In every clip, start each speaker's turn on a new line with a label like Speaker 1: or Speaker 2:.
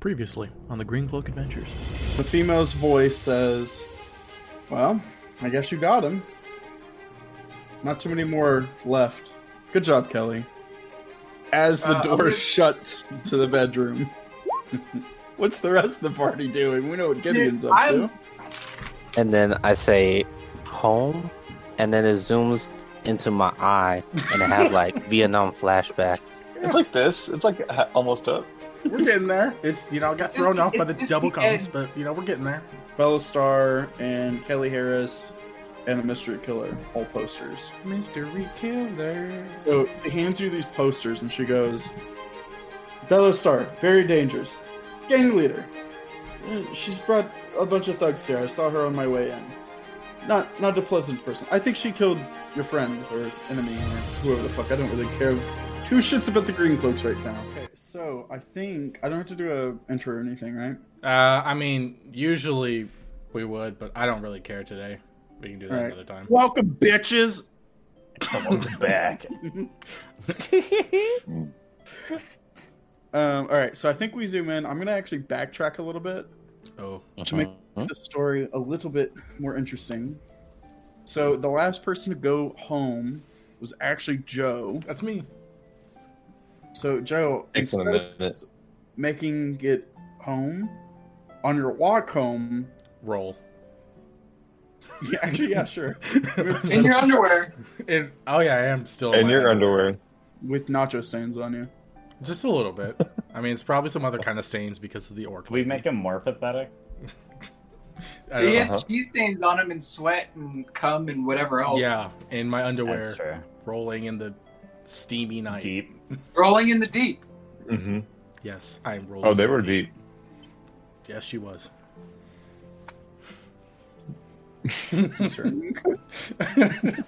Speaker 1: Previously on the Green Cloak Adventures.
Speaker 2: The female's voice says, Well, I guess you got him. Not too many more left. Good job, Kelly. As the
Speaker 3: Uh,
Speaker 2: door
Speaker 3: I'm-
Speaker 2: shuts to the bedroom. What's the rest of the party doing? We know what Gideon's up
Speaker 3: I'm-
Speaker 2: to.
Speaker 4: And then I say home, and then it zooms into my eye, and I have like Vietnam flashbacks.
Speaker 5: It's like this. It's like uh, almost up.
Speaker 6: We're getting there. It's you know I got
Speaker 3: It's
Speaker 6: thrown
Speaker 3: the-
Speaker 6: off by the
Speaker 3: it's the
Speaker 6: double comments,
Speaker 3: end.
Speaker 6: but you know we're getting there.
Speaker 2: Belistar and Kelly Harris and the Mystery Killer, all posters.
Speaker 6: Mystery killer.
Speaker 2: So he hands you these posters and she goes, Belistar, very dangerous. Gang leader. Uh, She's brought a bunch of thugs here. I saw her on my way in. Not not a pleasant person. I think she killed your friend or enemy or whoever the fuck. I don't really care two shits about the green cloaks right now. Okay, so I think I don't have to do a intro or anything, right?
Speaker 7: Uh, I mean, usually we would, but I don't really care today. We can do that
Speaker 2: All right.
Speaker 7: another time.
Speaker 6: Welcome, bitches.
Speaker 5: Back.
Speaker 2: Um, all right, so I think we zoom in. I'm gonna actually backtrack a little bit
Speaker 7: Oh,
Speaker 2: to make the story a little bit more interesting. So the last person to go home was actually Joe.
Speaker 7: that's me.
Speaker 2: So Joe,
Speaker 5: Takes a
Speaker 2: instead of
Speaker 5: minute.
Speaker 2: making it home on your walk home,
Speaker 7: Roll.
Speaker 2: yeah, actually, yeah, sure,
Speaker 3: in your underwear.
Speaker 7: It, oh yeah, I am still.
Speaker 5: And
Speaker 7: my-
Speaker 5: your underwear.
Speaker 2: with nacho stains on you.
Speaker 7: Just a little bit. I mean, it's probably some other kind of stains because of the orc.
Speaker 8: Can we make him more pathetic?
Speaker 7: I don't
Speaker 3: He
Speaker 7: know.
Speaker 3: has cheese stains on him and sweat and cum and whatever else.
Speaker 7: Yeah, in my underwear,
Speaker 8: That's true.
Speaker 7: rolling in the steamy night.
Speaker 8: Deep.
Speaker 3: Rolling in the deep.
Speaker 5: Mm-hmm.
Speaker 7: Yes, I'm rolling.
Speaker 5: Oh, they were deep.
Speaker 7: Yes, she was.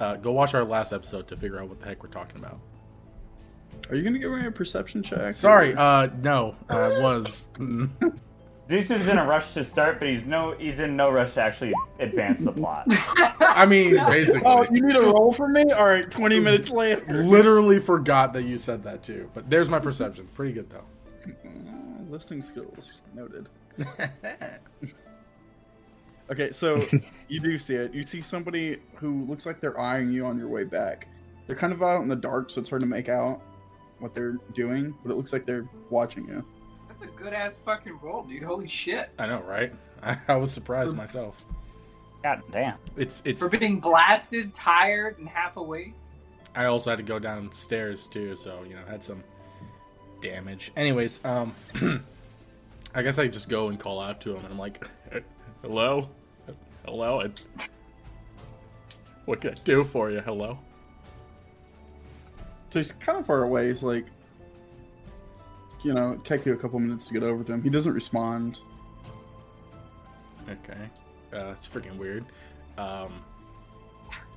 Speaker 7: Uh, go watch our last episode to figure out what the heck we're talking about.
Speaker 2: Are you gonna give me a perception check?
Speaker 7: Sorry, uh, no, I was. mm.
Speaker 8: Zeus is in a rush to start, but he's no he's in no rush to actually advance the plot.
Speaker 7: I mean, basically.
Speaker 2: Oh, you need a roll for me? All right, twenty minutes later.
Speaker 7: Literally forgot that you said that too. But there's my perception. Pretty good though.
Speaker 2: Uh, Listening skills noted. okay, so you do see it. You see somebody who looks like they're eyeing you on your way back. They're kind of out in the dark, so it's hard to make out what they're doing, but it looks like they're watching you.
Speaker 3: That's a good ass fucking roll, dude. Holy shit.
Speaker 7: I know, right? I, I was surprised myself.
Speaker 8: God damn.
Speaker 7: It's it's.
Speaker 3: For being blasted, tired, and half awake.
Speaker 7: I also had to go downstairs too, so you know had some damage. Anyways, um, I guess I just go and call out to him, and I'm like, "Hello, hello, and what can I do for you? Hello."
Speaker 2: So he's kind of far away. He's like, you know, take you a couple minutes to get over to him. He doesn't respond.
Speaker 7: Okay. Uh, that's freaking weird. Um,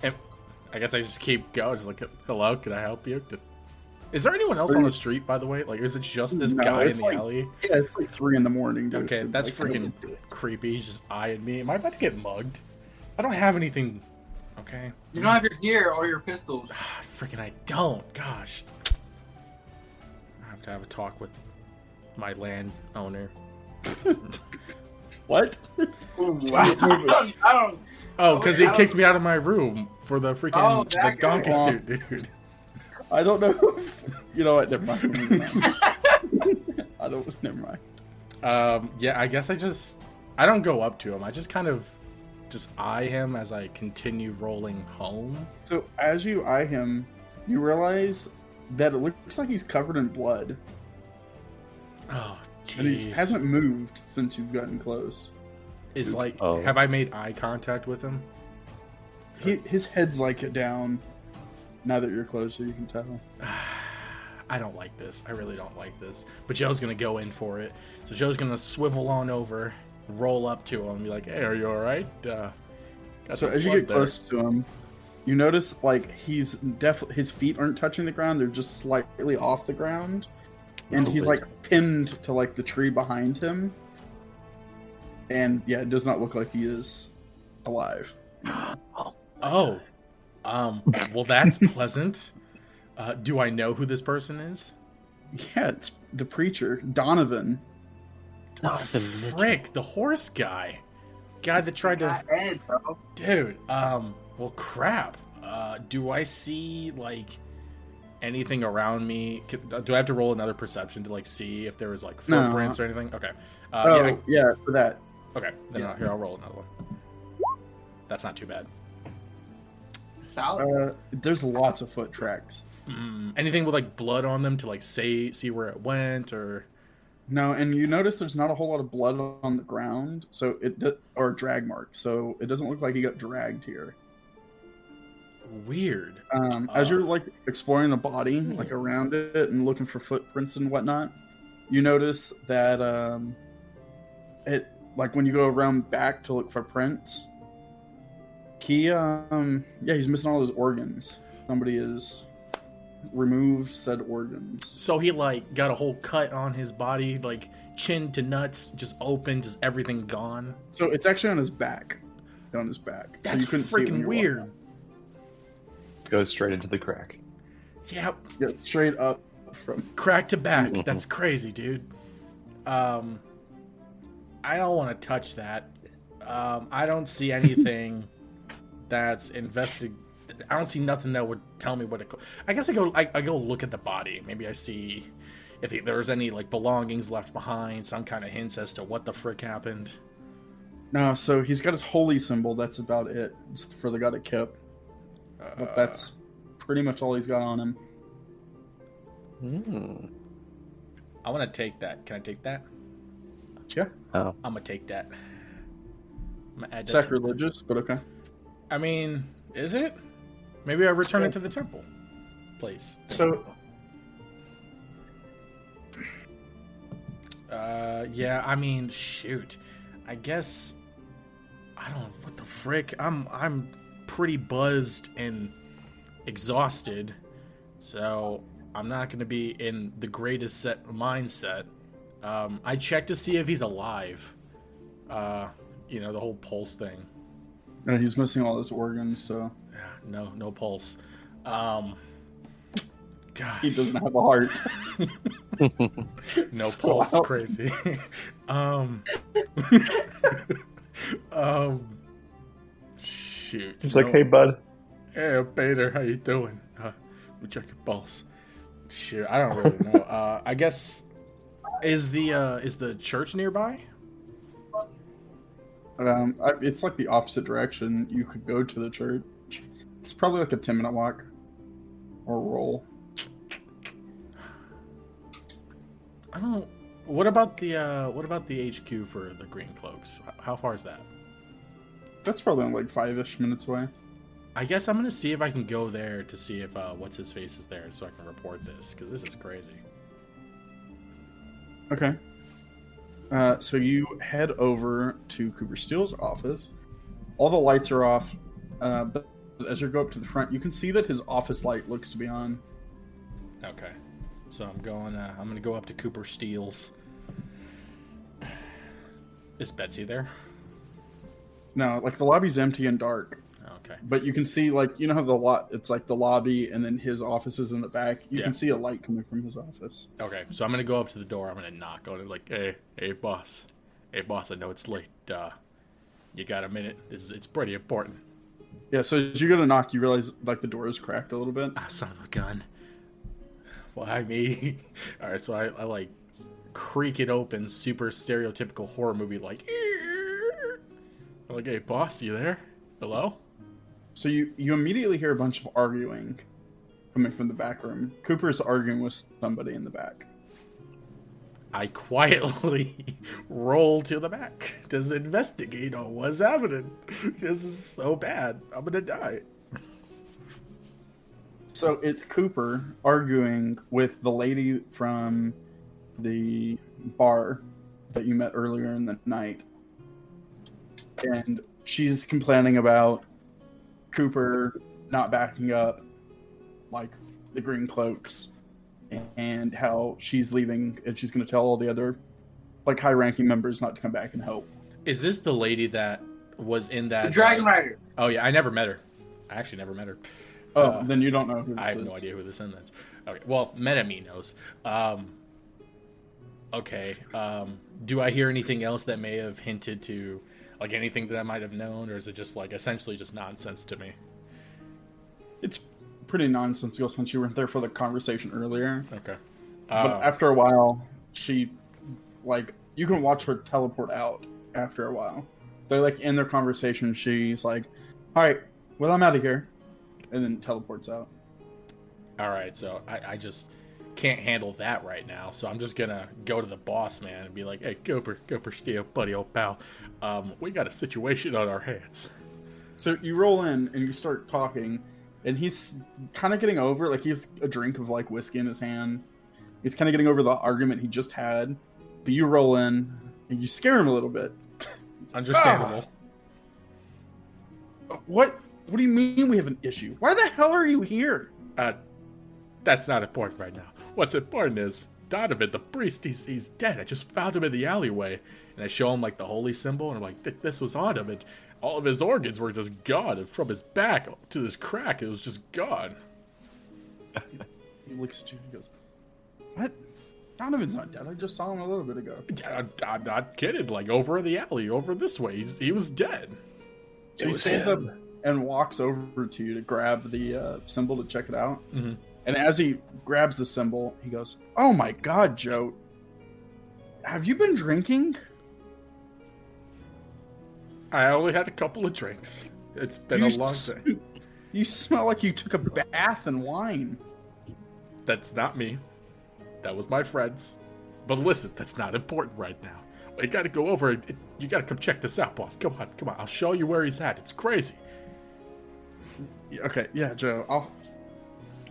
Speaker 7: and I guess I just keep going. Just like, hello, could I help you? Did- Is there anyone else on the street, by the way? Like, is it just this
Speaker 2: No,
Speaker 7: guy in
Speaker 2: it's
Speaker 7: the
Speaker 2: like-
Speaker 7: alley?
Speaker 2: Yeah, it's like three in the morning. Dude.
Speaker 7: Okay, that's
Speaker 2: Like,
Speaker 7: freaking creepy. He's just eyeing me. Am I about to get mugged? I don't have anything. Okay.
Speaker 3: You don't have your gear or your pistols.
Speaker 7: Ah, freaking, I don't. Gosh. I have to have a talk with my land owner.
Speaker 2: What?
Speaker 3: I don't. I don't
Speaker 7: Oh, because he
Speaker 3: Okay, I don't-
Speaker 7: kicked me out of my room for the freaking
Speaker 3: Oh,
Speaker 7: the
Speaker 3: that guy.
Speaker 7: donkey suit, dude.
Speaker 2: I don't know. If, you know what? Never mind. Never mind. I don't. Never mind.
Speaker 7: Um, yeah, I guess I just I don't go up to him. I just kind of just eye him as I continue rolling home.
Speaker 2: So as you eye him, you realize that it looks like he's covered in blood,
Speaker 7: Oh,
Speaker 2: and he
Speaker 7: jeez.
Speaker 2: hasn't moved since you've gotten close.
Speaker 7: Is like,
Speaker 4: Oh.
Speaker 7: have I made eye contact with him?
Speaker 2: He, his head's like down. Now that you're closer, you can tell.
Speaker 7: I don't like this. I really don't like this. But Joe's gonna go in for it. So Joe's gonna swivel on over, roll up to him, and be like, "Hey, are you all right?" Uh, got
Speaker 2: So
Speaker 7: some
Speaker 2: as you
Speaker 7: blood
Speaker 2: get
Speaker 7: there."
Speaker 2: close to him, you notice like he's definitely his feet aren't touching the ground; they're just slightly off the ground, and he's like pinned to like the tree behind him. And yeah, it does not look like he is alive.
Speaker 7: oh, um, well that's pleasant. Uh, do I know who this person is?
Speaker 2: Yeah, it's the preacher, Donovan.
Speaker 7: Frick, the horse guy. Guy that tried to.
Speaker 3: Not Ed, bro.
Speaker 7: Dude, um, well, crap. Uh, do I see, like, anything around me? C- Do I have to roll another perception to, like, see if there was, like,
Speaker 2: No.
Speaker 7: footprints or anything? Okay. Uh,
Speaker 2: oh,
Speaker 7: yeah,
Speaker 2: yeah, for that.
Speaker 7: I- okay. Then uh, here, I'll roll another one. That's not too bad.
Speaker 3: Solid.
Speaker 7: Oh.
Speaker 2: Uh, there's lots of foot tracks.
Speaker 7: Mm, anything with, like, blood on them to, like, say, see where it went or.
Speaker 2: No, and you notice there's not a whole lot of blood on the ground, so it do- or drag marks, so it doesn't look like he got dragged here.
Speaker 7: Weird.
Speaker 2: Um, as
Speaker 7: Oh.
Speaker 2: you're like exploring the body,
Speaker 7: Hmm.
Speaker 2: like around it and looking for footprints and whatnot, you notice that um, it like when you go around back to look for prints, he um yeah he's missing all his organs. Somebody has removed said organs.
Speaker 7: So he like got a whole cut on his body, like chin to nuts, just open, just everything gone.
Speaker 2: So it's actually on his back, on his back.
Speaker 7: That's
Speaker 2: so you couldn't see it when
Speaker 7: freaking
Speaker 2: you were
Speaker 7: weird.
Speaker 2: walking.
Speaker 5: Goes straight into the crack.
Speaker 7: Yeah,
Speaker 2: Yeah, straight up from
Speaker 7: crack to back. That's crazy, dude. Um, I don't want to touch that. Um, I don't see anything that's invested. I don't see nothing that would tell me what it. co- I guess I go. I, I go look at the body. Maybe I see if there's any like belongings left behind, some kind of hints as to what the frick happened.
Speaker 2: no. So he's got his holy symbol. That's about it It's for the god of Kip. But that's pretty much all he's got on him.
Speaker 4: Mm.
Speaker 7: I want to take that. Can I take that?
Speaker 2: Yeah.
Speaker 4: Oh.
Speaker 7: I'm gonna take that. I'm gonna add that to-
Speaker 2: Sacrilegious, but okay.
Speaker 7: I mean, is it? Maybe I return it to the temple place.
Speaker 2: So-
Speaker 7: Uh, yeah. I mean, shoot. I guess. I don't. What the frick? I'm. I'm pretty buzzed and exhausted, so I'm not gonna be in the greatest set mindset. Um, I checked to see if he's alive. Uh, you know the whole pulse thing.
Speaker 2: And he's missing all his organs, so
Speaker 7: No, no pulse. Um, gosh,
Speaker 2: he doesn't have a heart.
Speaker 7: no
Speaker 2: so
Speaker 7: pulse,
Speaker 2: out.
Speaker 7: crazy. um, um, shoot.
Speaker 5: It's
Speaker 7: no-
Speaker 5: like, hey, bud.
Speaker 7: Hey, Peter, how you doing? Uh, we check your pulse. Shoot, I don't really know. uh, I guess is the uh, is the church nearby?
Speaker 2: Um, I- it's like the opposite direction. You could go to the church. It's probably like a ten minute walk or roll.
Speaker 7: I don't. What about the uh, what about the HQ for the green cloaks? H- How far is that?
Speaker 2: That's probably only like five ish minutes away.
Speaker 7: I guess I'm gonna see if I can go there to see if uh, what's his face is there, so I can report this because this is crazy.
Speaker 2: Okay. Uh, so you head over to Cooper Steele's office. All the lights are off, uh, but as you go up to the front, you can see that his office light looks to be on.
Speaker 7: Okay, so I'm going. Uh, I'm gonna go up to Cooper Steele's. Is Betsy there?
Speaker 2: No, like the lobby's empty and dark.
Speaker 7: Okay.
Speaker 2: but you can see like you know how the lot it's like the lobby and then his office is in the back you
Speaker 7: Yeah.
Speaker 2: can see a light coming from his office
Speaker 7: Okay. So I'm gonna go up to the door. I'm gonna knock on it. Like, hey, hey, boss. Hey, boss. I know it's late. Uh, you got a minute? This is, it's pretty important.
Speaker 2: yeah so as you go to knock you realize like the door is cracked a little bit
Speaker 7: Ah, son of a gun. Why me? All right, so I, I like creak it open, super stereotypical horror movie, like. "Eeeer." I'm like, hey, boss, you there? Hello?
Speaker 2: so you you immediately hear a bunch of arguing coming from the back room cooper's arguing with somebody in the back
Speaker 7: I quietly roll to the back to investigate on what's happening. This is so bad. I'm gonna die.
Speaker 2: so it's cooper arguing with the lady from the bar that you met earlier in the night and she's complaining about Cooper not backing up, like the Green Cloaks, and how she's leaving and she's going to tell all the other, like, high ranking members not to come back and help.
Speaker 7: Is this the lady that was in that?
Speaker 3: Uh, The Dragon Rider.
Speaker 7: Oh yeah, I never met her. I actually never met her.
Speaker 2: Oh, then you don't know who this
Speaker 7: I have
Speaker 2: is.
Speaker 7: no idea who this is. Okay, well, Metame knows. Um, okay, um, do I hear anything else that may have hinted to, like anything that I might have known, or is it just like essentially just nonsense to me?
Speaker 2: It's pretty nonsensical since you weren't there for the conversation earlier.
Speaker 7: Okay.
Speaker 2: But
Speaker 7: Uh,
Speaker 2: after a while, she, like, you can watch her teleport out after a while. They're, like, in their conversation. She's like, all right, well, I'm out of here. And then teleports out.
Speaker 7: all right, so I, I just can't handle that right now, so I'm just gonna go to the boss man and be like, "Hey, Goper, Goper, Skio, buddy, old pal, um, we got a situation on our hands."
Speaker 2: So you roll in and you start talking, and he's kind of getting over. Like he has a drink of like whiskey in his hand. He's kind of getting over the argument he just had. But you roll in and you scare him a little bit.
Speaker 7: Understandable.
Speaker 2: What? What do you mean we have an issue? Why the hell are you here?
Speaker 7: Uh, that's not important right now. What's important is Donovan, the priest, he's, he's dead. I just found him in the alleyway. And I show him, like, the holy symbol, and I'm like, "Th- this was on him, and all of his organs were just gone. And from his back to his crack, it was just gone.
Speaker 2: He looks at you and he goes, "What? Donovan's not dead. I just saw him a little bit ago."
Speaker 7: I, am not kidding. Like, over in the alley, over this way, he's, he was dead.
Speaker 2: So he
Speaker 5: was
Speaker 2: stands
Speaker 5: him.
Speaker 2: up and walks over to you to grab the uh, symbol to check it out.
Speaker 7: Mhm.
Speaker 2: And as he grabs the symbol, he goes, "Oh my God, Joe! Have you been drinking?"
Speaker 7: I only had a couple of drinks. It's been a long
Speaker 2: s-
Speaker 7: day.
Speaker 2: You smell like you took a bath in wine.
Speaker 7: That's not me. That was my friends. But listen, that's not important right now. We gotta go over and and you gotta come check this out, boss. Come on, come on. I'll show you where he's at. It's crazy.
Speaker 2: Yeah, Okay, yeah, Joe. I'll...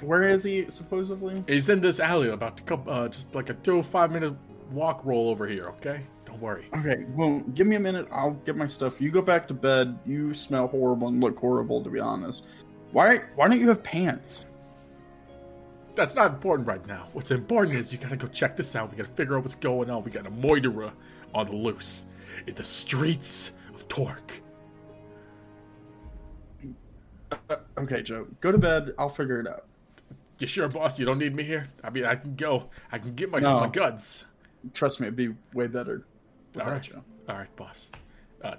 Speaker 2: Where is he supposedly?
Speaker 7: He's in this alley. I'm about to come, uh, just like a two or five minute walk roll over here, okay? Don't worry.
Speaker 2: Okay, well, give me a minute. I'll get my stuff. You go back to bed. You smell horrible and look horrible, to be honest. Why? Why don't you have pants?
Speaker 7: That's not important right now. What's important is you gotta go check this out. We gotta figure out what's going on. We got a moiderer on the loose in the streets of Torque.
Speaker 2: Uh, okay, Joe. Go to bed. I'll figure it out.
Speaker 7: You sure, boss? You don't need me here? I mean, I can go. I can get my,
Speaker 2: No.
Speaker 7: my guns.
Speaker 2: Trust me, it'd be way better.
Speaker 7: All right,
Speaker 2: without you.
Speaker 7: all right, boss. Uh,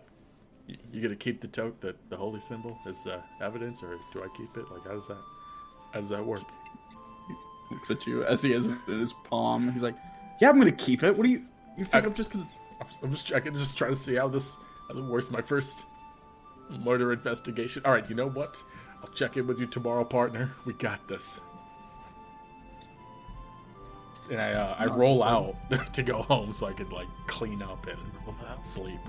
Speaker 7: you, you gonna keep the toke, the, the holy symbol, as uh, evidence, or do I keep it? Like, how does that, how does that work?
Speaker 2: Looks at you as he has it in his palm. He's like, "Yeah, I'm gonna keep it. What do you? You think
Speaker 7: I-
Speaker 2: I'm just gonna?"
Speaker 7: I'm, I'm just, I can just try to see how this, how this works. My first murder investigation. All right, you know what? I'll check in with you tomorrow, partner. We got this. And I, uh, I roll out to go home so I can like clean up and sleep.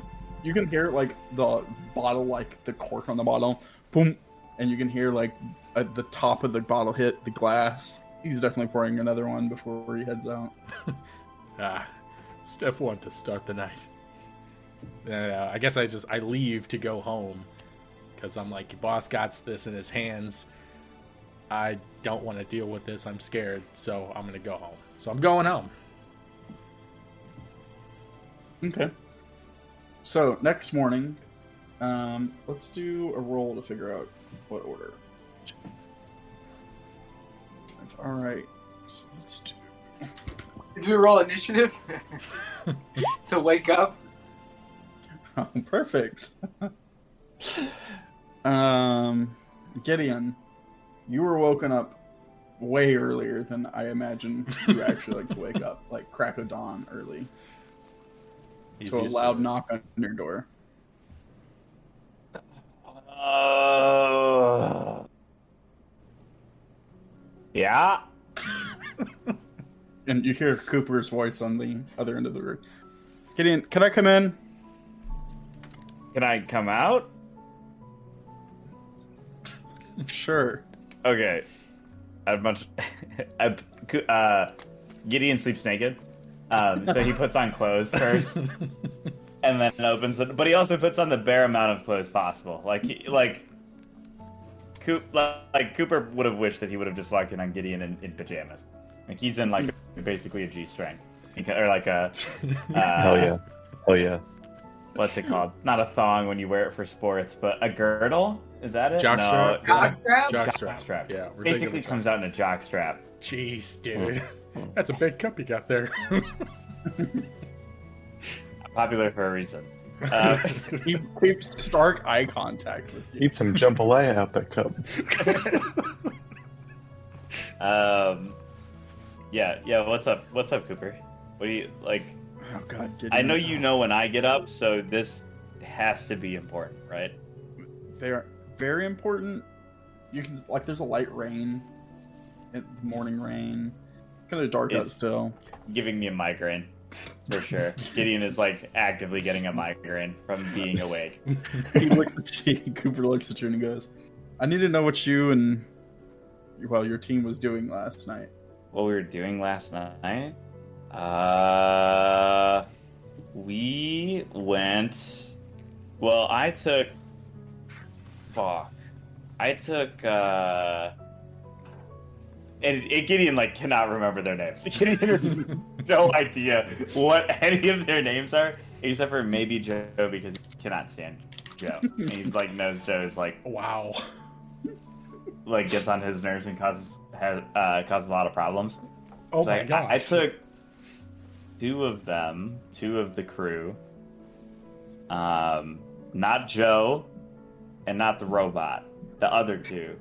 Speaker 2: you can hear like the bottle, like the cork on the bottle, boom, and you can hear like at the top of the bottle hit the glass. He's definitely pouring another one before he heads out.
Speaker 7: Ah, Steph one to start the night. And, uh, I guess I just I leave to go home because I'm like, boss got this in his hands. I don't want to deal with this. I'm scared, so I'm gonna go home. So I'm going home.
Speaker 2: Okay. So next morning, um, let's do a roll to figure out what order. All right. So let's do.
Speaker 3: Did we roll initiative to wake up?
Speaker 2: Oh, perfect. um, Gideon, you were woken up way earlier than I imagine you actually like to wake up, like crack of dawn early.
Speaker 7: He's
Speaker 2: to a
Speaker 7: used
Speaker 2: loud knock on your door.
Speaker 8: Uh, yeah.
Speaker 2: And you hear Cooper's voice on the other end of the room. Gideon, can I come in?
Speaker 8: Can I come out?
Speaker 2: Sure.
Speaker 8: Okay. I'd much. I, uh, Gideon sleeps naked, um, so he puts on clothes first, and then opens it. But he also puts on the bare amount of clothes possible. Like he, like. Coop, like, like Cooper would have wished that he would have just walked in on Gideon in, in pajamas. Like he's in like basically a g string, or like a. Uh,
Speaker 5: Hell yeah. Hell yeah.
Speaker 8: what's it called? Not a thong when you wear it for sports, but a girdle. Is that it?
Speaker 7: Jockstrap?
Speaker 8: No,
Speaker 3: Cockstrap?
Speaker 7: Jock-
Speaker 8: jockstrap.
Speaker 7: Jockstrap. Yeah, we're thinking of
Speaker 8: basically
Speaker 7: a
Speaker 8: comes out in a jockstrap.
Speaker 7: Jeez, dude. That's a big cup you got there.
Speaker 8: Popular for a reason. Uh,
Speaker 2: He keeps stark eye contact with you.
Speaker 5: Eat some jambalaya out that cup.
Speaker 8: um, yeah, yeah. What's up? What's up, Cooper? What do you like?
Speaker 2: Oh god, get
Speaker 8: I know
Speaker 2: in.
Speaker 8: you know when I get up, so this has to be important, right?
Speaker 2: They are very important. You can like there's a light rain, it, morning rain, kind of dark out
Speaker 8: It's-
Speaker 2: still.
Speaker 8: Giving me a migraine for sure. Gideon is like actively getting a migraine from being awake.
Speaker 2: He looks at you. Cooper looks at you and he goes, "I need to know what you and well your team was doing last night."
Speaker 8: what we were doing last night. Uh, we went. Well, I took. Fuck. I took. Uh, and, and Gideon like cannot remember their names. Gideon has no idea what any of their names are, except for maybe Joe because he cannot stand Joe. And he's like knows Joe is like
Speaker 7: wow.
Speaker 8: like gets on his nerves and causes has uh, causes a lot of problems.
Speaker 7: Oh
Speaker 8: So
Speaker 7: my
Speaker 8: I,
Speaker 7: gosh.
Speaker 8: I, I took two of them, two of the crew. Um, not Joe, and not the robot. The other two.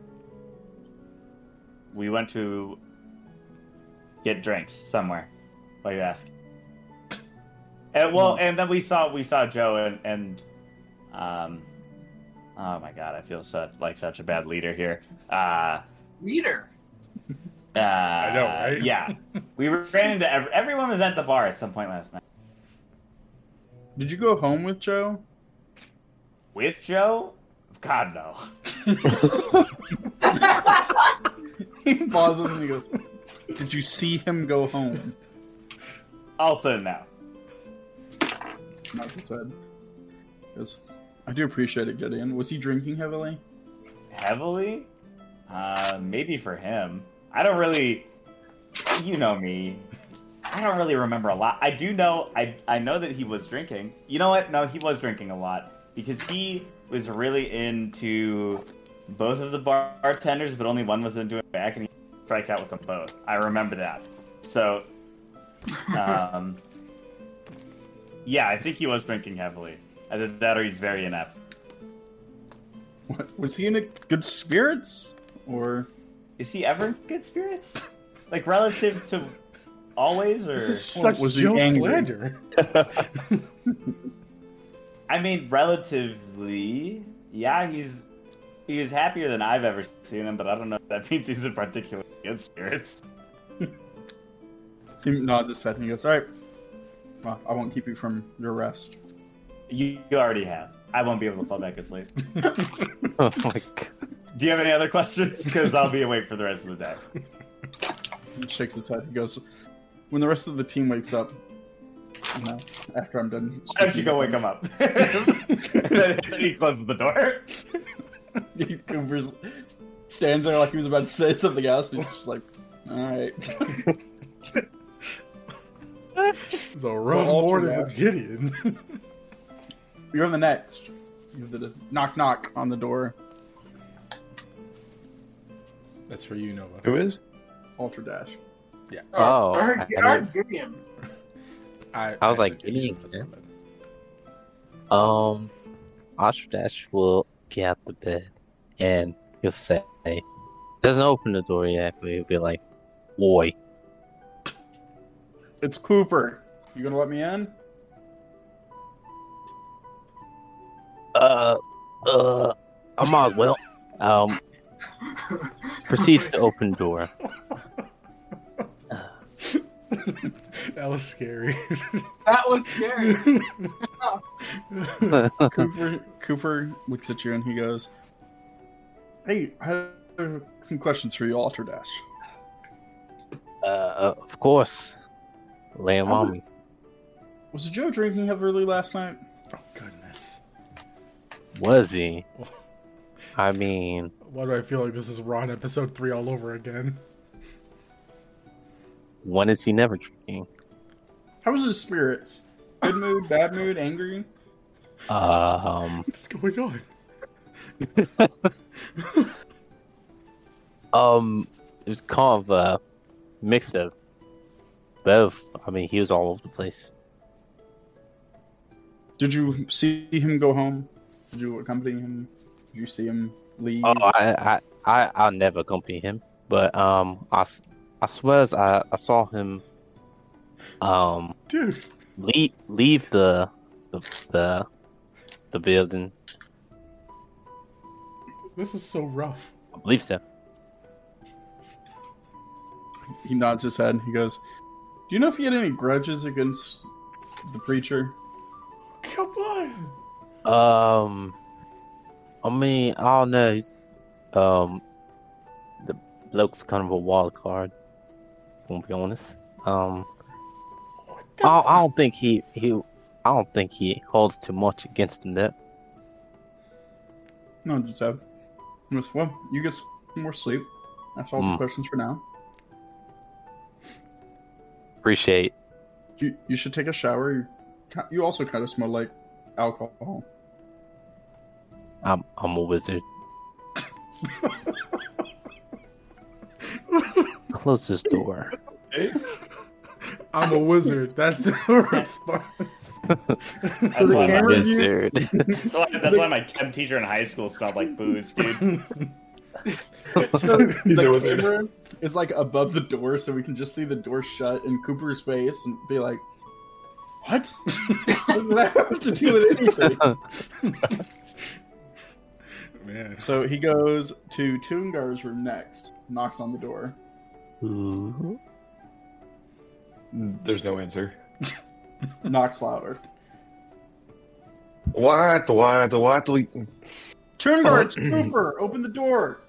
Speaker 8: We went to get drinks somewhere. While you ask. And well,
Speaker 7: Hmm.
Speaker 8: and then we saw we saw Joe and and um. Oh my god, I feel such like such a bad leader here. Uh,
Speaker 3: Leader.
Speaker 8: uh, I
Speaker 7: know, right?
Speaker 8: Yeah, we ran into ev- everyone was at the bar at some point last night
Speaker 2: Did you go home with Joe?
Speaker 8: with Joe. God no.
Speaker 2: He pauses and he goes, "Did you see him go home?"
Speaker 8: Also no.
Speaker 2: Malcolm said. He goes, "I do appreciate it, Gideon. Was he drinking heavily?"
Speaker 8: Heavily, uh, maybe for him. I don't really. You know me. I don't really remember a lot. I do know. I I know that he was drinking. You know what? No, he was drinking a lot because he was really into both of the bartenders, but only one was into it back, and he strike out with them both. I remember that. So, um, yeah, I think he was drinking heavily. Either that or he's very inept.
Speaker 2: What, was he in a good spirits or?
Speaker 8: Is he ever in good spirits? Like relative to always, or
Speaker 7: This is such
Speaker 2: was he
Speaker 7: Joe
Speaker 2: angry?
Speaker 7: slander.
Speaker 8: I mean, relatively, yeah, he's he's happier than I've ever seen him. But I don't know if that means he's in particularly good spirits.
Speaker 2: He nods his head and he goes, "All right, well, I won't keep you from your rest."
Speaker 8: You, you already have. I won't be able to fall back asleep.
Speaker 4: Oh my god.
Speaker 8: Do you have any other questions? Because I'll be awake for the rest of the day.
Speaker 2: He shakes his head. He goes, "When the rest of the team wakes up, you know, after I'm done."
Speaker 8: Why don't you go wake him up? he closes the door.
Speaker 2: He Cooper's stands there like he was about to say something else, but he's just like, "All right."
Speaker 7: It's a rough
Speaker 2: Ultra
Speaker 7: morning
Speaker 2: Mac.
Speaker 7: with Gideon.
Speaker 2: You're on the next. You have the knock knock on the door.
Speaker 7: That's for you, Nova.
Speaker 5: Who is?
Speaker 2: Ultra dash.
Speaker 4: Oh,
Speaker 3: I heard,
Speaker 4: I
Speaker 3: I heard Gideon.
Speaker 4: I was
Speaker 7: said
Speaker 4: like,
Speaker 7: that's
Speaker 4: Gideon,
Speaker 7: my bad.
Speaker 4: Um, Oshdash will get out the bed and he'll say, doesn't open the door yet, but he'll be like, Oi.
Speaker 2: It's Cooper. You gonna let me in?
Speaker 4: Uh, uh, I might as well. Um, proceeds to open door.
Speaker 7: That was scary.
Speaker 3: That was scary.
Speaker 4: Uh,
Speaker 2: Cooper Cooper looks at you and he goes, "Hey, I have some questions for you, Ultra Dash.
Speaker 4: Uh, of course. Lay him on me.
Speaker 2: Was Joe drinking heavily last night?
Speaker 7: oh, goodness.
Speaker 4: Was he? I mean,
Speaker 7: Why do I feel like this is Ron episode 3 all over again?
Speaker 4: when is he never drinking?
Speaker 2: How was his spirits? Good mood, bad mood, angry?
Speaker 4: Um,
Speaker 7: What's going on?
Speaker 4: um, it was kind of a mix of both. I mean, he was all over the place.
Speaker 2: Did you see him go home? Did you accompany him? Did you see him leave?
Speaker 4: Oh, I, I, I, I'll never accompany him. But um, I, s- I swear I, I saw him, um,
Speaker 7: Dude.
Speaker 4: leave, leave the, the, the, the building.
Speaker 7: This is so rough.
Speaker 4: I believe so.
Speaker 2: he nods his head. He goes, "Do you know if he had any grudges against the preacher?"
Speaker 7: Come on.
Speaker 4: Um, I mean, I don't know. He's, um, the bloke's kind of a wild card. if I'm gonna be honest. Um, I, I don't think he he I don't think he holds too much against him there.
Speaker 2: No, just have. He goes, well, you get some more sleep. That's all
Speaker 4: Hmm.
Speaker 2: the questions for now.
Speaker 4: Appreciate.
Speaker 2: You you should take a shower. You ki- you also kind of smell like alcohol.
Speaker 4: I'm I'm a wizard. Close this door.
Speaker 7: I'm a wizard. That's the response.
Speaker 8: That's,
Speaker 2: the
Speaker 8: why,
Speaker 2: camera-
Speaker 8: my,
Speaker 4: Wizard.
Speaker 8: that's, why, that's why my chem teacher in high school smelled like booze, dude.
Speaker 2: So the
Speaker 5: a wizard.
Speaker 2: camera is like above the door, so we can just see the door shut in Cooper's face and be like, "What? what does that have to do with anything?"
Speaker 7: Man.
Speaker 2: So he goes to Toongar's room next. Knocks on the door.
Speaker 4: Ooh.
Speaker 5: There's no answer.
Speaker 2: Knocks louder.
Speaker 5: What? What? What do you,
Speaker 2: Toongar, it's Cooper. Open the door.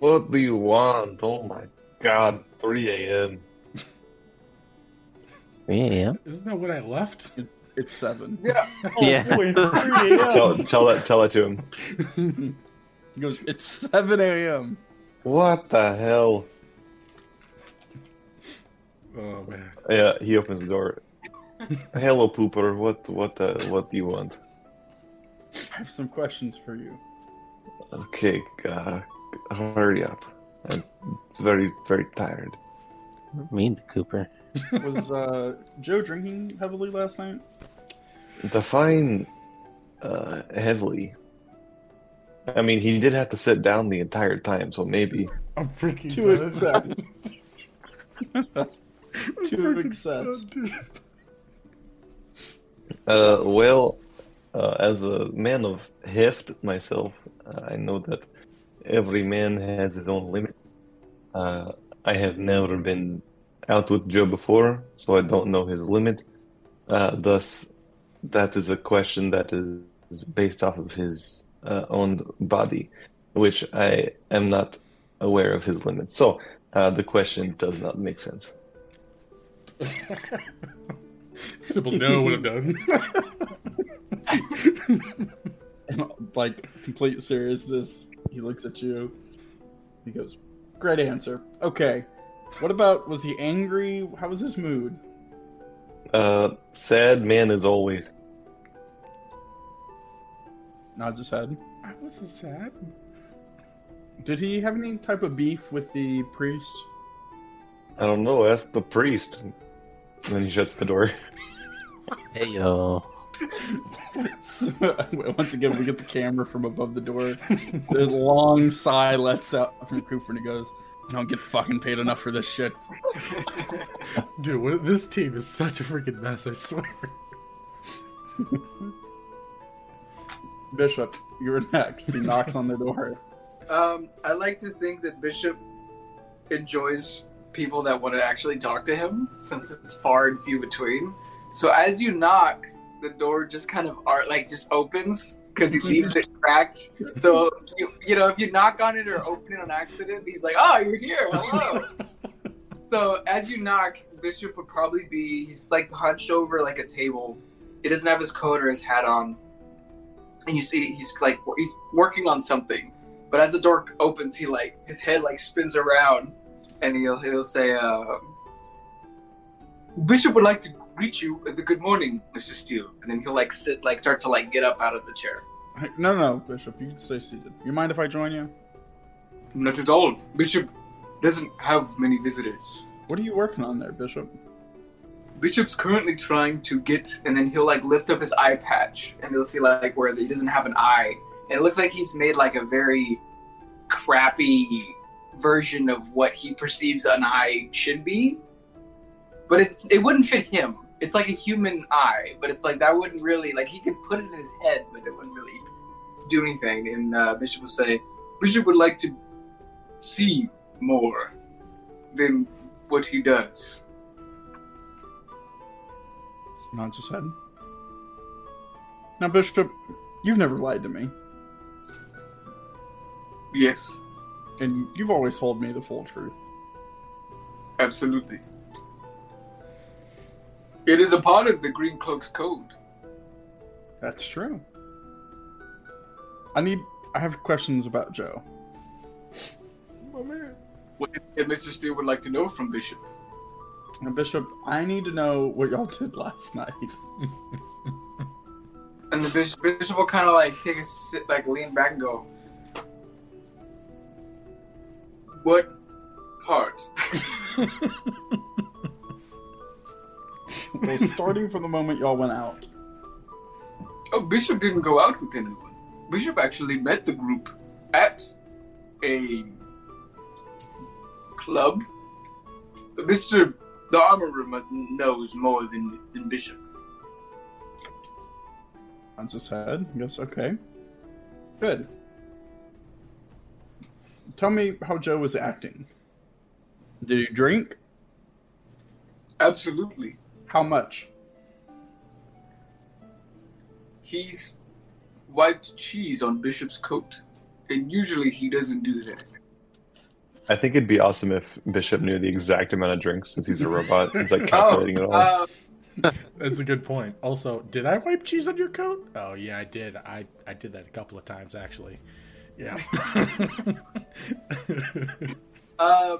Speaker 5: what do you want? Oh my god, 3 a.m.
Speaker 4: Yeah.
Speaker 7: Isn't that what I left?
Speaker 2: It's seven.
Speaker 4: Yeah.
Speaker 6: Oh.
Speaker 5: Tell, tell that tell that to him.
Speaker 2: He goes, It's 7 a.m.
Speaker 5: What the hell?
Speaker 7: Oh man.
Speaker 5: Yeah, he opens the door. Hello, pooper. What? What? The, what do you want?
Speaker 2: I have some questions for you.
Speaker 5: Okay, uh, hurry up. I'm very, very tired.
Speaker 4: Mean to Cooper.
Speaker 2: Was uh, Joe drinking heavily last night?
Speaker 5: Define uh, heavily. I mean, he did have to sit down the entire time, so maybe.
Speaker 7: I'm freaking
Speaker 2: Two
Speaker 7: dead.
Speaker 2: accepts. Two
Speaker 7: Freaking
Speaker 2: accepts.
Speaker 7: dead, dude.
Speaker 5: Uh, well, uh, as a man of heft myself, uh, I know that every man has his own limit. Uh, I have never been out with Joe before, so I don't know his limit. Uh, thus, that is a question that is based off of his uh, own body, which I am not aware of his limits. So, uh, the question does not make sense.
Speaker 7: Simple no would have done.
Speaker 2: like, complete seriousness. He looks at you. He goes, Great answer. Okay. What about, was he angry? How was his mood?
Speaker 5: Uh, sad man as always.
Speaker 2: Nods his head.
Speaker 7: I wasn't sad.
Speaker 2: Did he have any type of beef with the priest?
Speaker 5: I don't know. Ask the priest. And then he shuts the door.
Speaker 4: Hey yo.
Speaker 2: So, once again, we get the camera from above the door. The long sigh lets out from Cooper and he goes, I don't get fucking paid enough for this shit.
Speaker 7: Dude, what, this team is such a freaking mess, I swear.
Speaker 2: Bishop, you're next. He knocks on the door.
Speaker 3: Um, I like to think that Bishop enjoys people that want to actually talk to him, since it's far and few between. So as you knock, the door just kind of art like just opens because he leaves it cracked. So you, you know, if you knock on it or open it on accident, he's like, "Oh, you're here! Hello." so as you knock, Bishop would probably be he's like hunched over like a table. He doesn't have his coat or his hat on, and you see he's like he's working on something. But as the door opens, he like his head like spins around, and he'll he'll say, uh, "Bishop would like to greet you with the good morning, Mr. Steele. And then he'll like sit, like start to like get up out of the chair.
Speaker 2: No, no, no, Bishop, you can stay seated. You mind if I join you?
Speaker 3: Not at all. Bishop doesn't have many visitors.
Speaker 2: What are you working on there, Bishop?
Speaker 3: Bishop's currently trying to get, and then he'll like lift up his eye patch, and you'll see like where he doesn't have an eye, and it looks like he's made like a very crappy version of what he perceives an eye should be. But it's it wouldn't fit him. It's like a human eye, but it's like that wouldn't really like he could put it in his head, but it wouldn't really do anything. And uh, Bishop will say, Bishop would like to see more than what he does.
Speaker 2: Nods his head. Now, Bishop, you've never lied to me,
Speaker 3: Yes,
Speaker 2: and you've always told me the full truth.
Speaker 3: Absolutely. It is a part of the Green Cloak's code.
Speaker 2: That's true. I need. I have questions about Joe.
Speaker 3: What if Mr. Steele would like to know from Bishop?
Speaker 2: Now, Bishop, I need to know what y'all did last night.
Speaker 3: And the bishop, bishop will kind of like take a sit, like lean back and go, What part?
Speaker 2: well, starting from the moment y'all went out.
Speaker 3: Oh, Bishop didn't go out with anyone. Bishop actually met the group at a club. Mr. The Armor Room knows more than, than Bishop.
Speaker 2: Nods his head. Yes, okay. Good. Tell me how Joe was acting. Did he drink?
Speaker 3: Absolutely.
Speaker 2: How much?
Speaker 3: He's wiped cheese on Bishop's coat, and usually he doesn't do that.
Speaker 5: I think it'd be awesome if Bishop knew the exact amount of drinks since he's a robot. He's like calculating it all.
Speaker 3: uh,
Speaker 7: That's a good point. Also, did I wipe cheese on your coat? Oh yeah, I did. I I did that a couple of times actually. Yeah.
Speaker 3: uh,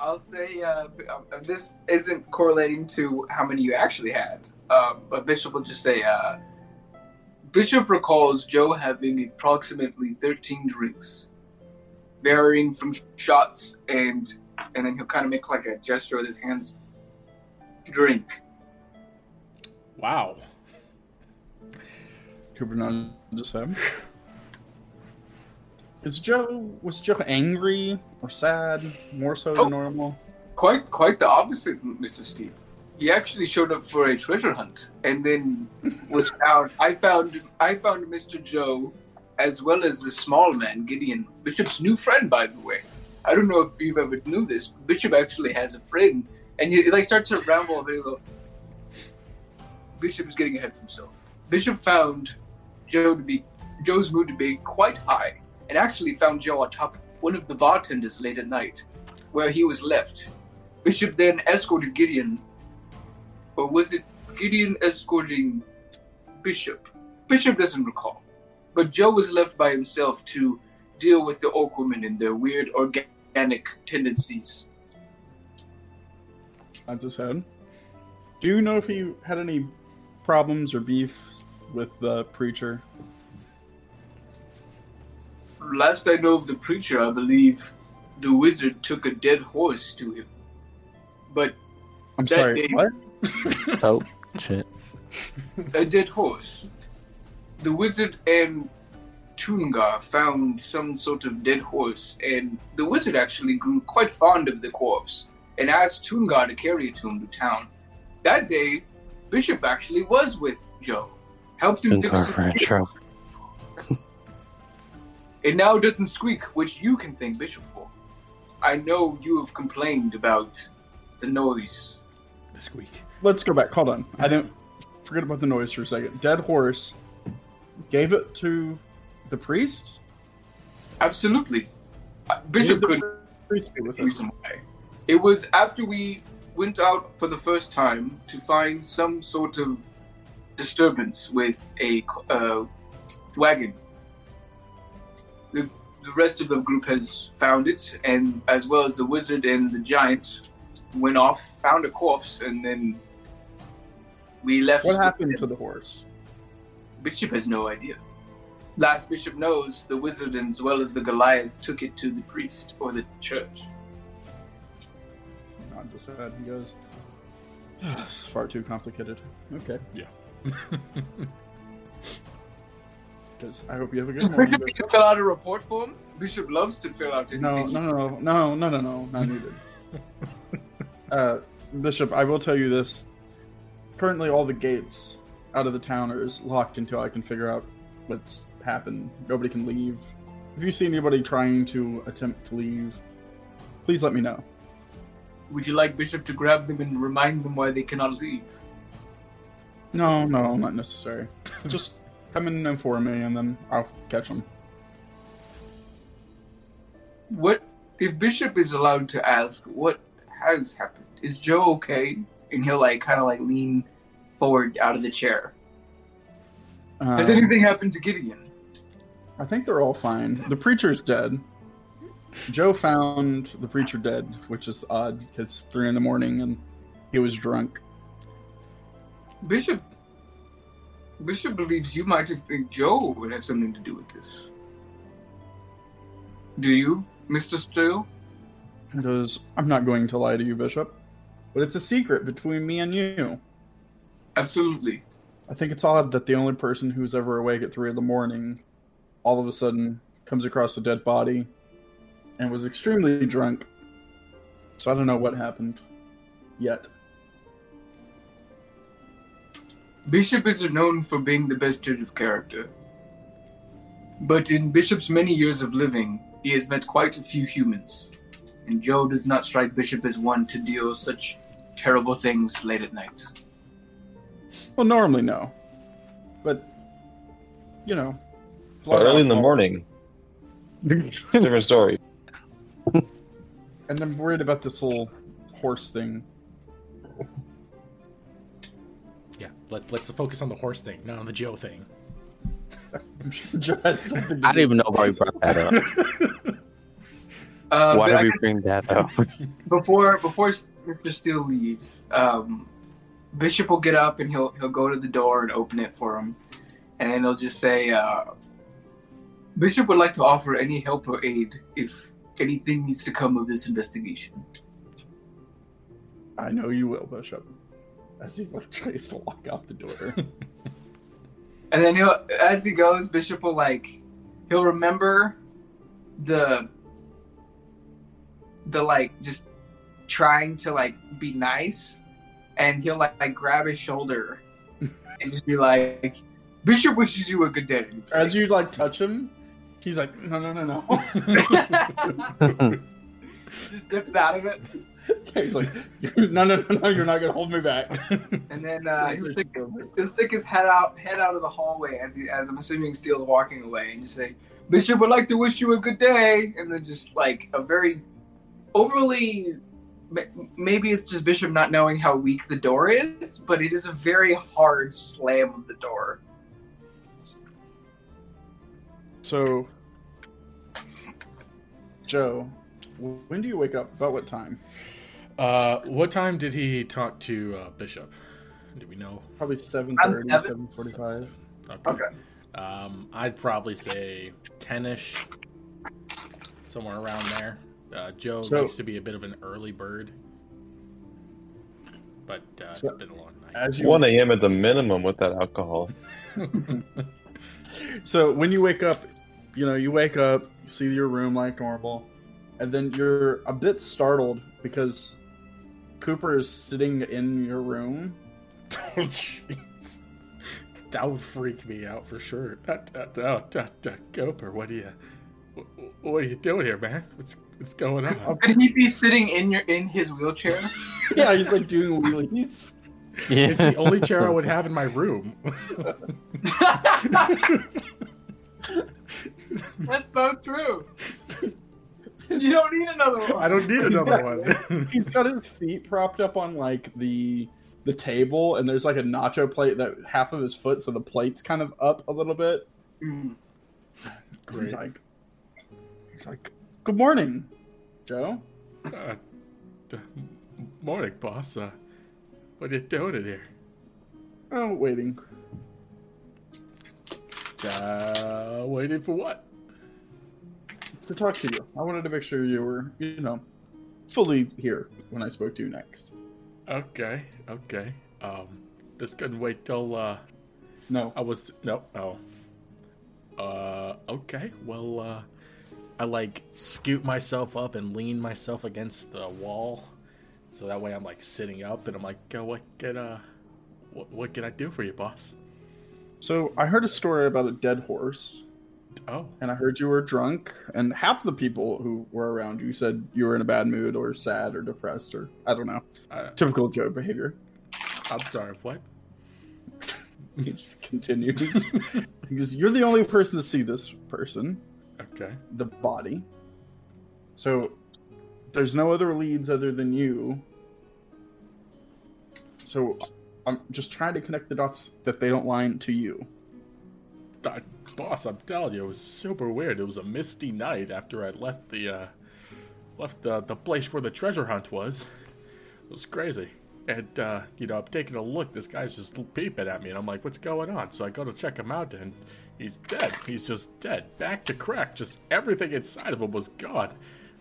Speaker 3: I'll say uh, uh, this isn't correlating to how many you actually had, um, but Bishop will just say uh, Bishop recalls Joe having approximately 13 drinks, varying from shots and and then he'll kind of make like a gesture with his hands. Drink.
Speaker 7: wow.
Speaker 2: Cooper nods his head. Is Joe was Joe angry or sad? More so
Speaker 3: Oh.
Speaker 2: than normal.
Speaker 3: Quite, quite the opposite, Mr. Steve. He actually showed up for a treasure hunt, and then was found. I found, I found Mr. Joe, as well as the small man Gideon, Bishop's new friend, by the way. I don't know if you've ever knew this. But Bishop actually has a friend, and he like starts to ramble very low. Bishop is getting ahead of himself. Bishop found Joe to be Joe's mood to be quite high, and actually found Joe atop one of the bartenders late at night, where he was left. Bishop then escorted Gideon, or was it Gideon escorting Bishop? Bishop doesn't recall, but Joe was left by himself to deal with the oak women and their weird organic tendencies.
Speaker 2: Nods his head. Do you know if he had any problems or beef with the preacher?
Speaker 3: Last I know of the preacher, I believe the wizard took a dead horse to him. But
Speaker 2: I'm
Speaker 3: That
Speaker 2: sorry.
Speaker 3: day-
Speaker 2: What?
Speaker 4: Oh shit.
Speaker 3: a dead horse. The wizard and Tunga found some sort of dead horse, and the wizard actually grew quite fond of the corpse and asked Tunga to carry it to him to town. That day, Bishop actually was with Joe, helped him
Speaker 4: Think
Speaker 3: fix
Speaker 4: our
Speaker 3: it.
Speaker 4: friend Trump.
Speaker 3: It now doesn't squeak, which you can thank Bishop for. I know you have complained about the noise.
Speaker 7: The squeak.
Speaker 2: Let's go back. Hold on. I didn't forget about the noise for a second. Dead horse gave it to the priest.
Speaker 3: Absolutely. Uh, Bishop
Speaker 2: Did
Speaker 3: could
Speaker 2: the priest be with it?
Speaker 3: reason why. It was after we went out for the first time to find some sort of disturbance with a uh, wagon. The, the rest of the group has found it, and as well as the wizard and the giant went off, found a corpse, and then We left.
Speaker 2: What happened to the horse?
Speaker 3: Bishop has no idea. Last Bishop knows, the wizard and as well as the Goliath took it to the priest or the church.
Speaker 2: Nods his head and goes, "Ah, "It's far too complicated." Okay.
Speaker 7: Yeah.
Speaker 2: Because I hope you have a good morning.
Speaker 3: Bishop, you can fill out a report form. Bishop loves to fill out anything.
Speaker 2: No, no, no, no, no, no, no, not needed. uh, Bishop, I will tell you this. Currently, all the gates out of the town are is locked until I can figure out what's happened. Nobody can leave. If you see anybody trying to attempt to leave, please let me know.
Speaker 3: Would you like Bishop to grab them and remind them why they cannot leave?
Speaker 2: No, no, not necessary. Just come in and inform me, and then I'll catch them.
Speaker 3: What if Bishop is allowed to ask what has happened? Is Joe okay? And he'll like kind of like lean forward out of the chair.
Speaker 2: Um,
Speaker 3: Has anything happened to Gideon?
Speaker 2: I think they're all fine. The preacher's dead. Joe found the preacher dead, which is odd because it's three in the morning and he was drunk.
Speaker 3: Bishop Bishop believes you might have think Joe would have something to do with this. Do you, Mr. Steele?
Speaker 2: He goes, I'm not going to lie to you, Bishop, but it's a secret between me and you.
Speaker 3: Absolutely.
Speaker 2: I think it's odd that the only person who's ever awake at three in the morning all of a sudden comes across a dead body and was extremely drunk. So I don't know what happened yet.
Speaker 3: Bishop is known for being the best judge of character. But in Bishop's many years of living, he has met quite a few humans, and Joe does not strike Bishop as one to deal such terrible things late at night.
Speaker 2: Well, normally no, but you know,
Speaker 5: But
Speaker 2: blood
Speaker 5: early in the
Speaker 2: alcohol-
Speaker 5: morning, it's a different story.
Speaker 2: And I'm worried about this whole horse thing.
Speaker 7: Yeah, let, let's focus on the horse thing, not on the Joe thing.
Speaker 2: I'm sure Joe has something to
Speaker 4: I
Speaker 2: do.
Speaker 4: didn't even know why you brought that up.
Speaker 3: Uh,
Speaker 4: Why
Speaker 3: but I
Speaker 4: did we bring that up?
Speaker 3: before before Mr. Steele leaves, um, Bishop will get up and he'll he'll go to the door and open it for him, and then he'll just say, uh, "Bishop would like to offer any help or aid if anything needs to come of this investigation."
Speaker 2: I know you will, Bishop. As he like tries to walk out the door.
Speaker 3: And then he'll, as he goes, Bishop will like, he'll remember the the like just trying to like be nice, and he'll like, like grab his shoulder and just be like, "Bishop wishes you a good day." It's like-
Speaker 2: As you like touch him, he's like, no, no, no, no.
Speaker 3: just dips out of it,
Speaker 2: he's like, no, no, no, no. You're not gonna hold me back.
Speaker 3: and then uh, he'll, stick, he'll stick his head out head out of the hallway as he as I'm assuming Steele's walking away, and just say, "Bishop would like to wish you a good day," and then just like a very overly. m- Maybe it's just Bishop not knowing how weak the door is, but it is a very hard slam of the door.
Speaker 2: So, Joe, when do you wake up? About what time?
Speaker 7: Uh, what time did he talk to uh, Bishop? Do we know?
Speaker 2: Probably 7.30,
Speaker 3: seven.
Speaker 2: 7.45.
Speaker 7: Okay.
Speaker 3: Okay.
Speaker 7: Um, I'd probably say 10 ish, somewhere around there. Uh, Joe
Speaker 2: So-
Speaker 7: likes to be a bit of an early bird, but uh, it's
Speaker 2: So-
Speaker 7: been a long night.
Speaker 2: As you
Speaker 5: 1 a.m. at the minimum with that alcohol.
Speaker 2: So when you wake up, you know, you wake up, you see your room like normal, and then you're a bit startled because Cooper is sitting in your room.
Speaker 7: Oh, jeez. That would freak me out for sure. Uh, uh, uh, uh, uh, Goper, what are you, wh- what are you doing here, man? What's what's going on?
Speaker 3: Could he be sitting in your in his wheelchair?
Speaker 2: Yeah, he's like doing wheelies.
Speaker 7: it's
Speaker 4: yeah.
Speaker 7: the only chair I would have in my room.
Speaker 3: That's so true. You don't need another one.
Speaker 7: I don't need another one.
Speaker 2: He's got his feet propped up on like the the table, and there's like a nacho plate that half of his foot, so the plate's kind of up a little bit.
Speaker 3: Mm.
Speaker 7: Great.
Speaker 2: He's like, he's like, "Good morning, Joe."
Speaker 7: Uh, d- morning, boss. Uh, what are you doing in here?
Speaker 2: Oh, waiting.
Speaker 7: Uh, waiting for what?
Speaker 2: To talk to you. I wanted to make sure you were, you know, fully here when I spoke to you next.
Speaker 7: Okay, okay. Um, this couldn't wait till uh,
Speaker 2: No.
Speaker 7: I was no oh. Uh, okay. Well, uh, I like scoot myself up and lean myself against the wall, so that way I'm like sitting up, and I'm like, "Yo, what can uh, what, what can I do for you, boss?
Speaker 2: So I heard a story about a dead horse,
Speaker 7: Oh,
Speaker 2: and I heard you were drunk, and half the people who were around you said you were in a bad mood or sad or depressed or I don't know.
Speaker 7: Uh,
Speaker 2: Typical Joe behavior.
Speaker 7: I'm sorry. What?
Speaker 2: He just continues. he goes, You're the only person to see this person,
Speaker 7: Okay.
Speaker 2: the body. So there's no other leads other than you. So I'm just trying to connect the dots that they don't line to you.
Speaker 7: Uh, boss, I'm telling you, it was super weird. It was a misty night after I left the uh, left the, the place where the treasure hunt was. It was crazy. And uh, you know, I'm taking a look. This guy's just peeping at me, and I'm like, "What's going on?" So I go to check him out, and he's dead. He's just dead, back to crack. Just everything inside of him was gone.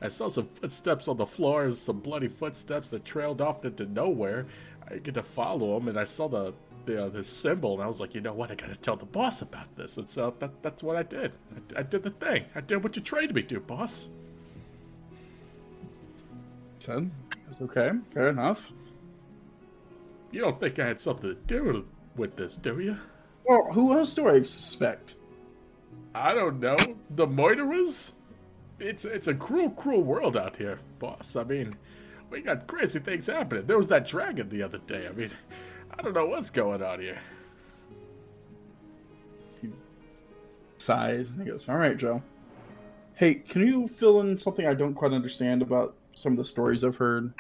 Speaker 7: I saw some footsteps on the floor, some bloody footsteps that trailed off into nowhere. I get to follow him, and I saw the the, uh, the symbol, and I was like, you know what? I gotta tell the boss about this. And so that, that's what I did. I, I did the thing. I did what you trained me to, boss.
Speaker 2: Said, "That's okay, fair enough.
Speaker 7: You don't think I had something to do with this, do you?
Speaker 2: Well, who else do I suspect?
Speaker 7: I don't know. The murderers? It's it's a cruel, cruel world out here, boss. I mean, we got crazy things happening. There was that dragon the other day. I mean, I don't know what's going on here.
Speaker 2: sighs and he goes, "All right, Joe. Hey, can you fill in something I don't quite understand about some of the stories I've heard?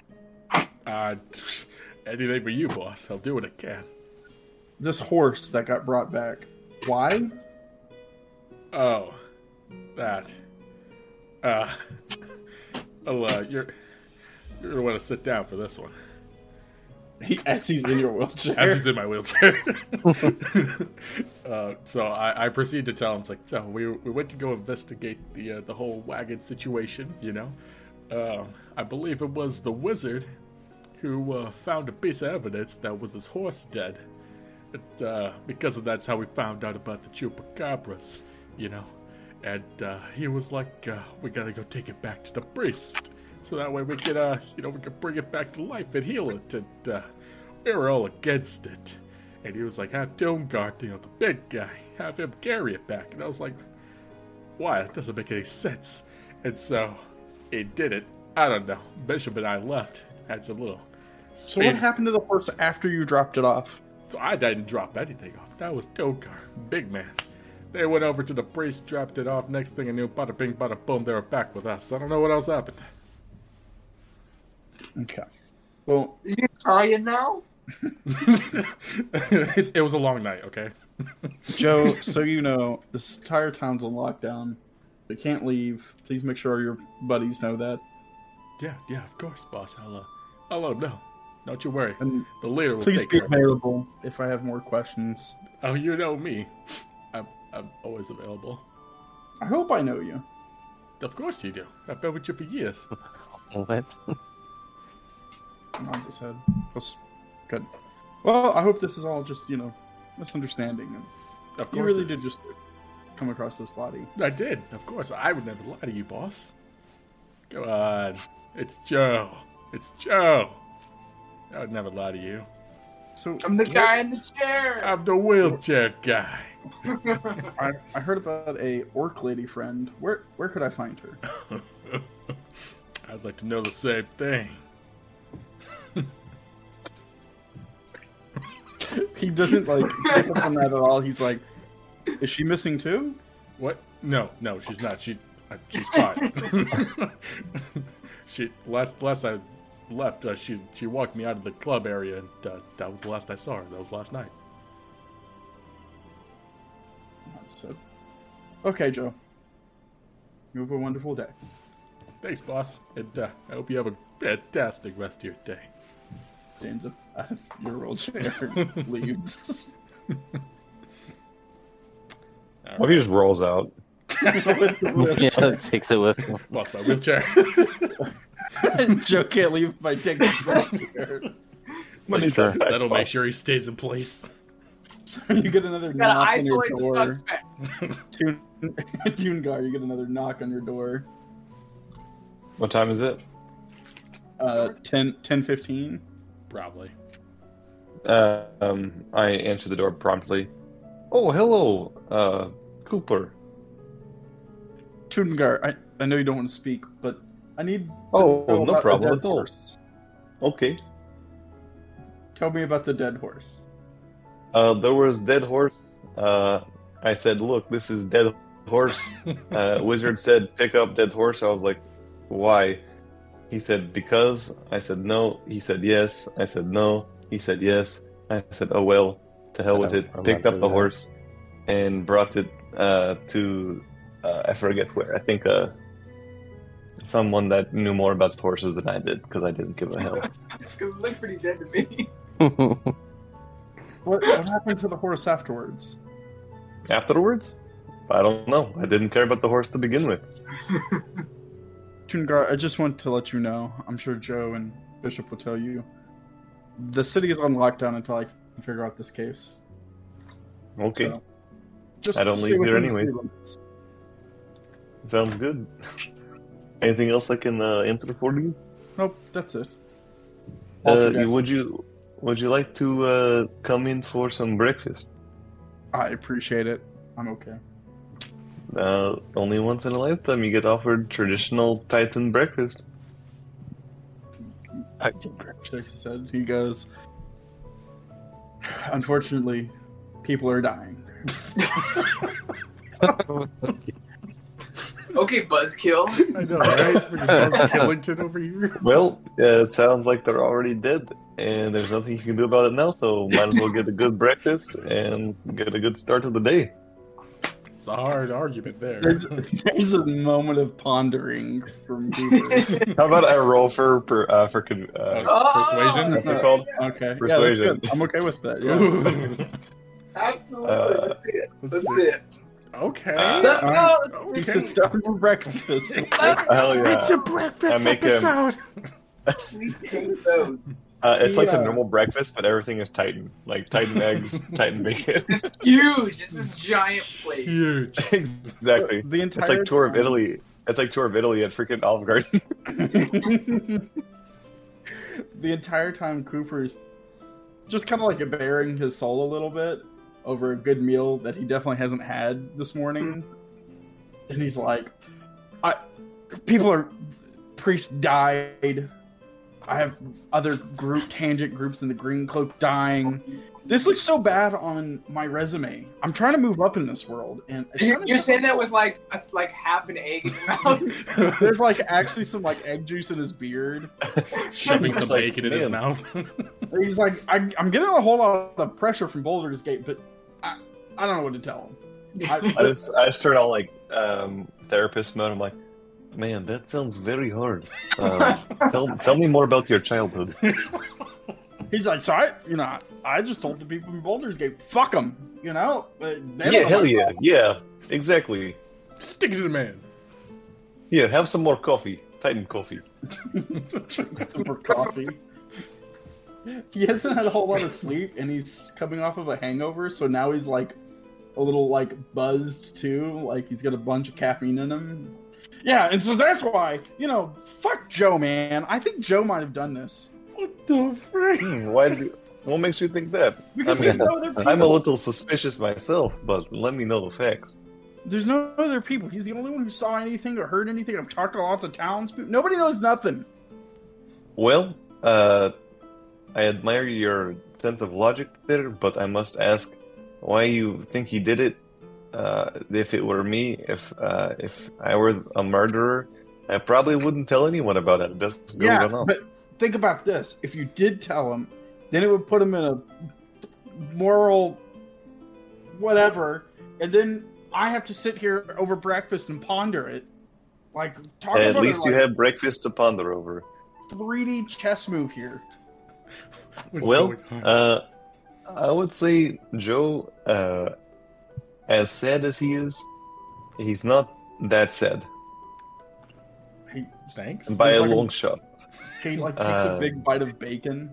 Speaker 7: Uh, anything for you, boss. I'll do what I can.
Speaker 2: This horse that got brought back. Why?
Speaker 7: Oh, that. Uh, well, uh, you're you're gonna want to sit down for this one.
Speaker 2: He, as he's in your wheelchair.
Speaker 7: As he's in my wheelchair. uh, so I, I proceed to tell him, it's like, so we, we went to go investigate the uh, the whole wagon situation, you know. Um, I believe it was the wizard who uh, found a piece of evidence that was his horse dead. It, uh, because of that's how we found out about the chupacabras, you know. And uh, he was like, uh, "We gotta go take it back to the priest, so that way we can, uh, you know, we can bring it back to life and heal it." And uh, we were all against it. And he was like, "Have Domgard, you know, the big guy, have him carry it back." And I was like, "Why? That doesn't make any sense." And so, it did it. I don't know. Bishop and I left. Had some little.
Speaker 2: so what
Speaker 7: spin-
Speaker 2: happened to the horse after you dropped it off?
Speaker 7: so I didn't drop anything off. That was Tokar, big man. They went over to the priest, dropped it off. Next thing I knew, bada bing, bada boom, they were back with us. I don't know what else happened.
Speaker 2: Okay. Well,
Speaker 3: Are you Italian now?
Speaker 7: it, it was a long night, okay?
Speaker 2: Joe, so you know, this entire town's on lockdown. They can't leave. Please make sure your buddies know that.
Speaker 7: Yeah, yeah, of course, boss. I'll, uh, I'll let 'em know. Don't you worry.
Speaker 2: And
Speaker 7: The leader will
Speaker 2: please
Speaker 7: take
Speaker 2: be
Speaker 7: care of it.
Speaker 2: available if I have more questions.
Speaker 7: Oh, you know me. I'm, I'm always available.
Speaker 2: I hope I know you.
Speaker 7: Of course you do. I've been with you for years.
Speaker 4: What?
Speaker 2: nods his head. Just good. Well, I hope this is all just you know misunderstanding. And
Speaker 7: Of course
Speaker 2: you really
Speaker 7: it
Speaker 2: did
Speaker 7: is.
Speaker 2: just come across this body.
Speaker 7: I did, of course. I would never lie to you, boss. Come on. It's Joe. It's Joe. I would never lie to you.
Speaker 2: So
Speaker 3: I'm the
Speaker 2: what-
Speaker 3: guy in the chair.
Speaker 7: I'm the wheelchair guy.
Speaker 2: I, I heard about a orc lady friend. Where where could I find her?
Speaker 7: I'd like to know the same thing.
Speaker 2: He doesn't like pick up on that at all. He's like, is she missing too?
Speaker 7: What? No, no, she's not. She, uh, she's fine. she last last I left, uh, she she walked me out of the club area, and uh, that was the last I saw her. That was last night.
Speaker 2: So, okay, Joe. You have a wonderful day.
Speaker 7: Thanks, boss, and uh, I hope you have a fantastic rest of your day.
Speaker 2: stands up out of your wheelchair, and leaves.
Speaker 5: Well, he just rolls out.
Speaker 4: yeah, takes it with him.
Speaker 7: Lost my wheelchair.
Speaker 2: Joe can't leave my dick here.
Speaker 5: Like, sure.
Speaker 7: That'll make sure he stays in place.
Speaker 2: you get another
Speaker 3: You gotta
Speaker 2: knock on your
Speaker 3: isolate the
Speaker 2: door.
Speaker 3: suspect.
Speaker 2: Tune, Tungar, you get another knock on your door.
Speaker 5: What time is it?
Speaker 2: Uh, 10, 10 15.
Speaker 7: Probably.
Speaker 5: Uh, um, I answer the door promptly. Oh, hello, uh, Cooper.
Speaker 2: Tungar, I, I know you don't want to speak, but I need. to
Speaker 5: Oh,
Speaker 2: know
Speaker 5: no
Speaker 2: about the
Speaker 5: problem
Speaker 2: dead
Speaker 5: at all.
Speaker 2: horse.
Speaker 5: Okay.
Speaker 2: Tell me about the dead horse.
Speaker 5: Uh, there was dead horse. Uh, I said, "Look, this is dead horse." uh, wizard said, "Pick up dead horse." I was like, "Why?" He said, "Because." I said, "No." He said, "Yes." I said, "No." He said, "Yes." I said, "Oh well, to hell with
Speaker 4: Oh,
Speaker 5: it."
Speaker 4: I'm
Speaker 5: Picked
Speaker 4: not
Speaker 5: up
Speaker 4: doing
Speaker 5: the
Speaker 4: that.
Speaker 5: horse and brought it uh, to uh, I forget where. I think uh, someone that knew more about horses than I did because I didn't give a hell.
Speaker 3: Because it looked pretty dead to me.
Speaker 2: What, what happened to the horse afterwards?
Speaker 5: Afterwards, I don't know. I didn't care about the horse to begin with.
Speaker 2: Tungar, I just want to let you know. I'm sure Joe and Bishop will tell you. The city is on lockdown until I can figure out this case.
Speaker 5: Okay.
Speaker 2: So, just
Speaker 5: I don't
Speaker 2: stay
Speaker 5: leave here
Speaker 2: within the
Speaker 5: anyways.
Speaker 2: city limits.
Speaker 5: Sounds good. Anything else I can uh, answer for you?
Speaker 2: Nope, that's it.
Speaker 5: Uh,
Speaker 2: Okay.
Speaker 5: would you Would you like to uh, come in for some breakfast?
Speaker 2: I appreciate it. I'm okay.
Speaker 5: Uh, only once in a lifetime you get offered traditional Titan breakfast.
Speaker 2: Jake said. He goes, Unfortunately, people are dying.
Speaker 3: Okay, Buzzkill.
Speaker 6: I know, right? Freaking Buzz Killington over here.
Speaker 5: Well, uh, sounds like they're already dead, and there's nothing you can do about it now. So might as well get a good breakfast and get a good start to the day.
Speaker 7: It's a hard argument there.
Speaker 2: There's, there's a moment of pondering from Goober.
Speaker 5: How about I roll for per, uh, for con-
Speaker 6: Oh,
Speaker 5: uh,
Speaker 3: Oh,
Speaker 7: Persuasion?
Speaker 5: what's it called?
Speaker 2: Okay. Yeah, that's
Speaker 5: Persuasion.
Speaker 2: good. I'm okay with that. Yeah.
Speaker 7: Ooh.
Speaker 3: Absolutely.
Speaker 5: Uh,
Speaker 3: Let's see it.
Speaker 7: Let's
Speaker 3: Let's
Speaker 7: see.
Speaker 3: see it.
Speaker 7: Okay.
Speaker 5: Uh,
Speaker 3: Let's
Speaker 2: um,
Speaker 3: go.
Speaker 2: He sits down for breakfast.
Speaker 3: Let's
Speaker 5: Hell yeah!
Speaker 6: It's a breakfast
Speaker 5: I make him-
Speaker 6: episode.
Speaker 3: we take those.
Speaker 5: Uh, it's like a
Speaker 2: Yeah.
Speaker 5: normal breakfast, but everything is Titan. Like Titan eggs, Titan bacon.
Speaker 3: Huge. It's this giant plate.
Speaker 7: Huge.
Speaker 5: exactly.
Speaker 2: The entire
Speaker 5: It's like tour of
Speaker 2: time-
Speaker 5: Italy. It's like tour of Italy at freaking Olive Garden.
Speaker 2: the entire time Cooper's just kind of like bearing his soul a little bit over a good meal that he definitely hasn't had this morning.
Speaker 3: Hmm.
Speaker 2: And he's like, I people are priest died. I have other group tangent groups in the green cloak dying. This looks so bad on my resume. I'm trying to move up in this world, and
Speaker 3: You're, you're saying that with like a, like half an egg in your mouth.
Speaker 2: there's like actually some like egg juice in his beard.
Speaker 7: Shoving some
Speaker 5: It's like,
Speaker 7: bacon in his
Speaker 5: man.
Speaker 7: mouth.
Speaker 2: He's like, I, I'm getting a whole lot of pressure from Boulder's Gate, but I, I don't know what to tell him. I,
Speaker 5: I just, I just turn on like um, therapist mode. I'm like, man, that sounds very hard. Um, tell, tell me more about your childhood.
Speaker 2: he's like, so I, you know, I, I just told the people from Boulder's Gate, fuck them, you know? But they don't
Speaker 5: yeah,
Speaker 2: know
Speaker 5: hell
Speaker 2: my-
Speaker 5: yeah, yeah, exactly.
Speaker 7: Stick it to the man.
Speaker 5: Yeah, have some more coffee, Titan coffee.
Speaker 2: drinks for coffee. He hasn't had a whole lot of sleep, and he's coming off of a hangover, so now he's like a little like buzzed too. Like he's got a bunch of caffeine in him. Yeah, and so that's why you know, fuck Joe, man. I think Joe might have done this
Speaker 7: What the frick?
Speaker 5: Hmm, why? Do, what makes you think that?
Speaker 2: because
Speaker 5: I mean,
Speaker 2: there's no other people.
Speaker 5: I'm a little suspicious myself, but let me know the facts.
Speaker 2: There's no other people. He's the only one who saw anything or heard anything. I've talked to lots of townspeople. Nobody knows nothing.
Speaker 5: Well, uh, I admire your sense of logic there, but I must ask why you think he did it. Uh, if it were me, if uh, if I were a murderer, I probably wouldn't tell anyone about it. Just go
Speaker 2: yeah,
Speaker 5: on off.
Speaker 2: but think about this: if you did tell him, then it would put him in a moral whatever, and then I have to sit here over breakfast and ponder it. Like talk
Speaker 5: At
Speaker 2: about
Speaker 5: least
Speaker 2: it,
Speaker 5: you
Speaker 2: like,
Speaker 5: have breakfast to ponder over.
Speaker 2: 3D chess move here.
Speaker 7: What's
Speaker 5: Well,
Speaker 7: going on?
Speaker 5: uh, I would say Joe, uh, as sad as he is, he's not that sad
Speaker 7: thanks.
Speaker 5: by a
Speaker 2: He's like-
Speaker 5: long shot.
Speaker 2: He like takes a
Speaker 5: Uh,
Speaker 2: big bite of bacon.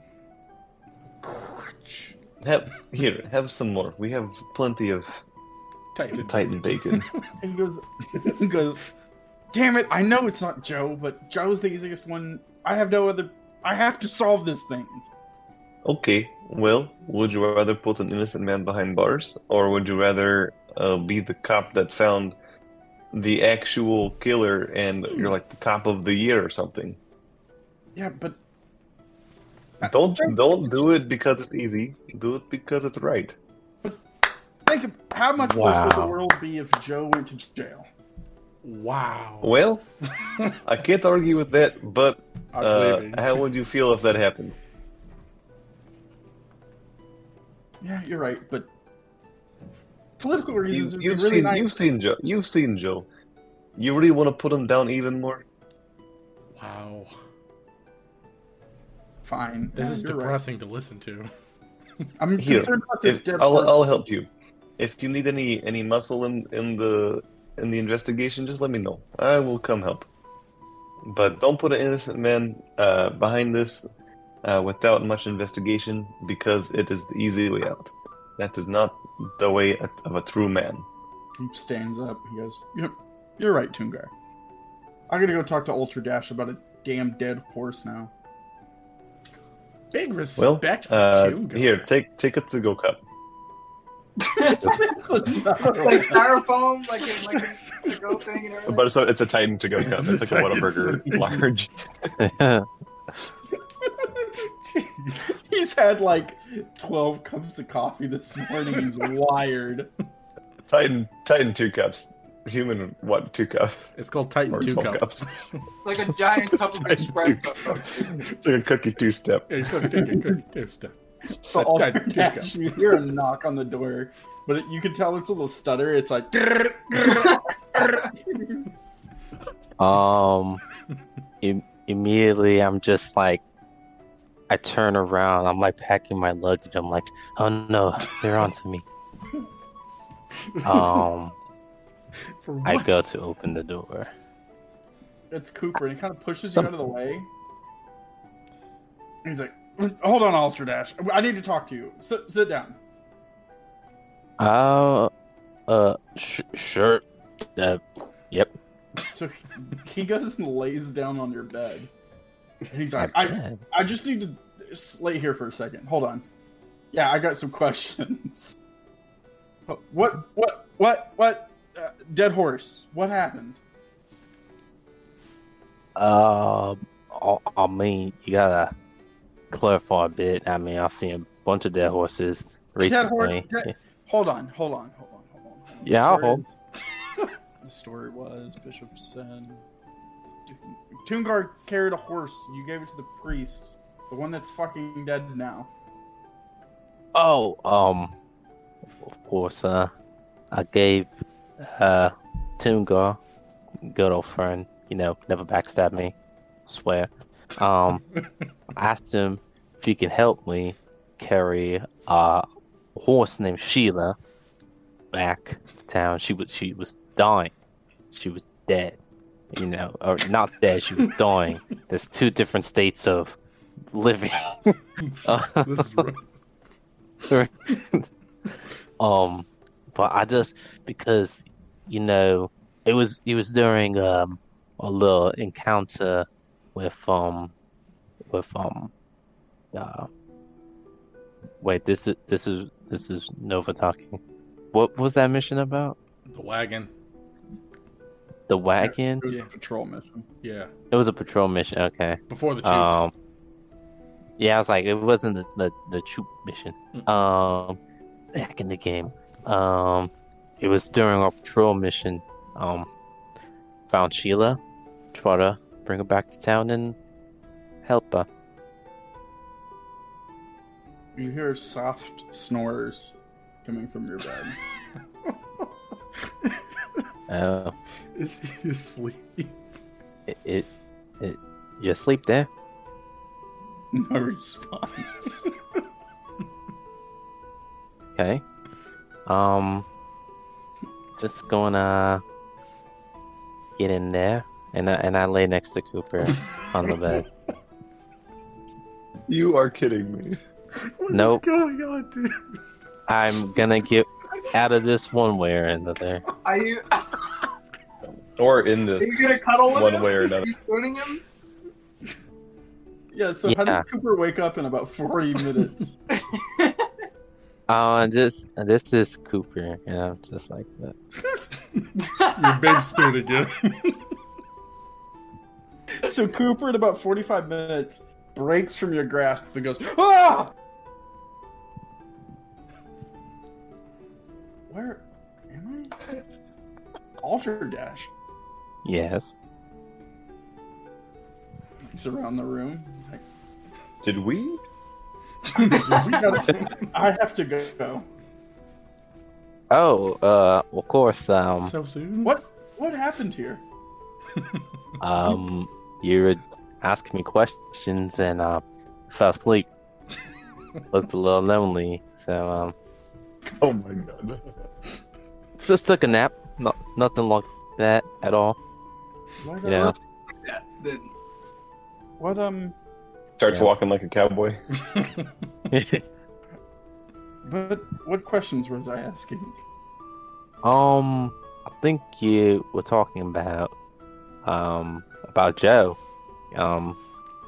Speaker 5: Have here, have some more. We have plenty of
Speaker 7: Titan.
Speaker 5: Titan bacon.
Speaker 2: And he goes, he goes, damn it! I know it's not Joe, but Joe's the easiest one. I have no other. I have to solve this thing.
Speaker 5: Okay, well, would you rather put an innocent man behind bars, or would you rather uh, be the cop that found the actual killer and you're like the cop of the year or something?
Speaker 2: Yeah, but
Speaker 5: Don't don't do it because it's easy. Do it because it's right.
Speaker 2: think of how much worse would
Speaker 4: Wow.
Speaker 2: the world be if Joe went to jail?
Speaker 7: Wow.
Speaker 5: Well, I can't argue with that, but
Speaker 7: I'm
Speaker 5: uh,
Speaker 7: leaving.
Speaker 5: how would you feel if that happened?
Speaker 2: Yeah, you're right, but political reasons would
Speaker 5: You,
Speaker 2: be
Speaker 5: you've
Speaker 2: really
Speaker 5: seen
Speaker 2: nice.
Speaker 5: you've seen Joe. You've seen Joe. You really want to put him down even more?
Speaker 7: Wow.
Speaker 2: Fine.
Speaker 7: This
Speaker 2: Yeah,
Speaker 7: is
Speaker 2: you're right.
Speaker 7: depressing to listen to.
Speaker 2: I'm
Speaker 5: Here,
Speaker 2: concerned about this
Speaker 5: If,
Speaker 2: dead
Speaker 5: I'll,
Speaker 2: person.
Speaker 5: I'll help you. If you need any any muscle in in the in the investigation, just let me know. I will come help. But don't put an innocent man uh, behind this uh, without much investigation, because it is the easy way out. That is not the way of a true man.
Speaker 2: He stands up. He goes, "You're, you're right, Tungar. I'm gonna go talk to Ultra Dash about a damn dead horse now."
Speaker 7: Big
Speaker 5: Well,
Speaker 7: respect for
Speaker 5: uh,
Speaker 7: Tunga.
Speaker 5: here, take take a to go cup.
Speaker 3: like styrofoam, like in, like in the go thing and everything.
Speaker 5: But it's a, it's a Titan to go cup. It's like a Whataburger large.
Speaker 2: He's had like 12 cups of coffee this morning. He's wired.
Speaker 5: Titan Titan two cups. Human what two cups
Speaker 7: It's called Titan
Speaker 5: or
Speaker 7: Two
Speaker 5: twelve
Speaker 7: Cup.
Speaker 5: cups?
Speaker 3: It's like a giant cup of espresso.
Speaker 5: it's like a cookie two step.
Speaker 7: Hey, cook, take it, cook, take stuff.
Speaker 2: So
Speaker 7: That-
Speaker 2: Ultra
Speaker 7: that-
Speaker 2: Dash, you hear a knock on the door, but it, you can tell it's a little stutter. It's like,
Speaker 4: Um, im- immediately I'm just like, I turn around. I'm like packing my luggage. I'm like, oh no, they're onto me. Um,
Speaker 7: For what?
Speaker 4: I go to open the door.
Speaker 2: it's Cooper, and he kind of pushes you out of the way. He's like, "Hold on, Ultra Dash. I need to talk to you. Sit, sit down."
Speaker 4: Uh, uh, sh- sure. Uh, yep.
Speaker 2: So he- he goes and lays down on your bed. And he's
Speaker 4: my
Speaker 2: like, I,
Speaker 4: bad.
Speaker 2: I just need to s- lay here for a second. Hold on. Yeah, I got some questions. Oh, What? What? What? What? Uh, dead horse. What happened?
Speaker 4: Um, I, I mean, you gotta clarify a bit. I mean, I've seen a bunch of dead horses
Speaker 2: Dead horse-
Speaker 4: recently.
Speaker 2: dead- Hold on. Hold on. Hold on. Hold on. hold on.
Speaker 4: Yeah, I'll hold.
Speaker 2: is- the story was Bishop said, Toongar carried a horse. You gave it to the priest, the one that's fucking dead now.
Speaker 4: Oh, um, of course, uh, I gave, uh, Toongar, good old friend, you know, never backstab me, swear. Um, asked him if he can help me carry a horse named Sheila back to town. She was, she was dying. She was dead, you know, or not dead, she was dying. There's two different states of living. Uh,
Speaker 7: this is rough.
Speaker 4: um but i just because you know it was it was during um a little encounter with um with um uh wait this is this is this is nova talking what was that mission about
Speaker 7: the wagon.
Speaker 4: the wagon
Speaker 2: It was
Speaker 7: Yeah.
Speaker 2: a patrol mission.
Speaker 7: Yeah,
Speaker 4: it was a patrol mission okay
Speaker 7: before the troops.
Speaker 4: Um, yeah, I was like, it wasn't the the, the troop mission.
Speaker 7: Mm.
Speaker 4: Um, back in the game, um, it was during our patrol mission. Um, found Sheila, try to bring her back to town and help her.
Speaker 2: You hear soft snores coming from your bed.
Speaker 4: Oh,
Speaker 7: is he asleep?
Speaker 4: it, it, it you asleep there?
Speaker 2: No response.
Speaker 4: Okay. Um, just gonna get in there, and I, and I lay next to Cooper on the bed.
Speaker 5: You are kidding me.
Speaker 6: What is
Speaker 4: Nope.
Speaker 6: going on, dude?
Speaker 4: I'm gonna get out of this one way or another.
Speaker 3: Are you? Are
Speaker 5: Or in
Speaker 3: you
Speaker 5: this.
Speaker 3: gonna cuddle with
Speaker 5: One
Speaker 3: him?
Speaker 5: way or another.
Speaker 3: Are you spooning him?
Speaker 2: yeah, so how
Speaker 4: Yeah.
Speaker 2: does Cooper wake up in about 40 minutes?
Speaker 4: Oh, and this this is Cooper, and I'm just like that.
Speaker 6: You've been spoon again.
Speaker 2: so Cooper, in about 45 minutes, breaks from your grasp and goes, Ah! Where am I? Alter Dash
Speaker 4: Yes.
Speaker 2: looks around the room. He's like,
Speaker 5: Did we?
Speaker 2: "We gotta- I have to go.
Speaker 4: Oh, uh, of course. Um,
Speaker 6: so soon?
Speaker 2: What What happened here?
Speaker 4: um, you would ask me questions, and uh, fell asleep. Looked a little lonely, so um,
Speaker 5: Oh my god.
Speaker 4: just took a nap. Not nothing like that at all.
Speaker 2: Why
Speaker 4: You
Speaker 2: the-
Speaker 4: know.
Speaker 3: Yeah. Then
Speaker 2: What um?
Speaker 5: Starts
Speaker 4: Yeah.
Speaker 5: walking like a cowboy.
Speaker 2: But what questions was I asking?
Speaker 4: Um, I think you were talking about um about Joe, um,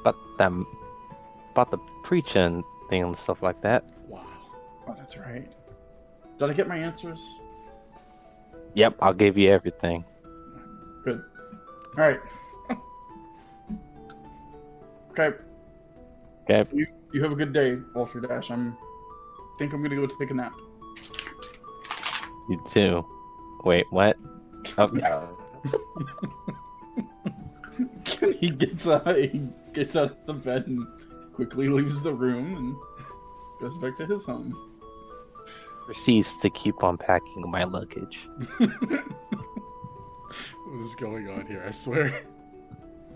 Speaker 4: about them, about the preaching thing and stuff like that.
Speaker 2: Wow. Oh, that's right. Did I get my answers?
Speaker 4: Yep, I'll give you everything.
Speaker 2: Good. All right. okay.
Speaker 4: Okay.
Speaker 2: You you have a good day, Walter Dash. I'm think I'm gonna go take a nap.
Speaker 4: You too. Wait, what? Okay.
Speaker 2: he gets out. He gets out of the bed and quickly leaves the room and goes back to his home.
Speaker 4: Proceeds to keep on packing my luggage.
Speaker 7: What is going on here? I swear.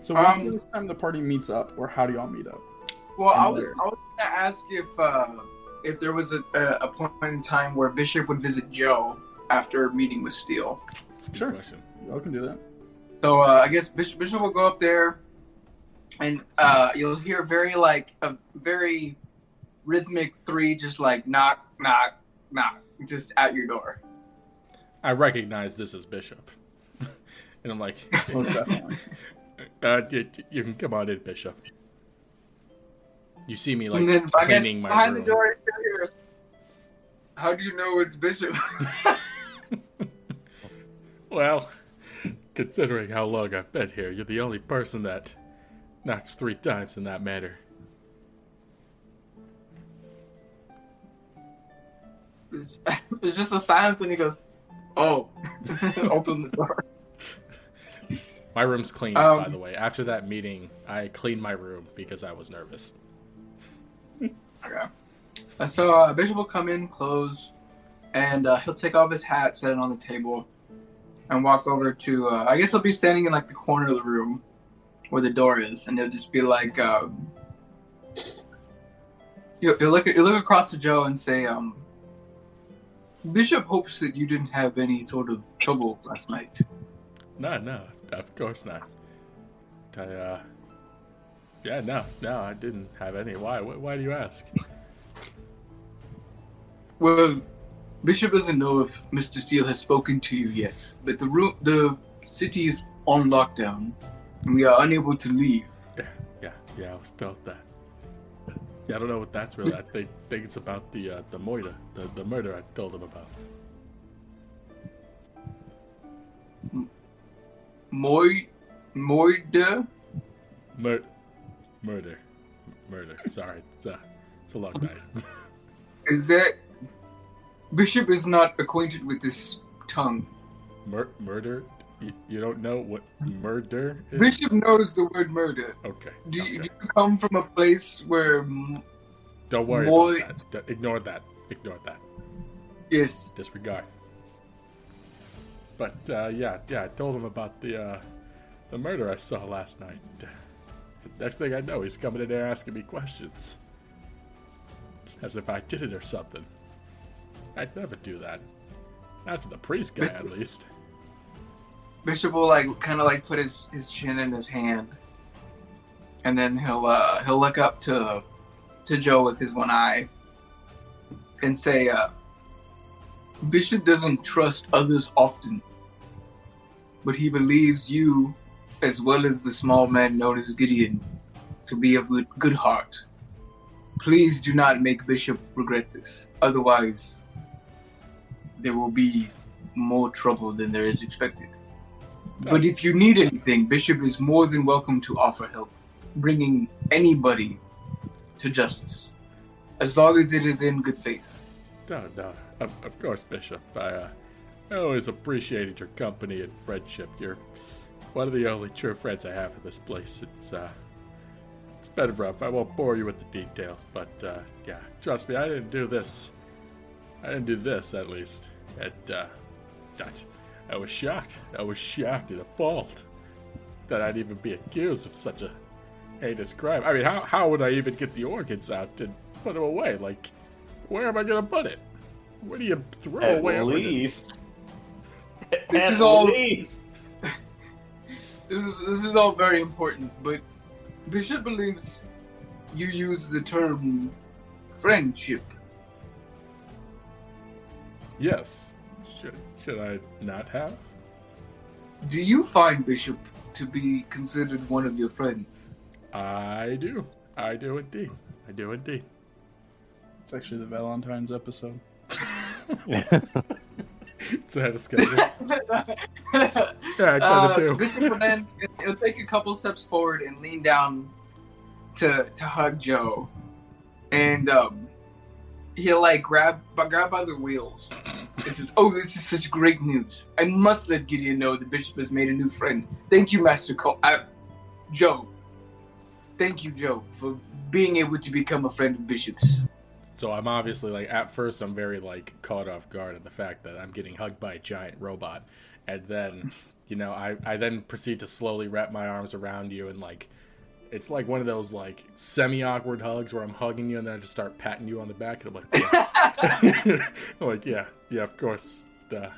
Speaker 2: So when's
Speaker 3: Um,
Speaker 2: the next time the party meets up, or how do y'all meet up?
Speaker 3: Well, I
Speaker 2: And
Speaker 3: was
Speaker 2: where?
Speaker 3: I was gonna ask if uh, if there was a, a a point in time where Bishop would visit Joe after meeting with Steele.
Speaker 7: Good
Speaker 2: Sure.
Speaker 7: question.
Speaker 2: Y'all can do that.
Speaker 3: So uh, I guess Bishop, Bishop will go up there, and uh, you'll hear very like a very rhythmic three, just like knock knock knock, just at your door.
Speaker 7: I recognize this as Bishop. and I'm like,
Speaker 2: Most definitely.
Speaker 7: uh, d- d- you can come on in, Bishop. You see me like
Speaker 3: and then I guess
Speaker 7: cleaning my
Speaker 3: behind
Speaker 7: room.
Speaker 3: the door, you'll hear, how do you know it's Bishop?
Speaker 7: Well, considering how long I've been here, you're the only person that knocks three times in that matter.
Speaker 3: it's it's just a silence, and he goes, "Oh, open the door."
Speaker 7: My room's clean,
Speaker 3: Um,
Speaker 7: by the way. After that meeting, I cleaned my room because I was nervous.
Speaker 3: Okay. Uh, so uh, Bishop will come in, close, and uh, he'll take off his hat, set it on the table, and walk over to. Uh, I guess he'll be standing in like the corner of the room where the door is, and he'll just be like, um, you'll, you'll look you'll look across to Joe and say, um, Bishop hopes that you didn't have any sort of trouble last night.
Speaker 7: No, no, of course not. I, uh, yeah, no, no, I didn't have any. Why? Why, why do you ask?
Speaker 3: Well, Bishop doesn't know if Mr. Steele has spoken to you yet, but the room, the city is on lockdown, and we are unable to leave.
Speaker 7: Yeah, yeah, I was told that. Yeah, I don't know what that's really. I think, think it's about the uh, the murder, the, the murder I told him about.
Speaker 3: Moi, Moida.
Speaker 7: Mur- murder, murder. Sorry, it's a, it's a long night.
Speaker 3: Is that Bishop is not acquainted with this tongue.
Speaker 7: Mur- murder. You, you don't know what murder is.
Speaker 3: Bishop knows the word murder.
Speaker 7: Okay.
Speaker 3: Do
Speaker 7: okay.
Speaker 3: you, do you come from a place where? m-
Speaker 7: Don't worry
Speaker 3: Moi-
Speaker 7: about that. D- Ignore that. Ignore that.
Speaker 3: Yes,
Speaker 7: Disregard. But uh, yeah, yeah, I told him about the uh, the murder I saw last night. Next thing I know, he's coming in there asking me questions. As if I did it or something. I'd never do that. Not to the priest guy, at least.
Speaker 3: Bishop will like kind of like put his his chin in his hand, and then he'll uh, he'll look up to to Joe with his one eye and say, uh, "Bishop doesn't trust others often, but he believes you, as well as the small man known as Gideon, to be of good, good heart. Please do not make Bishop regret this. Otherwise, there will be more trouble than there is expected." But if you need anything, Bishop is more than welcome to offer help, bringing anybody to justice, as long as it is in good faith.
Speaker 7: No, no. Of, of course, Bishop. I, uh, I always appreciated your company and friendship. You're one of the only true friends I have in this place. It's uh, it's been rough. I won't bore you with the details, but uh, yeah, trust me, I didn't do this. I didn't do this, at least. And uh, that, I was shocked. I was shocked and appalled that I'd even be accused of such a heinous crime. I mean, how how would I even get the organs out and put them away? Like, where am I gonna put it? Where do you throw
Speaker 8: At
Speaker 7: away organs?
Speaker 8: least.
Speaker 3: This
Speaker 8: At
Speaker 3: is all-
Speaker 8: least.
Speaker 3: This is this is all very important, but Bishop believes you use the term friendship.
Speaker 7: Yes. Should, should I not have?
Speaker 3: Do you find Bishop to be considered one of your friends?
Speaker 7: I do. I do indeed. I do indeed.
Speaker 2: It's actually the Valentine's episode.
Speaker 7: It's ahead of schedule. yeah, I kind
Speaker 3: Uh,
Speaker 7: of do.
Speaker 3: Bishop will then he'll take a couple steps forward and lean down to to hug Joe, and um, he'll like grab but grab by the wheels. He says, "Oh, this is such great news! I must let Gideon know the bishop has made a new friend. Thank you, Master Cole. I, Joe. Thank you, Joe, for being able to become a friend of Bishop's."
Speaker 7: So I'm obviously like at first I'm very like caught off guard at the fact that I'm getting hugged by a giant robot, and then you know I I then proceed to slowly wrap my arms around you and like it's like one of those like semi awkward hugs where I'm hugging you and then I just start patting you on the back and I'm like. "Yeah." I'm like, yeah, yeah, of course. Uh,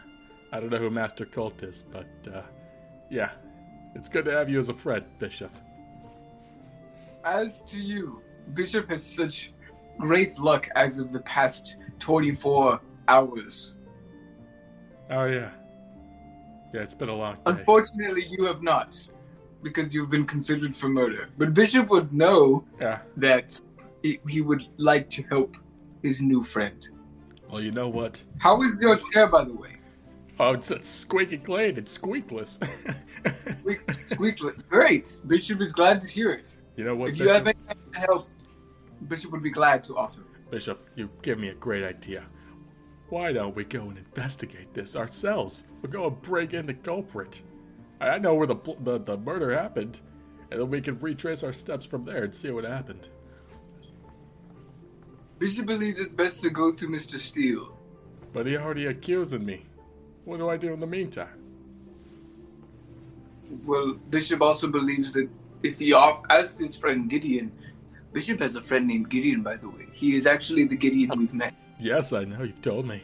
Speaker 7: I don't know who Master Colt is, but uh, yeah, it's good to have you as a friend, Bishop.
Speaker 3: As to you, Bishop has such great luck as of the past 24 hours.
Speaker 7: Oh yeah, yeah, it's been a long day.
Speaker 3: Unfortunately, you have not, because you've been considered for murder. But Bishop would know
Speaker 7: yeah.
Speaker 3: that he, he would like to help his new friend.
Speaker 7: Well, you know what?
Speaker 3: How is your chair, by the way?
Speaker 7: Oh, it's, it's squeaky clean. It's squeakless.
Speaker 3: Squeak, squeaklet. Great. Bishop is glad to hear it.
Speaker 7: you know what,
Speaker 3: if
Speaker 7: Bishop?
Speaker 3: you have any help, Bishop would be glad to offer.
Speaker 7: Bishop, you give me a great idea. Why don't we go and investigate this ourselves? We'll go and bring in the culprit. I I know where the pl- the, the murder happened, and then we can retrace our steps from there and see what happened.
Speaker 3: Bishop believes it's best to go to Mr. Steele.
Speaker 7: But he already accusing me. What do I do in the meantime?
Speaker 3: Well, Bishop also believes that if he off asked his friend Gideon, Bishop has a friend named Gideon, by the way. He is actually the Gideon we've met.
Speaker 7: Yes, I know you've told me.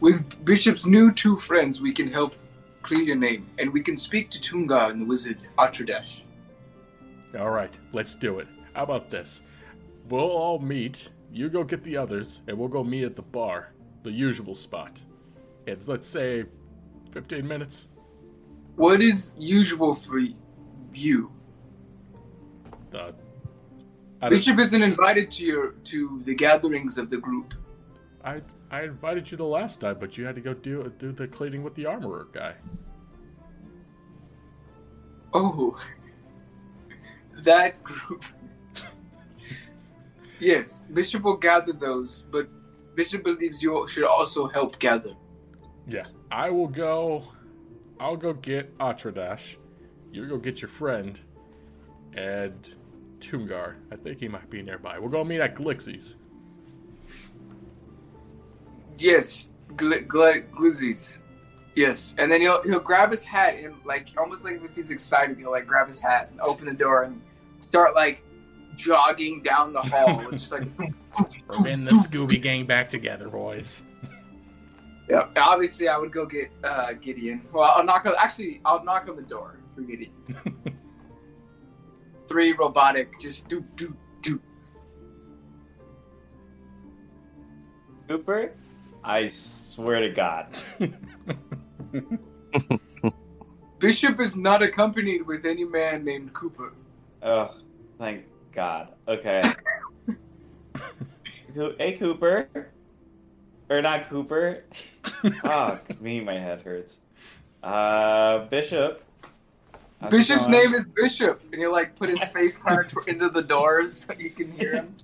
Speaker 3: With Bishop's new two friends, we can help clear your name, and we can speak to Tungar and the wizard Atradash.
Speaker 7: All right, let's do it. How about this? We'll all meet. You go get the others, and we'll go meet at the bar, the usual spot. And let's say, fifteen minutes.
Speaker 3: What is usual for you?
Speaker 7: The I don't-
Speaker 3: Bishop isn't invited to your to the gatherings of the group.
Speaker 7: I I invited you the last time, but you had to go do do the cleaning with the armorer guy.
Speaker 3: Oh, that group. yes, Bishop will gather those, but Bishop believes you should also help gather.
Speaker 7: Yeah, I will go. I'll go get Atradash. You go get your friend, and Tungar. I think he might be nearby. We'll go meet at Glixi's.
Speaker 3: Yes, gl- gl- glizzies. Yes, and then he'll he'll grab his hat and like almost like as if he's excited, he'll like grab his hat and open the door and start like jogging down the hall, and just like
Speaker 7: We're in the Scooby Gang back together, boys.
Speaker 3: yeah. Obviously, I would go get uh, Gideon. Well, I'll knock on actually I'll knock on the door for Gideon. Three robotic, just do do do.
Speaker 8: Cooper, I swear to God.
Speaker 3: Bishop is not accompanied with any man named Cooper.
Speaker 8: Oh, thank God. Okay. Coo- hey, Cooper. Or not Cooper. Fuck me, my head hurts. Uh, Bishop. How's it
Speaker 3: Bishop's
Speaker 8: going?
Speaker 3: name is Bishop, and he'll like put his face kind of tw- into the doors so you can hear him.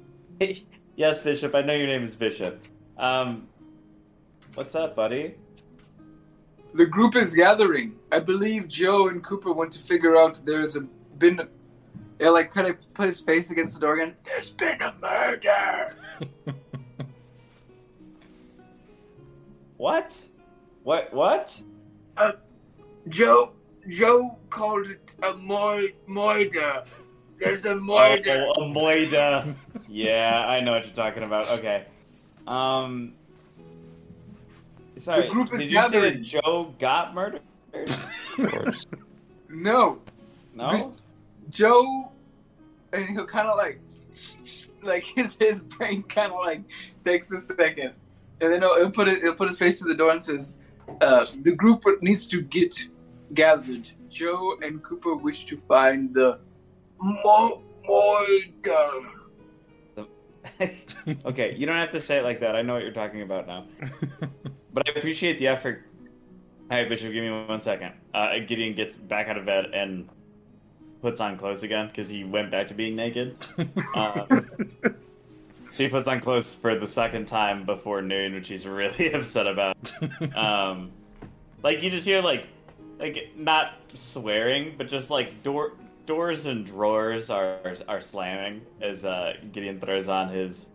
Speaker 8: yes, Bishop. I know your name is Bishop. Um, what's up, buddy?
Speaker 3: The group is gathering. I believe Joe and Cooper want to figure out there's a been. A, yeah, like kind of put his face against the door again. There's been a murder.
Speaker 8: What? What? What?
Speaker 3: Joe Joe called it a moi- murder. There's a murder.
Speaker 8: Oh, a moida. yeah, I know what you're talking about. Okay. Um. Sorry.
Speaker 3: The group is
Speaker 8: did you say that
Speaker 3: gathering.
Speaker 8: Joe got murdered?
Speaker 5: Of course.
Speaker 3: No,
Speaker 8: No.
Speaker 3: Joe, and he'll kind of like, like his his brain kind of like takes a second, and then he'll, he'll put it, he'll put his face to the door and says, uh, "The group needs to get gathered. Joe and Cooper wish to find the Mo- Moida."
Speaker 8: okay, you don't have to say it like that. I know what you're talking about now. but I appreciate the effort. Hey, Bishop, give me one second. Uh, Gideon gets back out of bed and puts on clothes again because he went back to being naked. Um, she puts on clothes for the second time before noon, which he's really upset about. Um, like you just hear like, like not swearing, but just like door doors and drawers are are slamming as uh, Gideon throws on his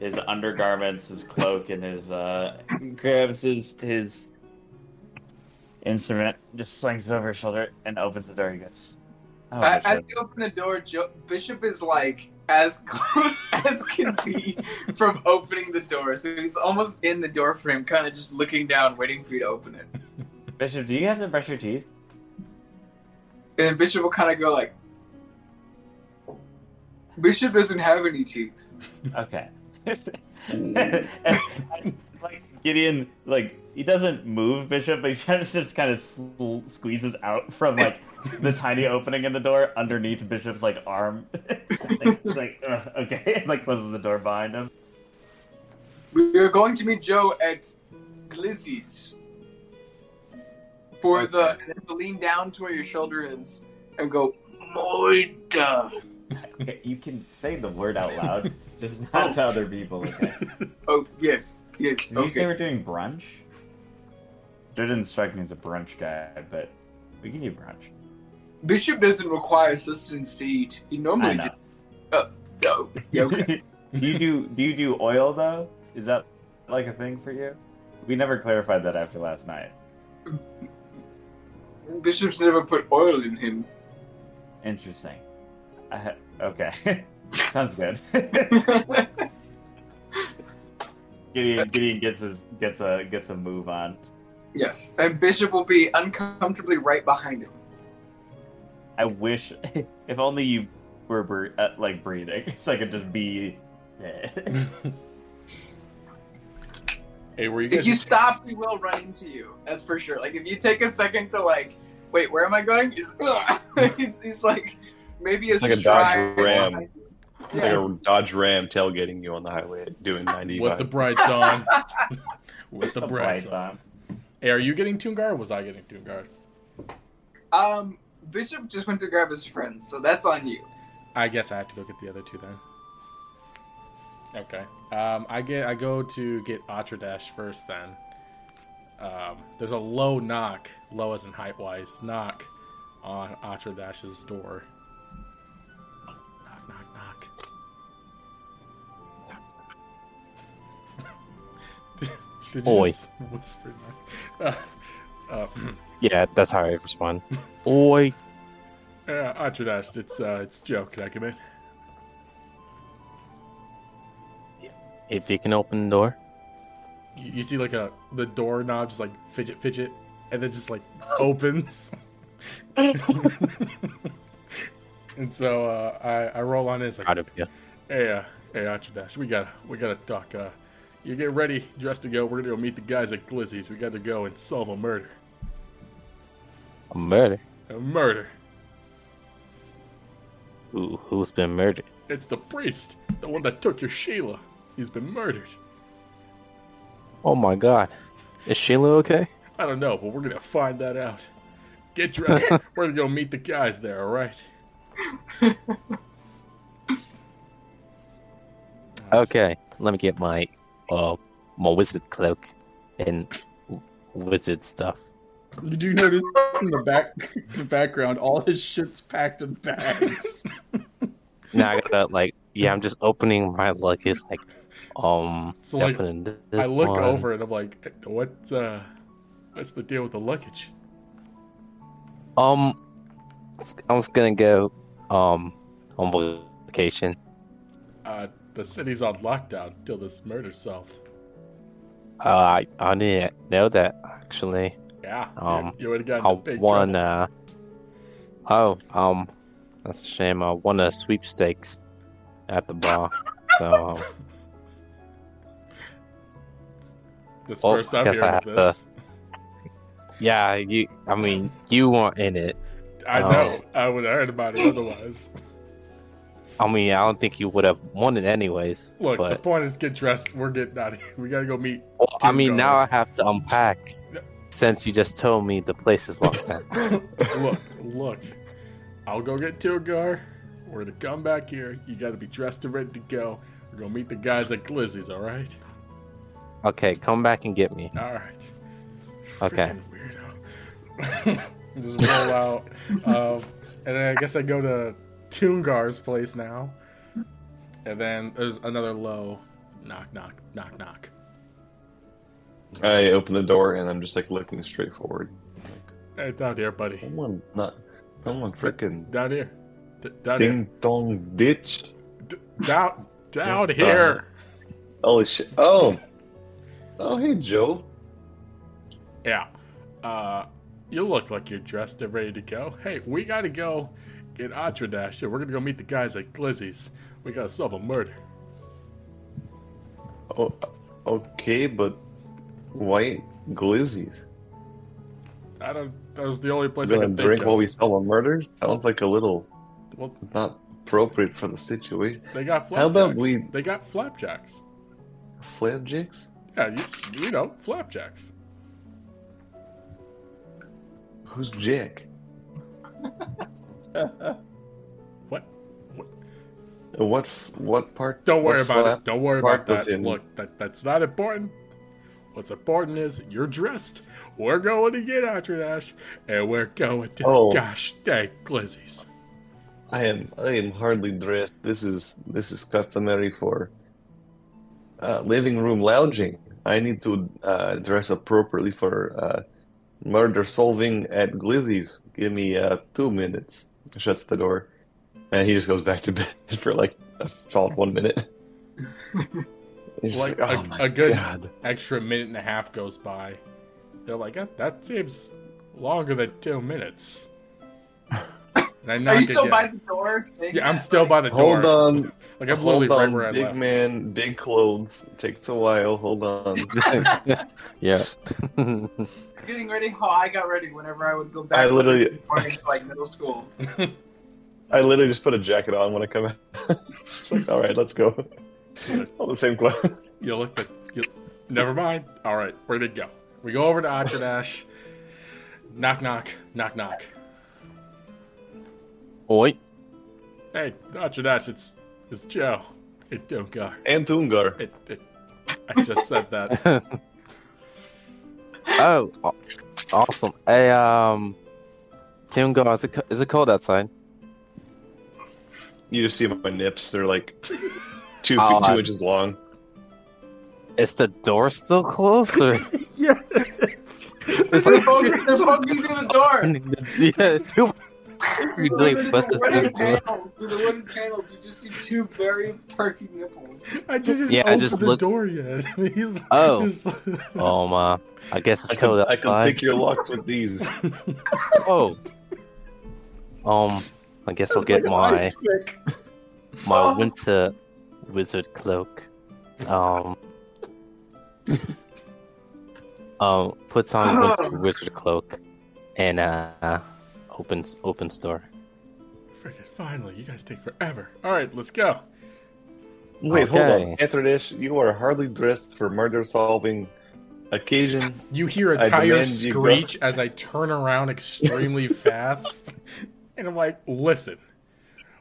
Speaker 8: his undergarments, his cloak, and his uh, grabs his his instrument, just slings it over his shoulder, and opens the door. He goes, "Oh,
Speaker 3: I,
Speaker 8: Bishop."
Speaker 3: as you open the door, Joe, Bishop is like as close as can be from opening the door, so he's almost in the door frame, kind of just looking down, waiting for you to open it.
Speaker 8: Bishop, do you have to brush your teeth?"
Speaker 3: And then Bishop will kind of go like, Bishop doesn't have any teeth.
Speaker 8: Okay. Mm. like Gideon, like he doesn't move Bishop, but he kind of just kind of sl- squeezes out from like the tiny opening in the door underneath Bishop's like arm. like, he's like "Ugh, okay, and, like closes the door behind him.
Speaker 3: We are going to meet Joe at Glizzy's for the and then lean down to where your shoulder is and go Moida.
Speaker 8: Okay, you can say the word out loud, just not to other people. Okay.
Speaker 3: Oh yes, yes.
Speaker 8: Did you
Speaker 3: Okay.
Speaker 8: say we're doing brunch? That didn't strike me as a brunch guy, but we can do brunch.
Speaker 3: Bishop doesn't require sustenance to eat. He
Speaker 8: I
Speaker 3: normally
Speaker 8: know.
Speaker 3: just no. Yeah, okay.
Speaker 8: do you do do you do oil though? Is that like a thing for you? We never clarified that after last night.
Speaker 3: Bishop's never put oil in him.
Speaker 8: Interesting. Uh, okay, sounds good. Gideon, Gideon gets his gets a gets a move on.
Speaker 3: yes, and Bishop will be uncomfortably right behind him.
Speaker 8: I wish if only you were bre- uh, like breathing, so I could just be.
Speaker 7: Hey, were you
Speaker 3: If
Speaker 7: guys?
Speaker 3: you stop, we will run into you. That's for sure. Like if you take a second to like, wait, where am I going? He's, ugh. he's, he's like, maybe a
Speaker 5: It's like a
Speaker 3: stride
Speaker 5: Dodge Ram.
Speaker 3: behind you.
Speaker 5: It's like a Dodge Ram tailgating you on the highway doing 95.
Speaker 7: With the brights on. With the
Speaker 8: the
Speaker 7: brights
Speaker 8: lights
Speaker 7: on. Hey, are you getting Toongar or was I getting Toongar?
Speaker 3: Um, Bishop just went to grab his friends, so that's on you.
Speaker 7: I guess I have to go get the other two then. Okay. Um, I get I go to get Atradash first then. Um, there's a low knock, low as in height wise, knock on Atradash's door. Knock, knock, knock. Did you
Speaker 4: Oi.
Speaker 7: just whisper knock? Uh,
Speaker 4: Yeah, that's how I respond. Oi,
Speaker 7: uh, Atradash, it's uh, it's Joe. Can I come in?
Speaker 4: if you can open the door.
Speaker 7: You, you see like a the doorknob just like fidget fidget, and then just like opens. and so uh, I I roll on in. It's like
Speaker 4: Out of here.
Speaker 7: Hey, uh, hey, Atradash, we gotta, we gotta talk. Uh, you get ready, dressed to go. We're gonna go meet the guys at Glizzy's. We gotta go and solve a murder.
Speaker 4: A murder.
Speaker 7: A murder.
Speaker 4: Who who's been murdered?
Speaker 7: It's the priest, the one that took your Sheila. He's been murdered.
Speaker 4: Oh my god. Is Sheila okay?
Speaker 7: I don't know, but we're gonna find that out. Get dressed. we're gonna go meet the guys there. All right.
Speaker 4: Okay. Let me get my uh my wizard cloak and w- wizard stuff.
Speaker 2: You do notice in the back the background, all his shit's packed in bags.
Speaker 4: Now I gotta like yeah, I'm just opening my luggage like um
Speaker 7: So, like,
Speaker 4: opening th- this
Speaker 7: I look
Speaker 4: one.
Speaker 7: over and I'm like, what? Uh, what's the deal with the luggage?
Speaker 4: Um I'm just gonna go um on vacation.
Speaker 7: Uh, the city's on lockdown till this murder's solved.
Speaker 4: Uh, I I didn't know that actually.
Speaker 7: Yeah.
Speaker 4: Um,
Speaker 7: you would have gotten
Speaker 4: I
Speaker 7: in big
Speaker 4: won.
Speaker 7: trouble.
Speaker 4: Uh, oh, um, that's a shame. I won a sweepstakes at the bar. so um,
Speaker 7: This
Speaker 4: well,
Speaker 7: first time
Speaker 4: guess Oh, I
Speaker 7: hearing of
Speaker 4: have to-
Speaker 7: this.
Speaker 4: yeah, you. I mean, you weren't in it.
Speaker 7: I
Speaker 4: Oh.
Speaker 7: know. I would have heard about it otherwise.
Speaker 4: I mean, I don't think you would have won it anyways.
Speaker 7: Look, the
Speaker 4: but
Speaker 7: point is get dressed. We're getting out of here. We gotta go meet.
Speaker 4: well, I
Speaker 7: dude,
Speaker 4: mean,
Speaker 7: no.
Speaker 4: now I have to unpack since you just told me the place is locked down.
Speaker 7: Look, look. I'll go get Tilgar. We're gonna come back here. You gotta be dressed and ready to go. We're gonna meet the guys at Glizzy's, alright?
Speaker 4: okay, come back and get me.
Speaker 7: Alright.
Speaker 4: Okay.
Speaker 7: Freaking Weirdo. Just roll out. um, and then I guess I go to Toongar's place now. And then there's another low knock, knock, knock, knock.
Speaker 5: I open the door and I'm just like looking straight forward.
Speaker 7: Hey, down here, buddy.
Speaker 5: Someone not someone freaking
Speaker 7: Down here. D- down
Speaker 5: ding dong ditch.
Speaker 7: here. D- down down here.
Speaker 5: Holy shit! Oh, oh hey Joe.
Speaker 7: Yeah. Uh, you look like you're dressed and ready to go. Hey, we gotta go get Atradash. and We're gonna go meet the guys at Glizzy's. We gotta solve a murder.
Speaker 5: Oh, okay, but why glizzies?
Speaker 7: I don't. That was the only place I
Speaker 5: Gonna
Speaker 7: could
Speaker 5: drink
Speaker 7: think
Speaker 5: while
Speaker 7: of.
Speaker 5: we solve a murder? Sounds like a little
Speaker 7: Well,
Speaker 5: not appropriate for the situation.
Speaker 7: they got flapjacks.
Speaker 5: How about we-
Speaker 7: They got flapjacks.
Speaker 5: Flapjacks?
Speaker 7: Yeah, you, you know flapjacks.
Speaker 5: Who's Jack?
Speaker 7: What? what?
Speaker 5: What f- what part?
Speaker 7: Don't worry
Speaker 5: what
Speaker 7: about
Speaker 5: flap-
Speaker 7: it. Don't worry
Speaker 5: part
Speaker 7: about that.
Speaker 5: was in-
Speaker 7: Look, that, that's not important. What's important is you're dressed. We're going to get Atradash, and we're going to
Speaker 5: Oh.
Speaker 7: gosh dang Glizzy's.
Speaker 5: I am I am hardly dressed. This is this is customary for uh, living room lounging. I need to uh, dress appropriately for uh, murder solving at Glizzy's. Give me uh, two minutes. Shuts the door, and he just goes back to bed for like a solid one minute. He's
Speaker 7: Like
Speaker 5: just like,
Speaker 7: a-
Speaker 5: "Oh my
Speaker 7: a good-
Speaker 5: God."
Speaker 7: Extra minute and a half goes by. They're like, "Eh, that seems longer than two minutes. And I
Speaker 3: Are you
Speaker 7: knock
Speaker 3: still
Speaker 7: again.
Speaker 3: by the door? saying
Speaker 7: Yeah, I'm
Speaker 3: that?
Speaker 7: still by the door.
Speaker 5: Hold on,
Speaker 7: Like I'm
Speaker 5: hold
Speaker 7: literally right
Speaker 5: on,
Speaker 7: where I
Speaker 5: big
Speaker 7: left.
Speaker 5: man, big clothes. Takes a while. Hold on.
Speaker 4: yeah.
Speaker 3: Like, getting ready. How I got ready whenever I would go back.
Speaker 5: I literally-
Speaker 3: to morning to, like middle school.
Speaker 5: I literally just put a jacket on when I come out. It's like, all right, let's go. All the same clothes.
Speaker 7: You look, but you, never mind. All right, where did it go? We go over to Atradash. knock, knock, knock, knock.
Speaker 4: Oi.
Speaker 7: Hey, Atradash, it's it's Joe. It don't go.
Speaker 5: And Tungar.
Speaker 7: It, it I just said that.
Speaker 4: Oh, aw- awesome. Hey, um, Tim, go. Is it co- is it cold outside?
Speaker 5: You just see my nips. They're like two feet,
Speaker 4: Oh, I-
Speaker 5: two inches long.
Speaker 4: Is the door still closed? Or...
Speaker 6: Yes.
Speaker 4: It's
Speaker 3: They're
Speaker 4: like,
Speaker 7: oh,
Speaker 3: poking, they're poking through the door.
Speaker 4: yeah, super.
Speaker 3: Through
Speaker 4: You
Speaker 3: the
Speaker 4: really
Speaker 3: wooden-
Speaker 4: busted
Speaker 3: wooden
Speaker 4: that door.
Speaker 3: panels, Through the wooden panels, you just see two very perky nipples.
Speaker 6: I didn't
Speaker 4: Yeah, I
Speaker 6: open
Speaker 4: just
Speaker 6: the
Speaker 4: looked-
Speaker 6: door yet. He's-
Speaker 4: Oh.
Speaker 6: he's-
Speaker 4: Oh my! I guess it's
Speaker 5: I can,
Speaker 4: cold
Speaker 5: I can
Speaker 4: outside.
Speaker 5: pick your locks with these.
Speaker 4: Oh. Um, I guess I'll get
Speaker 2: Like an
Speaker 4: my
Speaker 2: ice pick.
Speaker 4: my
Speaker 3: Oh.
Speaker 4: winter wizard cloak. Um, um, puts on a winter
Speaker 3: Oh.
Speaker 4: wizard cloak, and uh, opens opens door.
Speaker 7: Freaking finally, you guys take forever. All right, let's go.
Speaker 5: Wait, hold on.
Speaker 4: Okay.
Speaker 5: Etradish, you are hardly dressed for murder solving occasion.
Speaker 7: You hear a
Speaker 5: I
Speaker 7: tire
Speaker 5: demand you go-
Speaker 7: screech as I turn around extremely fast, and I'm like, "Listen,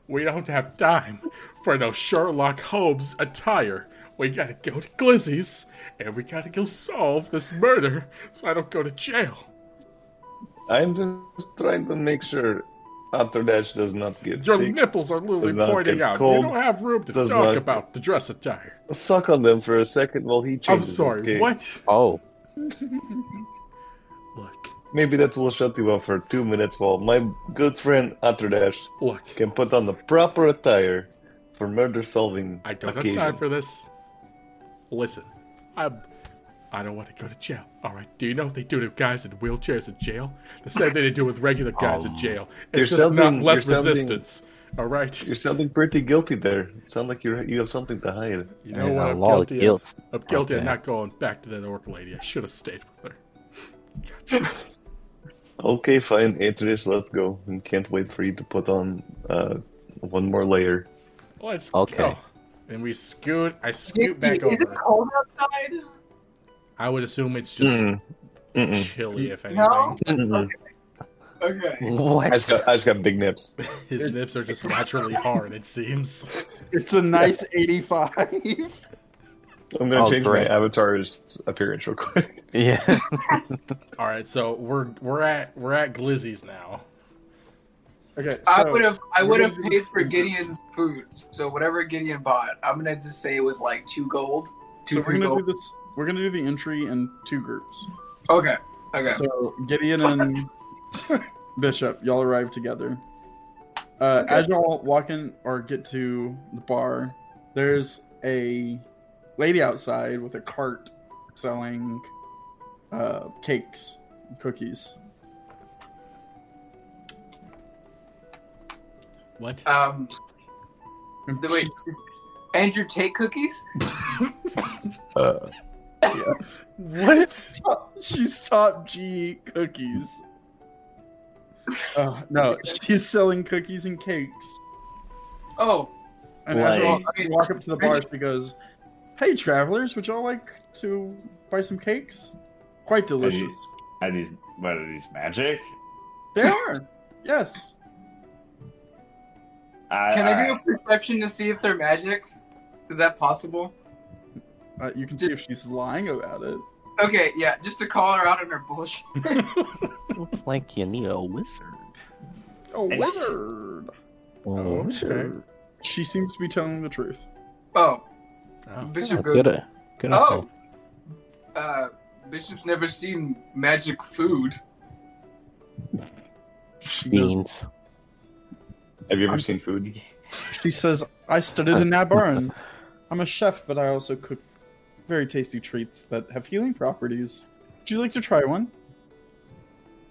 Speaker 7: we don't have time for no Sherlock Holmes attire. We gotta go to Glizzy's, and we gotta go solve this murder, so I don't go to jail."
Speaker 5: I'm just trying to make sure Etradish does not get
Speaker 7: Your
Speaker 5: sick.
Speaker 7: nipples are literally
Speaker 5: Does not
Speaker 7: pointing
Speaker 5: get
Speaker 7: out.
Speaker 5: cold.
Speaker 7: You don't have room to
Speaker 5: Does
Speaker 7: talk
Speaker 5: not-
Speaker 7: about the dress attire.
Speaker 5: Suck on them for a second while he changes.
Speaker 7: I'm sorry.
Speaker 5: okay?
Speaker 7: What?
Speaker 4: Oh,
Speaker 7: Look,
Speaker 5: Maybe that will shut you up for two minutes while my good friend Atradash
Speaker 7: look.
Speaker 5: can put on the proper attire for murder solving
Speaker 7: I don't
Speaker 5: occasion.
Speaker 7: have time for this. Listen, I'm. I don't want to go to jail. All right. Do you know what they do to guys in wheelchairs in jail? The same thing they do with regular guys
Speaker 4: Oh,
Speaker 7: in jail.
Speaker 5: you're
Speaker 7: It's just not
Speaker 5: sounding-
Speaker 7: less
Speaker 5: you're sounding-
Speaker 7: resistance. All right.
Speaker 5: You're sounding pretty guilty there. Sound like you you have something to hide.
Speaker 7: You
Speaker 4: Yeah,
Speaker 7: know what?
Speaker 4: a
Speaker 7: I'm
Speaker 4: lot of
Speaker 7: guilty.
Speaker 4: guilt.
Speaker 7: Of, I'm guilty of
Speaker 4: Okay.
Speaker 7: not going back to that orc lady. I should have stayed with her.
Speaker 5: Okay, fine, Atrish, let's go. I can't wait for you to put on uh, one more layer.
Speaker 7: Let's
Speaker 4: Okay.
Speaker 7: go. And we scoot. I scoot back
Speaker 3: Is it
Speaker 7: over.
Speaker 3: cold outside?
Speaker 7: I would assume it's just
Speaker 4: Mm-hmm.
Speaker 5: Mm. Mm-mm.
Speaker 7: chilly, if anything.
Speaker 3: No?
Speaker 5: Mm-mm.
Speaker 3: Okay.
Speaker 5: I just
Speaker 4: what?
Speaker 5: got I just got big nips.
Speaker 7: His nips are just naturally hard, it seems.
Speaker 2: It's a nice 85.
Speaker 5: I'm gonna
Speaker 4: Oh,
Speaker 5: change
Speaker 4: great.
Speaker 5: my avatar's appearance real quick.
Speaker 4: Yeah.
Speaker 7: All right, so we're we're at we're at Glizzy's now.
Speaker 2: Okay, so
Speaker 3: I would have I
Speaker 2: we're
Speaker 3: would have
Speaker 2: gonna do
Speaker 3: paid
Speaker 2: this
Speaker 3: for
Speaker 2: thing.
Speaker 3: Gideon's food. So whatever Gideon bought, I'm gonna just say it was like two gold. Two
Speaker 2: So we're
Speaker 3: three
Speaker 2: gonna do
Speaker 3: gold.
Speaker 2: this. We're gonna do the entry in two groups.
Speaker 3: Okay. Okay.
Speaker 2: So Gideon and Bishop, y'all arrive together. Uh,
Speaker 3: Okay.
Speaker 2: As y'all walk in or get to the bar, there's a lady outside with a cart selling uh, cakes, and cookies.
Speaker 7: What?
Speaker 3: um
Speaker 2: And
Speaker 3: the- wait Andrew Tate cookies?
Speaker 5: Uh,
Speaker 7: What?
Speaker 2: she's top G cookies. Uh, no, she's selling cookies and cakes.
Speaker 3: Oh,
Speaker 2: And as
Speaker 8: Like-
Speaker 2: you walk- you walk up to the bar, she goes, "Hey, travelers, would y'all like to buy some cakes? Quite delicious.
Speaker 8: Are these what are these magic?
Speaker 2: They are. Yes.
Speaker 8: I,
Speaker 3: can I do a perception to see if they're magic? Is that possible?
Speaker 2: Uh, you can see if she's lying about it.
Speaker 3: Okay, yeah, just to call her out on her bullshit.
Speaker 4: Looks like you need a wizard.
Speaker 2: A
Speaker 8: I just-
Speaker 2: wizard. Okay. Oh, She seems to be telling the truth.
Speaker 7: Oh.
Speaker 3: Oh,
Speaker 4: Yeah,
Speaker 3: Bishop goes,
Speaker 4: good. uh, Good.
Speaker 3: Oh, uh, Bishop's never seen magic food.
Speaker 2: She, goes,
Speaker 4: Beans.
Speaker 5: have you ever seen food?
Speaker 2: she says, "I studied in Nabarn. I'm a chef, but I also cook very tasty treats that have healing properties. Would you like to try one?"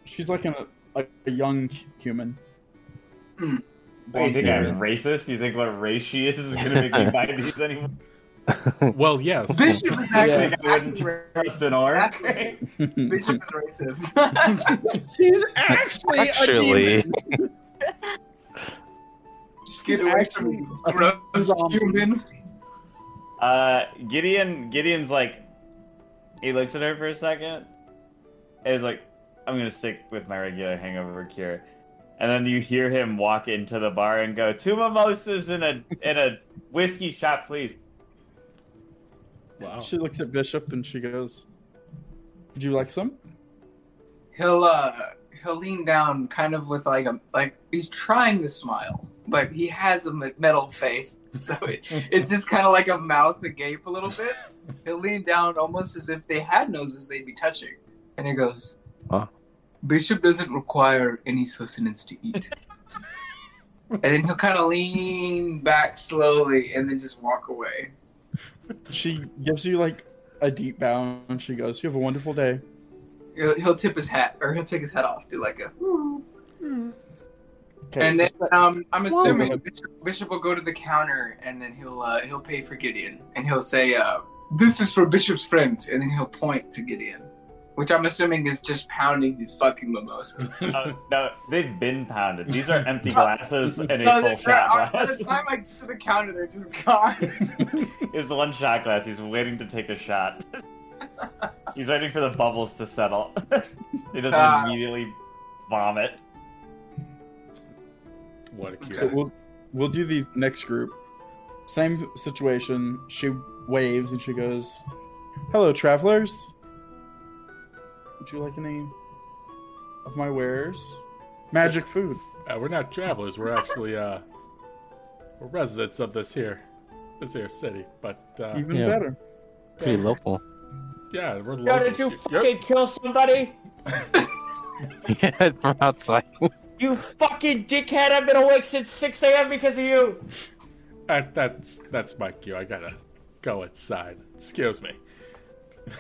Speaker 2: She's like a like a young human.
Speaker 3: Hmm.
Speaker 8: Oh, you think
Speaker 4: Yeah.
Speaker 8: I'm racist? You think what race she is is gonna make me buy these anymore?
Speaker 7: Well, yes.
Speaker 3: Bishop is actually
Speaker 8: I think I wouldn't trust an orc.
Speaker 3: Exactly. Bishop is racist.
Speaker 2: She's actually,
Speaker 4: Actually,
Speaker 3: Get away from me,
Speaker 2: a
Speaker 3: gross
Speaker 2: zombie.
Speaker 3: human.
Speaker 8: Uh, Gideon, Gideon's like, he looks at her for a second, and he's like, "I'm gonna stick with my regular hangover cure." And then you hear him walk into the bar and go, two mimosas and a and a whiskey shot, please."
Speaker 7: Wow.
Speaker 2: She looks at Bishop and she goes, "Would you like some?"
Speaker 3: He'll uh, he'll lean down, kind of with like a like he's trying to smile, but he has a me- metal face, so it, it's just kind of like a mouth agape a little bit. He'll lean down, almost as if they had noses they'd be touching, and he goes, Bishop doesn't require any sustenance to eat. and then he'll kind of lean back slowly and then just walk away.
Speaker 2: She gives you like a deep bow and she goes, You have a wonderful day.
Speaker 3: He'll, he'll tip his hat or he'll take his hat off, do like a.
Speaker 2: Okay,
Speaker 3: and
Speaker 2: so
Speaker 3: then um, I'm assuming
Speaker 2: Whoa.
Speaker 3: Bishop, Bishop will go to the counter and then he'll uh, he'll pay for Gideon and he'll say, uh, "This is for Bishop's friend," and then he'll point to Gideon, which I'm assuming is just pounding these fucking mimosas.
Speaker 8: Uh, no, they've been pounded. These are empty glasses and
Speaker 3: No,
Speaker 8: a
Speaker 3: they're-
Speaker 8: full shot
Speaker 3: by
Speaker 8: glass.
Speaker 3: the time I get to the counter, they're just gone.
Speaker 8: It's one shot glass. He's waiting to take a shot. He's waiting for the bubbles to settle. he doesn't
Speaker 3: Ah.
Speaker 8: immediately vomit.
Speaker 7: What a
Speaker 2: So
Speaker 7: cute.
Speaker 2: we'll we'll do the next group. Same situation. She waves and she goes, "Hello, travelers. Would you like any of my wares? Magic food.
Speaker 7: Uh, we're not travelers. We're actually uh, we're residents of this here, this here city. But uh,
Speaker 2: Even
Speaker 4: Yeah.
Speaker 2: better.
Speaker 4: Pretty local.
Speaker 7: yeah, we're local. You're-
Speaker 8: kill somebody?
Speaker 4: Yeah, from outside.
Speaker 8: You fucking dickhead! I've been awake since 6 a.m. because of you.
Speaker 7: uh, that's that's my cue. I gotta go inside. Excuse me.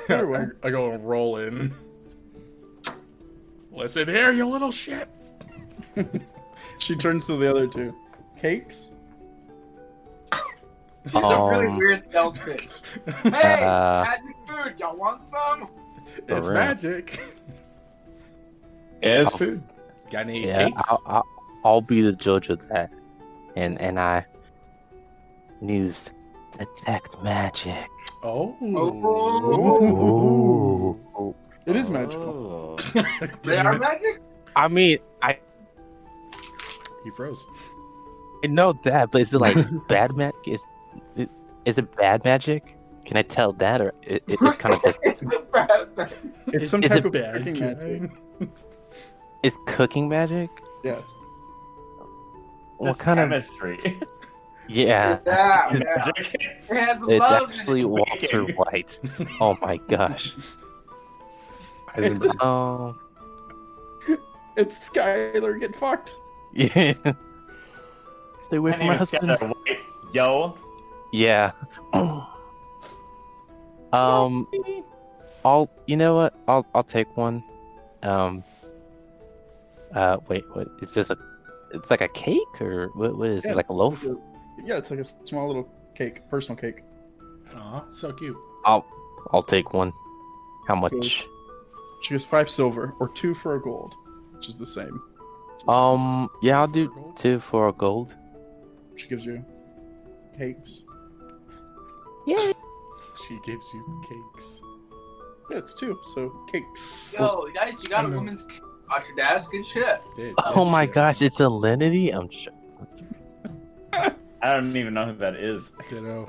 Speaker 2: Either way.
Speaker 7: I go and roll in. Listen here, you little shit.
Speaker 2: She turns to the other two. Cakes.
Speaker 3: She's a really
Speaker 4: Um,
Speaker 3: weird sales pitch. Hey,
Speaker 4: uh,
Speaker 3: magic food, y'all want some?
Speaker 7: It's
Speaker 4: real.
Speaker 7: magic.
Speaker 5: As food.
Speaker 7: Got any
Speaker 4: Yeah, Oh.
Speaker 7: cakes?
Speaker 4: I'll, I'll, I'll be the judge of that. And and I use detect magic.
Speaker 7: Oh.
Speaker 3: Oh.
Speaker 2: Ooh.
Speaker 4: Ooh.
Speaker 2: It is
Speaker 8: Oh.
Speaker 2: magical.
Speaker 3: They
Speaker 7: Damn
Speaker 3: are
Speaker 7: it.
Speaker 3: magic.
Speaker 4: I mean, I
Speaker 7: He froze.
Speaker 4: I know that, but is it like bad magic? Is it- is it bad magic? Can I tell that, or it, it- it's kind of just
Speaker 3: It's a bad thing.
Speaker 2: It's some
Speaker 4: is
Speaker 2: type
Speaker 4: it
Speaker 2: of
Speaker 7: Bad
Speaker 2: cooking magic.
Speaker 7: guy.
Speaker 4: it's cooking magic?
Speaker 2: Yeah.
Speaker 4: What kind of
Speaker 8: chemistry?
Speaker 4: yeah?
Speaker 3: Yeah,
Speaker 8: It's
Speaker 3: yeah.
Speaker 8: magic.
Speaker 3: It has
Speaker 4: It's
Speaker 3: love. in
Speaker 4: actually
Speaker 3: it.
Speaker 4: Walter
Speaker 8: baking.
Speaker 4: White. Oh my gosh.
Speaker 2: It's,
Speaker 4: Oh
Speaker 2: it's Skylar. Get fucked.
Speaker 4: yeah. Stay away
Speaker 8: My
Speaker 4: from
Speaker 8: name
Speaker 4: my
Speaker 8: is
Speaker 4: husband.
Speaker 8: Skylar White. Yo,
Speaker 4: Yeah. um, I'll. You know what? I'll. I'll take one. Um. Uh, wait. What? It's just a. It's like a cake, or what? What is
Speaker 2: Yeah,
Speaker 4: it? Like a
Speaker 2: it's
Speaker 4: loaf?
Speaker 2: yeah, it's like a small little cake, personal cake.
Speaker 7: Aw, so cute.
Speaker 4: I'll. I'll take one. How much?
Speaker 2: She goes five silver or two for a gold, which is the same.
Speaker 4: Um. Yeah, I'll do two for a gold.
Speaker 2: She gives you cakes.
Speaker 4: Yeah.
Speaker 7: She gives you cakes.
Speaker 2: Yeah, it's two, so cakes.
Speaker 3: Yo, nice. You got a
Speaker 7: I know.
Speaker 3: woman's c- off your desk. Good shit.
Speaker 7: Did-
Speaker 4: Oh
Speaker 7: did
Speaker 4: my
Speaker 7: shit.
Speaker 4: gosh! It's a lenity. I'm sure.
Speaker 8: I don't even know who that is.
Speaker 7: Ditto.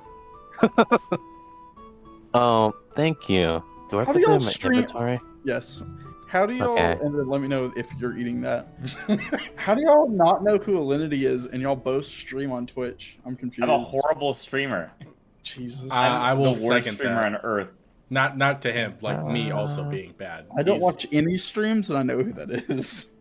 Speaker 4: Um. Thank you. Do I
Speaker 2: How do
Speaker 4: put that in
Speaker 2: y'all
Speaker 4: my
Speaker 2: stream-
Speaker 4: inventory?
Speaker 2: Yes. How do y'all?
Speaker 4: Okay.
Speaker 2: And then let me know if you're eating that. How do y'all not know who Alinity is, and y'all both stream on Twitch? I'm confused.
Speaker 8: I'm a horrible streamer.
Speaker 2: Jesus.
Speaker 7: I- I will
Speaker 8: the worst
Speaker 7: second
Speaker 8: streamer
Speaker 7: that.
Speaker 8: on earth.
Speaker 7: Not not to him, like me also
Speaker 4: Uh,
Speaker 7: being bad.
Speaker 2: I don't
Speaker 7: He's-
Speaker 2: watch any streams, and I know who that is.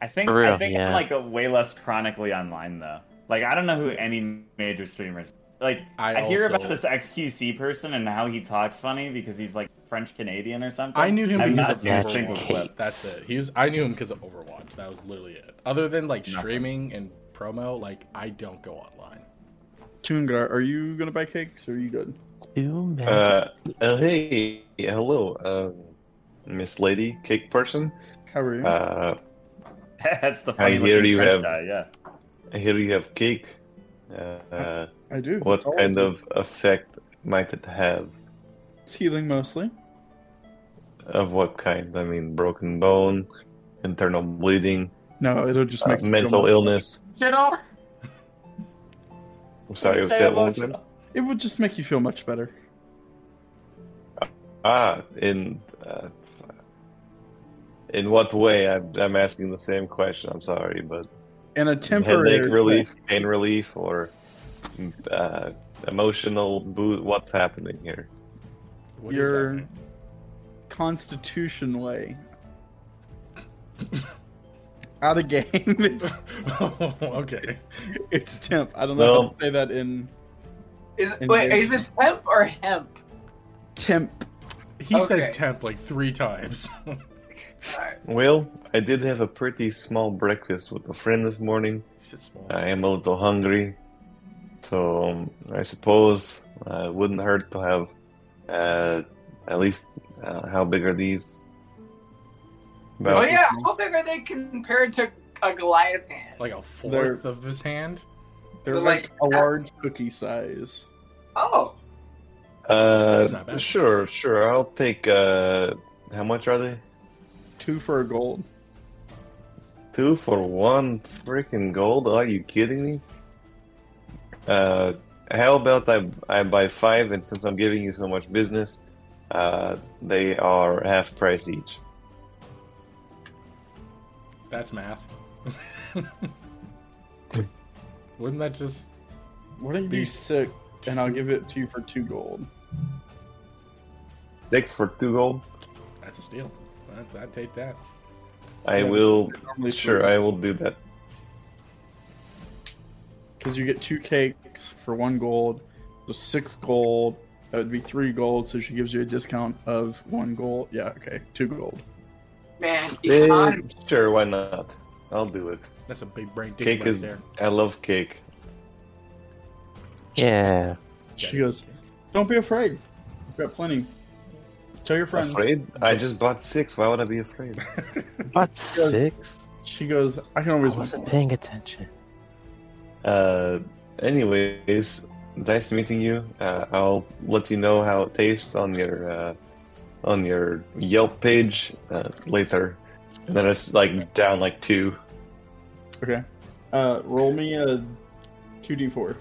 Speaker 8: I think
Speaker 4: For real,
Speaker 8: I think
Speaker 4: yeah.
Speaker 8: I'm like a way less chronically online though. Like I don't know who any major streamers. Like
Speaker 7: I
Speaker 8: I, hear
Speaker 7: also-
Speaker 8: about this XQC person and how he talks funny because he's like French Canadian or something.
Speaker 7: I knew him
Speaker 8: I've
Speaker 7: because
Speaker 8: not
Speaker 7: of
Speaker 8: seen a
Speaker 4: Magic
Speaker 8: single
Speaker 4: Cake.
Speaker 8: clip.
Speaker 7: Overwatch. That's it. He's I knew him because of Overwatch. That was literally it. Other than like
Speaker 8: Nothing.
Speaker 7: streaming and promo, like I don't go online.
Speaker 2: Tungar, are you gonna buy cakes? or Are you good?
Speaker 4: Two magic.
Speaker 5: Uh, uh, hey, hello, um, Miss Lady, cake person.
Speaker 2: How are you?
Speaker 5: Uh,
Speaker 8: That's the
Speaker 5: I
Speaker 8: funny
Speaker 5: hear
Speaker 8: looking
Speaker 5: you
Speaker 8: French
Speaker 5: have-
Speaker 8: guy. Yeah.
Speaker 5: I hear you have cake. Uh,
Speaker 2: I do.
Speaker 5: what
Speaker 2: That's all I
Speaker 5: kind
Speaker 2: do.
Speaker 5: of effect might it have?
Speaker 2: It's healing mostly.
Speaker 5: Of what kind? I mean, broken bone, internal bleeding,
Speaker 2: No, it'll just
Speaker 5: uh,
Speaker 2: make you feel
Speaker 5: mental
Speaker 2: more-
Speaker 5: illness.
Speaker 8: Get off.
Speaker 5: I'm sorry, what's that one time?
Speaker 2: It would just make you feel much better.
Speaker 5: Ah, in uh, in what way? I'm, I'm asking the same question. I'm sorry, but
Speaker 2: And a temporary
Speaker 5: headache relief, pain relief, or uh, emotional boot. What's happening here?
Speaker 7: What is
Speaker 2: Your
Speaker 7: happening?
Speaker 2: Constitution way. Out of game. It's
Speaker 7: oh, okay.
Speaker 2: it's temp. I don't know how
Speaker 5: Well-
Speaker 2: to say that in
Speaker 3: Is
Speaker 2: And
Speaker 3: wait,
Speaker 2: they-
Speaker 3: is it hemp or hemp?
Speaker 2: temp.
Speaker 7: He
Speaker 3: Okay.
Speaker 7: said temp like three times.
Speaker 3: Alright.
Speaker 5: Well, I did have a pretty small breakfast with a friend this morning.
Speaker 7: he said small.
Speaker 5: I am a little hungry, so um, I suppose uh, it wouldn't hurt to have uh, at least uh, how big are these?
Speaker 3: Oh
Speaker 5: About
Speaker 3: yeah, how big are they compared to a Goliath hand?
Speaker 7: Like a 4th of his hand.
Speaker 2: They're
Speaker 3: So,
Speaker 2: like,
Speaker 3: like,
Speaker 2: a large cookie size.
Speaker 3: Oh,
Speaker 5: Uh,
Speaker 7: That's not bad.
Speaker 5: sure, sure. I'll take. Uh, how much are they?
Speaker 2: Two for a gold.
Speaker 5: Two for one freaking gold? Are you kidding me? Uh, how about I I buy five, and since I'm giving you so much business, uh, they are half price each.
Speaker 7: That's math. Wouldn't that just
Speaker 2: Why don't you do
Speaker 7: Be-
Speaker 2: six and I'll give it to you for two gold.
Speaker 5: Six for two gold.
Speaker 7: that's a steal. I'd, I'd take that.
Speaker 5: I
Speaker 2: Yeah,
Speaker 5: will.
Speaker 2: Normally
Speaker 5: Sure, I will do that.
Speaker 2: Because you get two cakes for one gold, so six gold. That would be three gold, so she gives you a discount of one gold. Yeah, okay, two gold.
Speaker 3: man,
Speaker 5: Eh,
Speaker 3: economy.
Speaker 5: sure, why not? I'll do it.
Speaker 7: That's a big brain dick
Speaker 5: Cake
Speaker 7: right
Speaker 5: is.
Speaker 7: there.
Speaker 5: I love cake.
Speaker 4: Yeah.
Speaker 2: She goes, Don't be afraid. I've got plenty. Tell your friends.
Speaker 5: Afraid? I just bought six. Why would I be afraid?
Speaker 4: About six?
Speaker 2: She goes, I can
Speaker 4: I
Speaker 2: always
Speaker 4: wasn't paying attention.
Speaker 5: Uh, anyways, nice meeting you. Uh, I'll let you know how it tastes on your uh, on your Yelp page uh, later. And then it's like down like two.
Speaker 2: Okay. Uh, roll me a 2d4.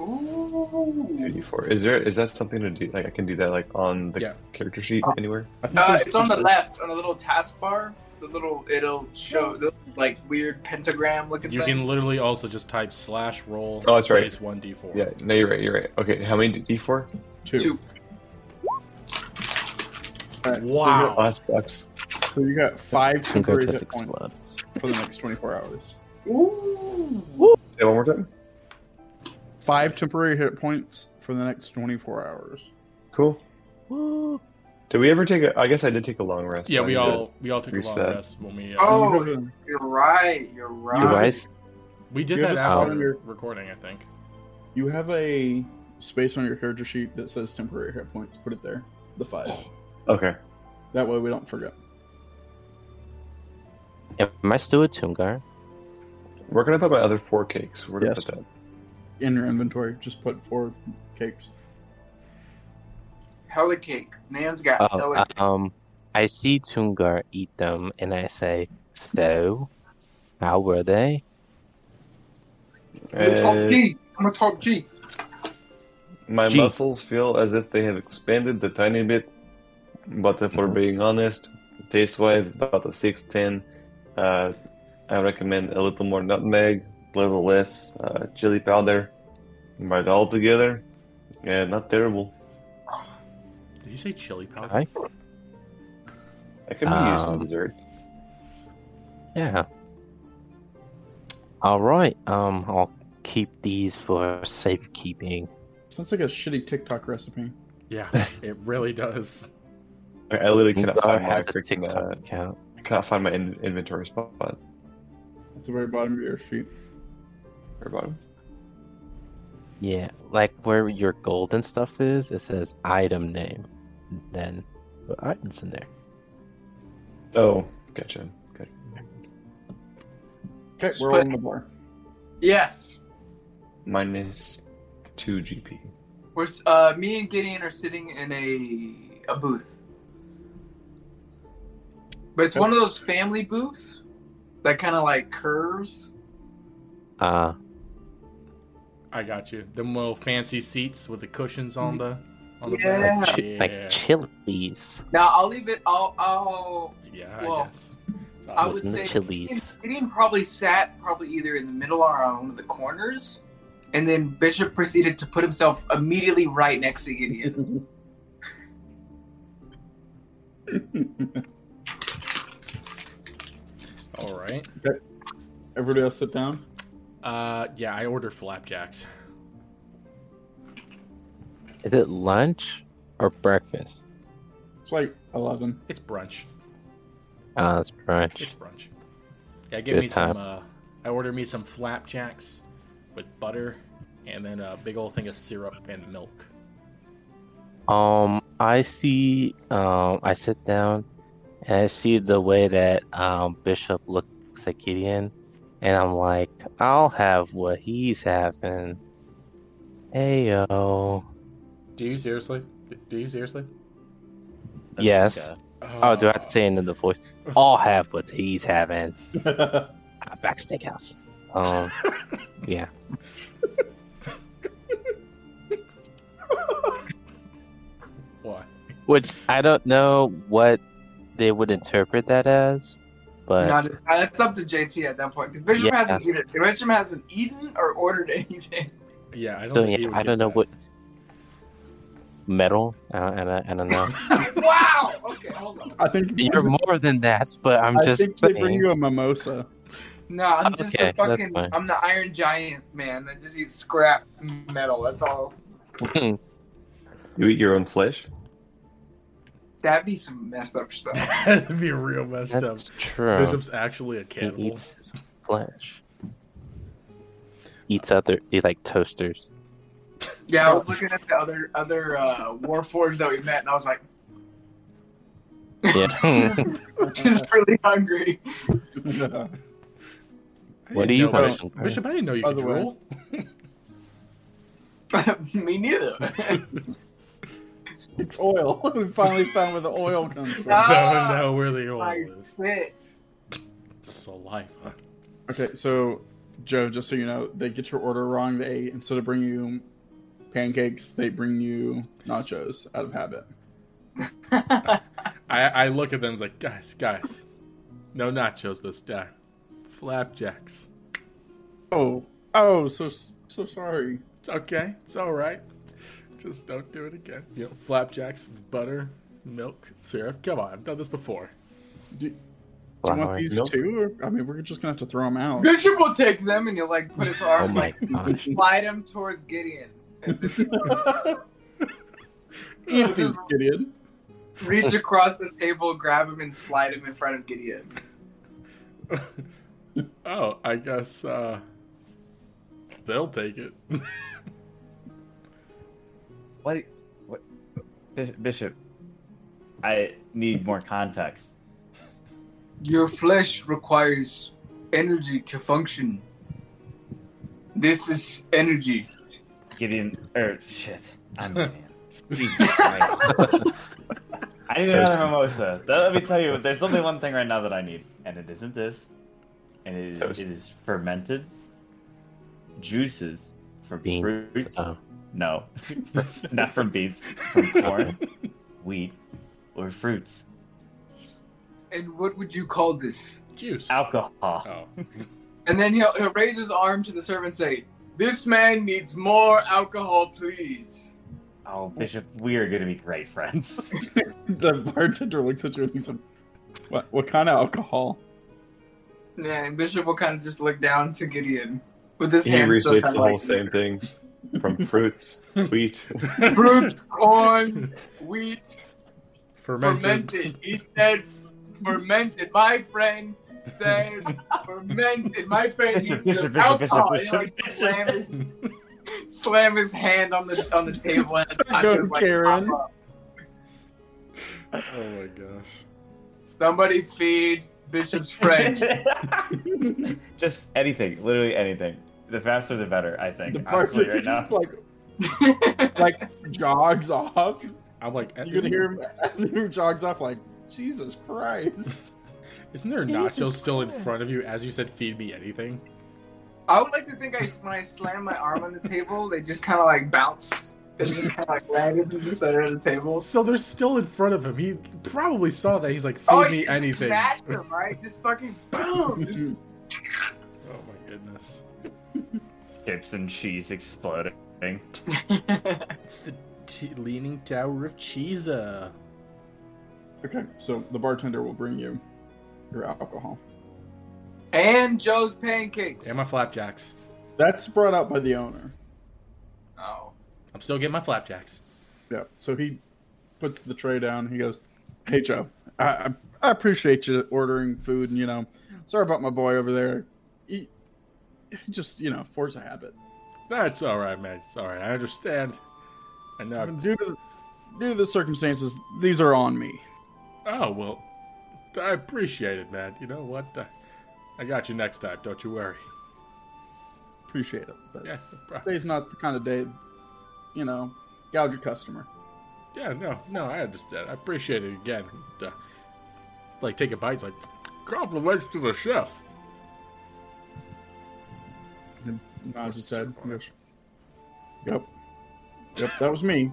Speaker 3: Ooh.
Speaker 5: 54. Is there is that something to do? Like I can do that like on the
Speaker 7: Yeah.
Speaker 5: character sheet anywhere.
Speaker 2: I think
Speaker 3: Uh,
Speaker 2: there's-
Speaker 3: it's on the left on a little taskbar. The little it'll show the like weird pentagram looking
Speaker 7: You
Speaker 3: thing.
Speaker 7: can literally also just type slash roll
Speaker 5: Oh, that's right.
Speaker 7: space one d four.
Speaker 5: Yeah. No, you're right. You're right. Okay. How many D four?
Speaker 2: Two.
Speaker 3: Two.
Speaker 2: All right,
Speaker 7: Wow.
Speaker 5: Oh, that sucks.
Speaker 2: So you got, so you got five temporary
Speaker 4: Just
Speaker 2: hit
Speaker 4: explode.
Speaker 2: points for the next 24 hours.
Speaker 3: Ooh.
Speaker 5: Say it one more time.
Speaker 2: Five temporary hit points for the next 24 hours.
Speaker 5: Cool.
Speaker 4: Woo.
Speaker 5: Did we ever take a? I guess I did take a long rest.
Speaker 7: Yeah,
Speaker 5: so I
Speaker 7: we
Speaker 5: need to-
Speaker 7: all we all took a
Speaker 5: reset.
Speaker 7: long rest when we uh,
Speaker 3: Oh.
Speaker 2: And you go to the-
Speaker 3: You're right. You're right.
Speaker 4: You guys?
Speaker 7: we did
Speaker 2: You
Speaker 7: that
Speaker 2: have a
Speaker 7: after
Speaker 2: stronger-
Speaker 7: recording. I think.
Speaker 2: You have a space on your character sheet that says temporary hit points. Put it there. The five.
Speaker 5: Okay.
Speaker 2: That way we don't forget.
Speaker 4: Am I still a Toongar?
Speaker 5: Where can I put my other four cakes? Where do I
Speaker 2: Yes.
Speaker 5: put that?
Speaker 2: In your inventory, just put four cakes.
Speaker 3: Hella cake. Nan's got
Speaker 4: Oh,
Speaker 3: hella
Speaker 4: uh,
Speaker 3: cake.
Speaker 4: um, I see Toongar eat them, and I say, so, how were they?
Speaker 3: I'm a top
Speaker 5: Uh,
Speaker 3: G. I'm a top G.
Speaker 5: My
Speaker 4: Gee.
Speaker 5: muscles feel as if they have expanded a tiny bit, but if
Speaker 4: Mm-hmm.
Speaker 5: we're being honest, taste wise, it's about a 610. Uh, I recommend a little more nutmeg, a little less uh, chili powder, but all together, yeah, not terrible.
Speaker 7: Did you say chili powder?
Speaker 4: Right?
Speaker 5: I can be used in
Speaker 4: Um,
Speaker 5: dessert.
Speaker 4: Yeah. All right. Um, I'll keep these for safekeeping.
Speaker 2: Sounds like a shitty TikTok recipe.
Speaker 7: Yeah, it really does.
Speaker 5: I I literally cannot
Speaker 4: Toongar
Speaker 5: find my,
Speaker 4: has a
Speaker 5: freaking,
Speaker 4: TikTok
Speaker 5: uh,
Speaker 4: account.
Speaker 5: I cannot find my in- inventory spot.
Speaker 2: At the very bottom of your sheet.
Speaker 5: Everybody.
Speaker 4: Yeah, like where your gold and stuff is, it says item name. Then the items in there.
Speaker 5: Oh, gotcha. gotcha.
Speaker 2: Okay,
Speaker 3: Just
Speaker 2: we're all
Speaker 3: put-
Speaker 2: in the bar.
Speaker 3: Yes.
Speaker 5: Minus 2 GP.
Speaker 3: We're, s- uh, me and Gideon are sitting in a a booth, but it's one of those family booths that kind of like curves.
Speaker 4: Uh,
Speaker 7: I got you. Them little fancy seats with the cushions on the on the
Speaker 3: Yeah.
Speaker 7: back.
Speaker 4: like, chi-
Speaker 7: yeah.
Speaker 4: like chilies.
Speaker 3: Now I'll leave it. I'll. I'll
Speaker 7: yeah,
Speaker 3: Well,
Speaker 7: I guess. It's
Speaker 3: I
Speaker 7: obvious.
Speaker 3: would
Speaker 4: Wasn't
Speaker 3: say
Speaker 4: it chilies?
Speaker 3: Gideon probably sat probably either in the middle or on one of the corners, and then Bishop proceeded to put himself immediately right next to Gideon.
Speaker 7: All right.
Speaker 2: Everybody else sit down.
Speaker 7: Uh, yeah, I order flapjacks.
Speaker 4: Is it lunch or breakfast?
Speaker 2: It's like eleven.
Speaker 7: It's brunch.
Speaker 4: Ah, it's brunch.
Speaker 7: It's brunch. Yeah, give
Speaker 4: Good
Speaker 7: me
Speaker 4: time.
Speaker 7: some. Uh, I order me some flapjacks with butter, and then a big old thing of syrup and milk.
Speaker 4: Um, I see. Um, I sit down, and I see the way that um Bishop looks at Gideon, and I'm like, I'll have what he's having. Oh, Hey yo.
Speaker 7: Do you seriously? Do you seriously?
Speaker 8: That's
Speaker 4: yes.
Speaker 8: like, uh,
Speaker 4: Oh, do I have to say it in the voice? I'll have what he's having. Outback Steakhouse. Um, yeah.
Speaker 7: Why?
Speaker 4: Which I don't know what they would interpret that as, but
Speaker 3: Not, that's up to JT at that point because Bishop
Speaker 4: Yeah.
Speaker 3: hasn't eaten. Bishop hasn't eaten or ordered anything.
Speaker 7: Yeah, I don't.
Speaker 4: so
Speaker 7: think he
Speaker 4: yeah,
Speaker 7: would
Speaker 4: I
Speaker 7: get
Speaker 4: don't know
Speaker 7: that.
Speaker 4: what metal. Uh, and I, I don't know.
Speaker 3: wow. Okay, hold on.
Speaker 2: I think
Speaker 4: You're more than that, but I'm
Speaker 2: I
Speaker 4: just
Speaker 2: think they bring
Speaker 4: saying.
Speaker 2: you a mimosa.
Speaker 3: No, I'm just
Speaker 4: Okay,
Speaker 3: a
Speaker 4: that's
Speaker 3: fucking.
Speaker 4: fine.
Speaker 3: I'm the Iron Giant man that just eats scrap metal. That's all.
Speaker 5: You eat your own flesh?
Speaker 3: That'd be some messed up stuff.
Speaker 7: That'd be real messed up.
Speaker 4: That's true.
Speaker 7: Bishop's actually a
Speaker 4: he
Speaker 7: cannibal.
Speaker 4: eats his flesh. Eats other he like toasters.
Speaker 3: Yeah, I was looking at the other other uh, warforged that we met, and I was like,
Speaker 4: Yeah.
Speaker 3: just really hungry.
Speaker 7: I didn't
Speaker 4: What do you
Speaker 7: know-
Speaker 4: want,
Speaker 7: Bishop-
Speaker 4: Sinclair?
Speaker 7: Bishop? I didn't know you
Speaker 2: By
Speaker 7: could
Speaker 2: the way.
Speaker 7: drool.
Speaker 3: Me neither.
Speaker 2: it's oil. we finally found where the oil comes from.
Speaker 3: Ah.
Speaker 7: Found out where the oil
Speaker 3: I
Speaker 7: is.
Speaker 3: quit.
Speaker 7: Saliva.
Speaker 2: Okay, so Joe, just so you know, they get your order wrong. They instead of bringing you pancakes, they bring you nachos out of habit.
Speaker 7: I, I look at them like, guys, guys, no nachos this time. Flapjacks.
Speaker 2: Oh, oh, so so sorry.
Speaker 7: It's okay. It's all right. Just don't do it again. You know, flapjacks, butter, milk, syrup. Come on, I've done this before.
Speaker 2: Do you want
Speaker 4: Flour.
Speaker 2: these
Speaker 5: Nope.
Speaker 2: two? Or, I mean, we're just gonna have to throw them out.
Speaker 3: Bishop will take them, and you'll like put his
Speaker 4: Oh
Speaker 3: arm,
Speaker 4: my
Speaker 3: like
Speaker 4: gosh.
Speaker 3: slide him towards Gideon, as if
Speaker 2: Eat these, Gideon.
Speaker 3: reach across the table, grab him, and slide him in front of Gideon.
Speaker 7: Oh, I guess uh, they'll take it.
Speaker 8: What? What? Bish- Bishop, I need more context.
Speaker 3: Your flesh requires energy to function. This is energy.
Speaker 8: Gideon, or shit, I'm Gideon. Jesus Christ. I need another
Speaker 4: Toasty.
Speaker 8: mimosa. Th- Let me tell you, there's only one thing right now that I need, and it isn't this. And it is,
Speaker 5: Toast.
Speaker 8: it is fermented juices from
Speaker 4: Beans.
Speaker 8: fruits.
Speaker 4: Oh.
Speaker 8: No, not from beans, from corn, wheat, or fruits.
Speaker 3: And what would you call this?
Speaker 7: Juice.
Speaker 8: Alcohol.
Speaker 7: Oh.
Speaker 3: And then he'll, he'll raise his arm to the servant and say, This man needs more alcohol, please.
Speaker 8: Oh, Bishop, we are going to be great friends.
Speaker 2: The bartender looks at you and he's like, "What? What kind of alcohol?"
Speaker 3: Yeah, and Bishop will kind of just look down to Gideon with his
Speaker 5: He
Speaker 3: hand still
Speaker 5: recites
Speaker 3: kind
Speaker 5: the
Speaker 3: of
Speaker 5: whole
Speaker 3: like,
Speaker 5: same thing from fruits, wheat.
Speaker 3: fruits, corn, wheat,
Speaker 7: Fermented.
Speaker 3: fermented. He said fermented. My friend said fermented. My friend
Speaker 8: Bishop,
Speaker 3: needs
Speaker 8: Bishop,
Speaker 3: some
Speaker 8: Bishop, Bishop,
Speaker 3: alcohol.
Speaker 8: Bishop,
Speaker 3: And he'll
Speaker 8: Bishop.
Speaker 3: Slam, his, slam his hand on the on the table and the
Speaker 2: Go,
Speaker 3: nachos, like,
Speaker 2: Karen.
Speaker 3: pop up.
Speaker 7: Oh my gosh.
Speaker 3: Somebody feed Bishop's friend.
Speaker 8: Just anything, literally anything. The faster the better, I think.
Speaker 2: The
Speaker 8: honestly,
Speaker 2: bartender
Speaker 8: right now.
Speaker 2: just like like jogs off.
Speaker 7: I'm like,
Speaker 2: You
Speaker 7: isn't,
Speaker 2: can hear him as he jogs off, like Jesus Christ.
Speaker 7: isn't there nachos still in front of you as you said, feed me anything?
Speaker 3: I would like to think I when I slammed my arm on the table, they just kind of like bounced. They just kind of like landed in the center of the table.
Speaker 7: So they're still in front of him. He probably saw that. He's like, feed
Speaker 3: Oh,
Speaker 7: me
Speaker 3: you just
Speaker 7: anything.
Speaker 3: smashed them, right? Just fucking boom. Just
Speaker 7: Oh my goodness.
Speaker 8: chips and cheese exploding.
Speaker 7: It's the t- Leaning Tower of Cheesa.
Speaker 2: Okay, so the bartender will bring you your alcohol.
Speaker 3: And Joe's pancakes.
Speaker 7: And my flapjacks.
Speaker 2: That's brought out by the owner.
Speaker 3: oh.
Speaker 7: I'm still getting my flapjacks.
Speaker 2: Yeah. So he puts the tray down. He goes, "Hey Joe, I, I, I appreciate you ordering food, and you know, sorry about my boy over there. He, he just, you know, force a habit.
Speaker 7: That's all right, man. It's all right. I understand. I know.
Speaker 2: Due to due to the circumstances, these are on me.
Speaker 7: Oh well, I appreciate it, man. You know what? I, I got you next time. Don't you worry.
Speaker 2: Appreciate it. But
Speaker 7: Yeah, no problem.
Speaker 2: today's not the kind of day, you know, gouge a customer.
Speaker 7: yeah. No, no, I understand. I appreciate it again. And, uh, like take a bite. It's like compliments to the chef.
Speaker 2: Nods his head. and goes, Yep. Yep. That was me.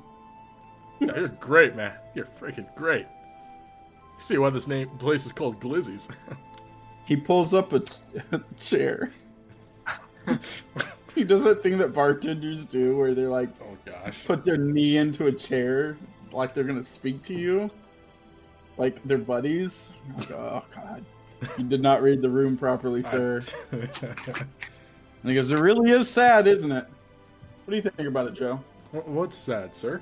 Speaker 7: Yeah, you're great, man. You're freaking great. See why this name place is called Glizzy's.
Speaker 2: He pulls up a, a chair. he does that thing that bartenders do where they're like
Speaker 7: oh gosh.
Speaker 2: put their knee into a chair like they're gonna speak to you. Like they're buddies. Like, oh god. You did not read the room properly, sir. And he goes, It really is sad, isn't it? What do you think about it, Joe?
Speaker 7: Wh- What's sad, sir?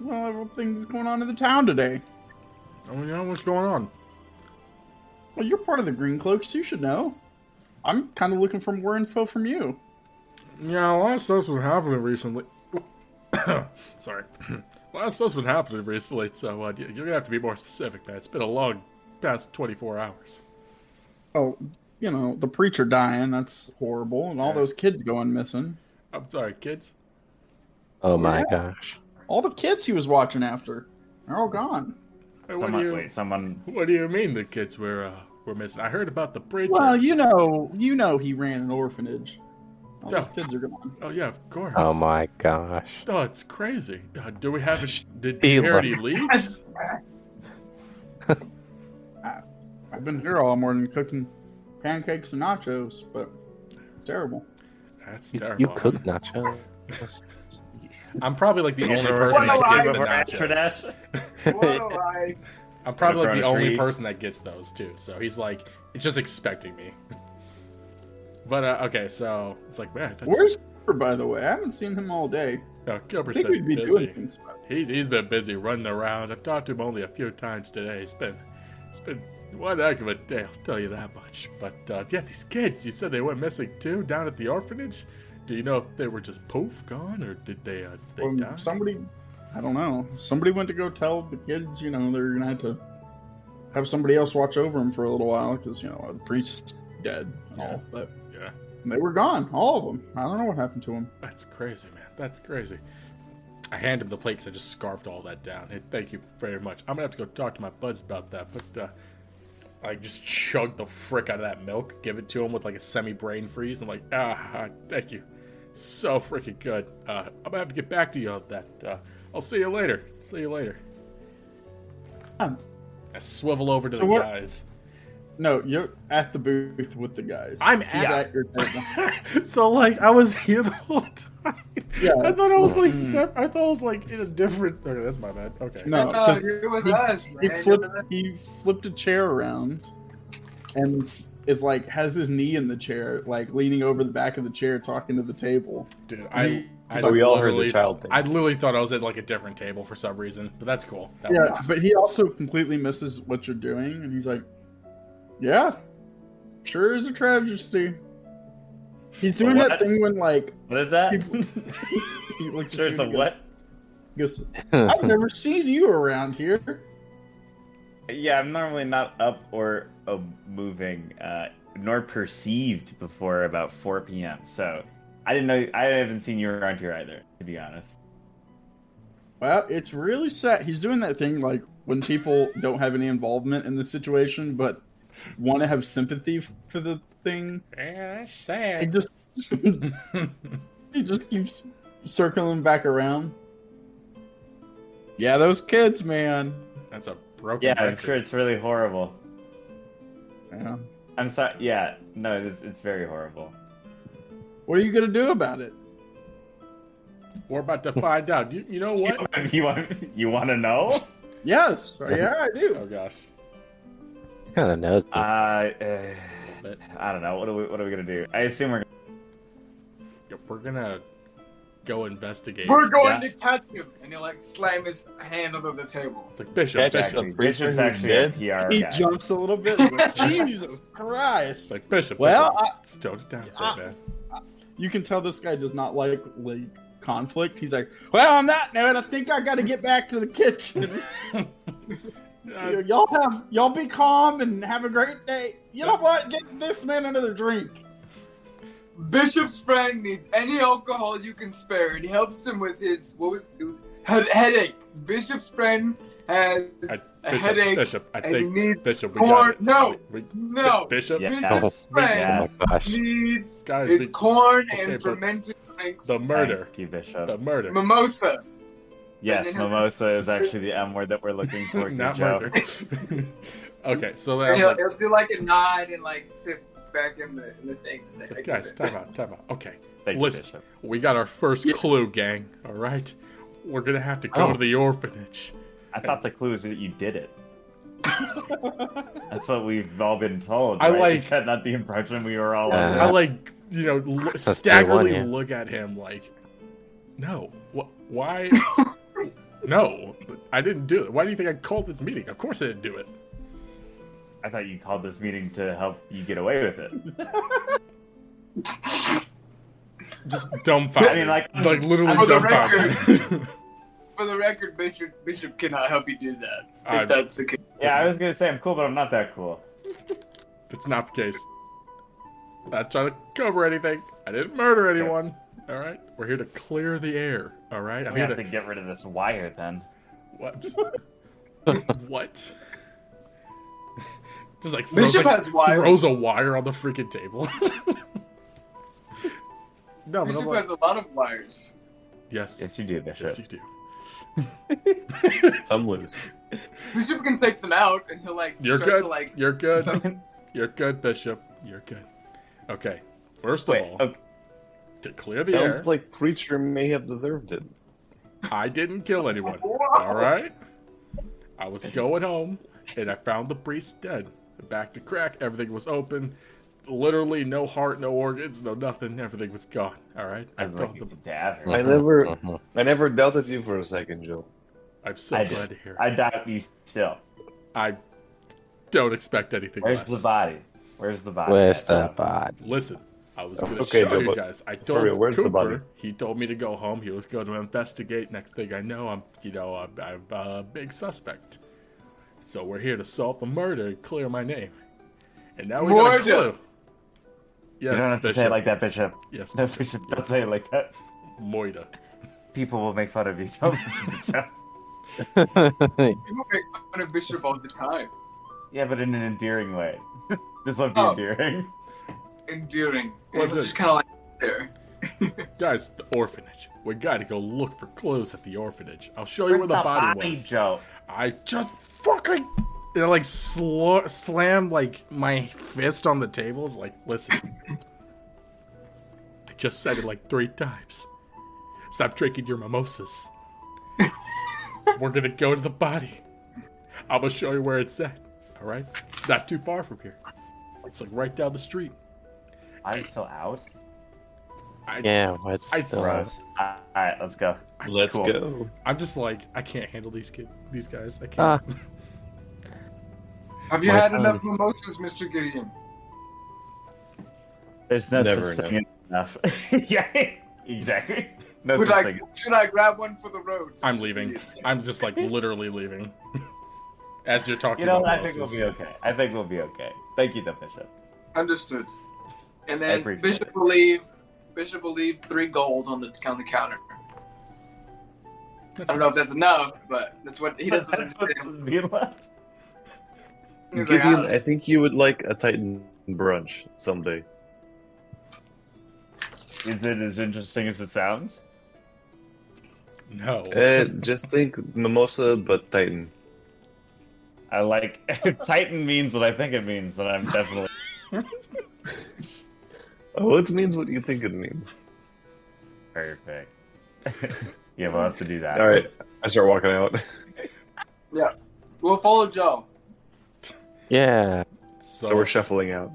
Speaker 2: Well, everything's going on in the town today.
Speaker 7: I don't know what's going on.
Speaker 2: Well, you're part of the Green Cloaks, you should know. I'm kind of looking for more info from you.
Speaker 7: Yeah, a lot of stuff's been happening recently. Sorry. a lot of stuff's been happening recently, so uh, you're gonna have to be more specific, man. It's been a long past 24 hours.
Speaker 2: Oh, you know, the preacher dying, that's horrible, and all those kids going missing.
Speaker 7: I'm sorry, kids.
Speaker 4: Oh my gosh.
Speaker 2: All the kids he was watching after, they're all gone.
Speaker 7: Hey, what, do
Speaker 8: Someone,
Speaker 7: you,
Speaker 8: wait, someone.
Speaker 7: what do you mean the kids were uh, were missing? I heard about the preacher.
Speaker 2: Well, you know, you know he ran an orphanage. All those
Speaker 7: Oh.
Speaker 2: kids are gone.
Speaker 7: oh yeah, of course.
Speaker 4: Oh my gosh.
Speaker 7: Oh, it's crazy. Uh, do we have? Did
Speaker 4: Elon.
Speaker 7: Charity leave?
Speaker 2: I've been here all morning cooking pancakes and nachos, but it's terrible.
Speaker 7: That's
Speaker 4: You,
Speaker 7: terrible.
Speaker 4: you cook nacho.
Speaker 7: I'm probably like the
Speaker 8: You
Speaker 7: only
Speaker 8: never
Speaker 7: person
Speaker 8: seen
Speaker 7: that
Speaker 8: a kid
Speaker 7: gets the
Speaker 8: before
Speaker 7: nachos.
Speaker 8: Astrodash?
Speaker 3: What a life.
Speaker 7: I'm probably like the
Speaker 8: Corona
Speaker 7: only
Speaker 8: free.
Speaker 7: person that gets those too. So he's like, it's just expecting me. But uh, okay, so it's like, man, that's,
Speaker 2: Where's Cooper, by the way? I haven't seen him all day.
Speaker 7: uh,
Speaker 2: I
Speaker 7: Gilbert's
Speaker 2: think we'd
Speaker 7: been
Speaker 2: be doing
Speaker 7: busy.
Speaker 2: things. About
Speaker 7: He's, he's been busy running around. I've talked to him only a few times today. It's been it's been one heck of a day, I'll tell you that much. But uh, yeah, these kids, you said they went missing too down at the orphanage. Do you know if they were just poof gone or did they uh, did they
Speaker 2: Well,
Speaker 7: die?
Speaker 2: somebody, I don't know. Somebody went to go tell the kids, you know, they're gonna have to have somebody else watch over them for a little while because you know the priest's dead and all. But
Speaker 7: Yeah.
Speaker 2: they were gone, all of them. I don't know what happened to them.
Speaker 7: That's crazy, man. That's crazy. I hand him the plate because I just scarfed all that down. Hey, thank you very much. I'm gonna have to go talk to my buds about that, but uh, I just chug the frick out of that milk, give it to him with like a semi brain freeze. I'm like, ah, thank you. So freaking good. Uh, I'm gonna have to get back to you on that. Uh, I'll see you later. See you later.
Speaker 2: Um,
Speaker 7: I swivel over to
Speaker 2: so
Speaker 7: the
Speaker 2: what-
Speaker 7: guys.
Speaker 2: No, you're at the booth with the guys.
Speaker 7: I'm
Speaker 2: He's
Speaker 7: at-
Speaker 2: at your table.
Speaker 7: so like I was here the whole time.
Speaker 2: Yeah.
Speaker 7: I thought I was like sep- I thought I was like in a different. Okay, that's my bad. Okay.
Speaker 2: No,
Speaker 3: No,
Speaker 2: 'cause
Speaker 3: you're with
Speaker 2: he,
Speaker 3: us,
Speaker 2: he
Speaker 3: man.
Speaker 2: flipped,
Speaker 3: You're with us.
Speaker 2: he flipped a chair around and s- is like has his knee in the chair, like leaning over the back of the chair, talking to the table.
Speaker 7: Dude, I, I
Speaker 5: So we all heard the
Speaker 7: literally-
Speaker 5: child thing.
Speaker 7: I literally thought I was at like a different table for some reason, but that's cool. That
Speaker 2: Yeah,
Speaker 7: works.
Speaker 2: but he also completely misses what you're doing, and he's like, "Yeah, sure is a tragedy." He's doing that
Speaker 8: What?
Speaker 2: thing when like
Speaker 8: What is that?
Speaker 2: he looks at you
Speaker 8: There's a
Speaker 2: and he
Speaker 8: what?
Speaker 2: goes, he goes, "I've never seen you around here."
Speaker 8: Yeah, I'm normally not up or uh, moving, uh, nor perceived before about 4 p.m. So I didn't know. I haven't seen you around here either, to be honest.
Speaker 2: Well, it's really sad. He's doing that thing like when people don't have any involvement in the situation, but want to have sympathy f- for the thing.
Speaker 7: yeah, that's
Speaker 2: He
Speaker 7: sad.
Speaker 2: just he just keeps circling back around. Yeah, those kids, man.
Speaker 7: That's a broken.
Speaker 8: Yeah, I'm
Speaker 7: record.
Speaker 8: sure it's really horrible.
Speaker 2: Yeah.
Speaker 8: I'm sorry. Yeah, no, it's it's very horrible.
Speaker 2: What are you gonna do about it?
Speaker 7: We're about to find out. You, you know what?
Speaker 8: You want you want to know?
Speaker 2: Yes. Yeah, I do.
Speaker 7: Oh gosh.
Speaker 4: It's kind of nosy. Oh
Speaker 8: Uh, uh,
Speaker 7: But-
Speaker 8: I don't know. What are we What are we gonna do? I assume we're.
Speaker 7: Yep, We're gonna go investigate.
Speaker 3: We're going
Speaker 8: Yeah.
Speaker 3: to catch him, and he like slam his hand under the table.
Speaker 7: It's like Bishop.
Speaker 5: That's
Speaker 7: Bishop.
Speaker 5: a-
Speaker 8: Actually, Bishop's actually a PR
Speaker 2: He
Speaker 8: guy.
Speaker 2: jumps a little bit. and goes, Jesus Christ!
Speaker 7: It's like Bishop.
Speaker 2: Well,
Speaker 7: Bishop, s- s- tone it down,
Speaker 2: I-
Speaker 7: man.
Speaker 2: you can tell this guy does not like like conflict. He's like, well, on that note, I think I got to get back to the kitchen. Y- y'all have y'all be calm and have a great day. You know what? Get this man another drink.
Speaker 3: Bishop's friend needs any alcohol you can spare, and he helps him with his what was it was head, headache. Bishop's friend has
Speaker 7: I-
Speaker 3: a
Speaker 7: Bishop,
Speaker 3: headache.
Speaker 7: Bishop, I
Speaker 3: and
Speaker 7: think
Speaker 3: needs
Speaker 7: Bishop, we
Speaker 3: corn.
Speaker 7: got it.
Speaker 3: No,
Speaker 7: We- B-
Speaker 3: no.
Speaker 7: Bishop,
Speaker 8: Yeah.
Speaker 3: Bishop's
Speaker 4: Oh,
Speaker 3: friend
Speaker 4: oh my gosh.
Speaker 3: needs
Speaker 7: Guys,
Speaker 3: his
Speaker 7: we-
Speaker 3: corn
Speaker 7: okay,
Speaker 3: and
Speaker 7: but-
Speaker 3: fermented drinks.
Speaker 7: the murder,
Speaker 8: Thank you, Bishop.
Speaker 7: the murder,
Speaker 3: mimosa.
Speaker 8: yes, mimosa is actually the M word that we're looking for. Good
Speaker 7: not
Speaker 8: job.
Speaker 7: murder. okay, so
Speaker 3: And
Speaker 7: then
Speaker 3: he'll,
Speaker 7: I'm
Speaker 3: he'll do like a nod and like sit back in the in the thing. Say,
Speaker 7: like,
Speaker 3: "I
Speaker 7: so
Speaker 3: did
Speaker 7: guys,
Speaker 3: it."
Speaker 7: time out, time out. Okay,
Speaker 8: Thank
Speaker 7: Listen.
Speaker 8: you, Bishop.
Speaker 7: we got our first clue, gang. All right, we're gonna have to go
Speaker 4: Oh.
Speaker 7: to the orphanage.
Speaker 8: I thought the clue is that you did it. That's what we've all been told.
Speaker 7: I
Speaker 8: right?
Speaker 7: like-
Speaker 8: Is that not the impression we were all
Speaker 4: Uh,
Speaker 5: Uh-huh.
Speaker 8: under?
Speaker 7: I like, you know, l-
Speaker 4: That's day one,
Speaker 7: staggerly
Speaker 4: yeah.
Speaker 7: look at him like, no, wh- why? no, I didn't do it. Why do you think I called this meeting? Of course I didn't do it.
Speaker 8: I thought you called this meeting to help you get away with it.
Speaker 7: Just dumbfounded.
Speaker 8: I mean, like-
Speaker 7: like literally
Speaker 3: For the
Speaker 7: dumbfounded.
Speaker 3: For the record, Bishop Bishop cannot help you do that. If
Speaker 7: I-
Speaker 3: that's the case.
Speaker 8: Yeah, I was gonna say I'm cool, but I'm not that cool.
Speaker 7: It's not the case. Not trying to cover anything. I didn't murder anyone. All right, we're here to clear the air. All right, I'm
Speaker 8: We
Speaker 7: here
Speaker 8: have to
Speaker 7: to.
Speaker 8: get rid of this wire then.
Speaker 7: What? what? Just like throws,
Speaker 3: Bishop
Speaker 7: like,
Speaker 3: has wire.
Speaker 7: throws a wire on the freaking table. no, but I'm
Speaker 3: Bishop
Speaker 7: like,
Speaker 3: has a lot of wires.
Speaker 7: yes, yes,
Speaker 8: Yes, you do, Bishop.
Speaker 7: you do.
Speaker 5: Some loose.
Speaker 3: Bishop can take them out, and he'll like
Speaker 7: You're
Speaker 3: start
Speaker 7: good.
Speaker 3: to like.
Speaker 7: You're good. You're good, Bishop. You're good. Okay, first of
Speaker 8: Wait, oh.
Speaker 7: all,
Speaker 8: okay,
Speaker 7: to clear the air,
Speaker 5: Sounds like Preacher may have deserved it.
Speaker 7: I didn't kill anyone.
Speaker 3: Whoa.
Speaker 7: All right. I was going home and I found the priest dead. Back to crack. Everything was open. Literally no heart, no organs, no nothing. Everything was gone. All right. I
Speaker 8: I'm
Speaker 7: called
Speaker 8: like
Speaker 7: the.
Speaker 8: a cadaver.
Speaker 5: I
Speaker 4: Mhm,
Speaker 5: never-
Speaker 4: mhm.
Speaker 5: I never doubted you for a second, Joe.
Speaker 7: I'm so
Speaker 8: I
Speaker 7: glad
Speaker 8: just-
Speaker 7: to hear.
Speaker 8: I doubt you still.
Speaker 7: I, don't expect anything
Speaker 8: Where's
Speaker 7: less.
Speaker 8: the body? Where's the body?
Speaker 4: Where's
Speaker 8: That's
Speaker 4: the
Speaker 8: up.
Speaker 4: body?
Speaker 7: Listen, I was going to
Speaker 5: Okay,
Speaker 7: show
Speaker 5: Joe,
Speaker 7: you
Speaker 5: but-
Speaker 7: guys. I told
Speaker 5: sorry, where's the
Speaker 7: Cooper.
Speaker 5: body?
Speaker 7: He told me to go home. He was going to investigate. Next thing I know, I'm you know I'm, I'm a big suspect. So we're here to solve the murder and clear my name. And now we got a
Speaker 3: Murder.
Speaker 7: clue.
Speaker 8: You
Speaker 7: Yes,
Speaker 8: don't have to
Speaker 7: Bishop.
Speaker 8: say it like that, Bishop.
Speaker 7: Yes,
Speaker 8: No, Bishop, don't say it like that.
Speaker 7: Moida.
Speaker 8: People will make fun of you. Don't listen to Joe.
Speaker 3: People make fun of Bishop all the time.
Speaker 8: Yeah, but in an endearing way. this won't be
Speaker 3: Oh.
Speaker 8: endearing.
Speaker 3: Endearing.
Speaker 7: What's
Speaker 3: What's
Speaker 7: it?
Speaker 3: just kind of like there.
Speaker 7: Guys, the orphanage. We gotta go look for clues at the orphanage. I'll show you
Speaker 8: Where's
Speaker 7: where
Speaker 8: the
Speaker 7: the body,
Speaker 8: body,
Speaker 7: was.
Speaker 8: Joe?
Speaker 7: I just fucking. And I like sl- slammed like my fist on the table. It's like, listen. I just said it like three times. Stop drinking your mimosas. We're gonna go to the body. I'm gonna show you where it's at. All right, it's not too far from here. It's like right down the street.
Speaker 8: Are you still out?
Speaker 7: I,
Speaker 4: Yeah, what's
Speaker 7: I
Speaker 4: the-
Speaker 7: saw-
Speaker 8: Gross. All right, let's go.
Speaker 5: Let's
Speaker 8: Cool.
Speaker 5: go.
Speaker 7: I'm just like, I can't handle these kid, these guys. I can't.
Speaker 4: Ah.
Speaker 3: Have you
Speaker 4: My
Speaker 3: had
Speaker 4: son.
Speaker 3: enough mimosas, Mr. Gideon?
Speaker 8: There's no
Speaker 5: Never
Speaker 8: such
Speaker 5: know.
Speaker 8: thing as enough. yeah, exactly. No
Speaker 3: Would
Speaker 8: such
Speaker 3: like,
Speaker 8: thing.
Speaker 3: should I grab one for the road?
Speaker 7: I'm leaving. I'm just like literally leaving. As you're talking,
Speaker 8: You know,
Speaker 7: about
Speaker 8: I think we'll
Speaker 7: mimosas.
Speaker 8: be okay. I think we'll be okay. Thank you, though, Bishop.
Speaker 3: Understood. And
Speaker 8: I
Speaker 3: then
Speaker 8: appreciate
Speaker 3: Bishop
Speaker 8: it.
Speaker 3: will leave. Bishop will leave three gold on the on the counter. I don't know if that's enough, but that's what he doesn't
Speaker 8: That's what's
Speaker 3: understand.
Speaker 8: being left.
Speaker 3: He's like,
Speaker 5: Gideon,
Speaker 3: "Ah,
Speaker 5: I think you would like a Titan brunch someday.
Speaker 8: Is it as interesting as it sounds?
Speaker 7: No,
Speaker 5: Eh, just think mimosa, but Titan.
Speaker 8: I like if Titan means what I think it means, then I'm definitely
Speaker 5: Oh, it means what you think it means.
Speaker 8: perfect. yeah, we'll have to do that.
Speaker 5: All right, I start walking out.
Speaker 3: We'll follow Joe.
Speaker 4: Yeah.
Speaker 7: So,
Speaker 5: So we're shuffling out.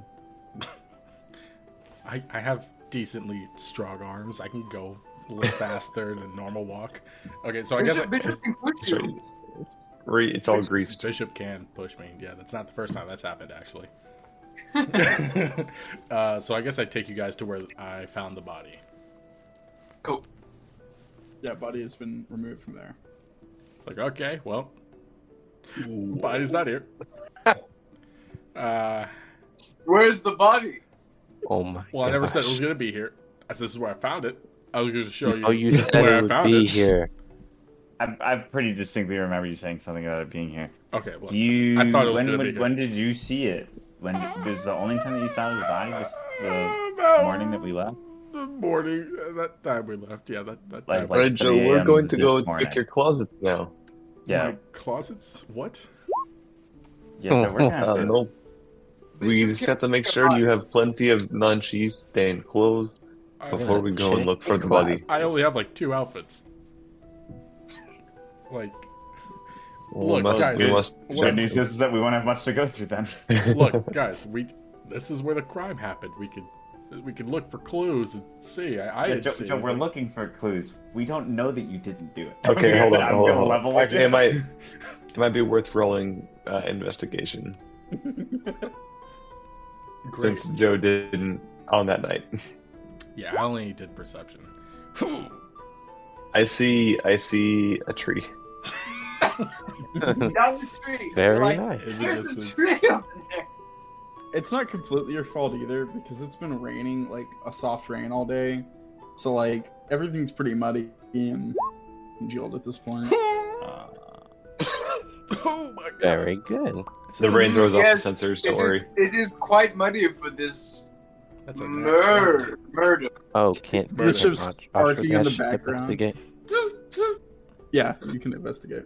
Speaker 7: I, I have decently strong arms. I can go a little faster than normal walk. Okay, so I guess
Speaker 3: Bishop,
Speaker 7: I,
Speaker 3: Bishop can push
Speaker 5: That's right.
Speaker 3: you.
Speaker 5: It's, re- it's all greased.
Speaker 7: Bishop can push me. Yeah, that's not the first time that's happened actually. uh, so I guess I take you guys to where I found the body.
Speaker 3: Cool.
Speaker 2: Yeah, body has been removed from there.
Speaker 7: Like, okay, well, body's not here. Uh,
Speaker 3: Where's the body?
Speaker 4: Oh my.
Speaker 7: well, I never said it
Speaker 4: gosh.
Speaker 7: was gonna be here. I said this is where I found it. I was gonna show you.
Speaker 4: Oh, you said
Speaker 7: where I
Speaker 4: it would
Speaker 7: found
Speaker 4: be
Speaker 7: it.
Speaker 4: here.
Speaker 8: I, I pretty distinctly remember you saying something about it being here.
Speaker 7: Okay, well,
Speaker 8: Do you?
Speaker 7: I thought it was
Speaker 8: when,
Speaker 7: gonna be
Speaker 8: would-
Speaker 7: here.
Speaker 8: when did you see it? When was the only time that you saw his body? This the
Speaker 7: about
Speaker 8: morning that we left.
Speaker 7: Uh, the morning uh, that time we left. Yeah, that that
Speaker 8: Like,
Speaker 7: time.
Speaker 8: like-
Speaker 5: Alright, Joe,
Speaker 8: 3
Speaker 5: we're
Speaker 8: a.m.
Speaker 5: going to
Speaker 8: this
Speaker 5: go
Speaker 8: morning.
Speaker 5: check your closets now.
Speaker 8: Yeah,
Speaker 7: My closets. What?
Speaker 8: yeah. We're gonna have
Speaker 5: Uh,
Speaker 8: to-
Speaker 5: no, we
Speaker 3: Bishop
Speaker 5: just have to make
Speaker 3: can't-
Speaker 5: sure you have plenty of non-cheese stained clothes
Speaker 7: I,
Speaker 5: before we go and look for the body.
Speaker 7: I only have like two outfits. Like,
Speaker 5: We
Speaker 7: Look,
Speaker 5: must,
Speaker 7: guys,
Speaker 5: we must.
Speaker 8: Good news is that we won't have much to go through then.
Speaker 7: look, guys, we this is where the crime happened. We could we could look for clues and see. I, I
Speaker 8: Yeah,
Speaker 7: didn't
Speaker 8: Joe,
Speaker 7: see
Speaker 8: Joe, we're
Speaker 7: anything.
Speaker 8: looking for clues. We don't know that you didn't do it.
Speaker 5: Okay, hold on,
Speaker 8: I'm
Speaker 5: hold
Speaker 8: gonna
Speaker 5: on.
Speaker 8: level with
Speaker 5: Actually,
Speaker 8: you.
Speaker 5: it might, it might be worth rolling uh, investigation
Speaker 7: Great.
Speaker 5: since Joe didn't on that night.
Speaker 7: yeah, I only did perception.
Speaker 5: I see, I see a tree.
Speaker 3: Down the street.
Speaker 4: Very
Speaker 3: Like,
Speaker 4: nice.
Speaker 7: Is it
Speaker 3: There's a
Speaker 7: this is-
Speaker 3: tree up there.
Speaker 2: It's not completely your fault either because it's been raining like a soft rain all day, so like everything's pretty muddy and congealed at this point.
Speaker 8: Uh,
Speaker 7: oh my god!
Speaker 4: Very good.
Speaker 5: The rain throws off
Speaker 3: Yes,
Speaker 5: the sensors. Don't
Speaker 3: It
Speaker 5: worry.
Speaker 3: is, it is quite muddy for this
Speaker 7: That's a nat 20.
Speaker 3: murder. Murder.
Speaker 4: Oh, can't.
Speaker 2: Murder's
Speaker 4: Roger,
Speaker 2: sparking in the
Speaker 4: Dash,
Speaker 2: background.
Speaker 4: Investigate.
Speaker 2: yeah, you can investigate.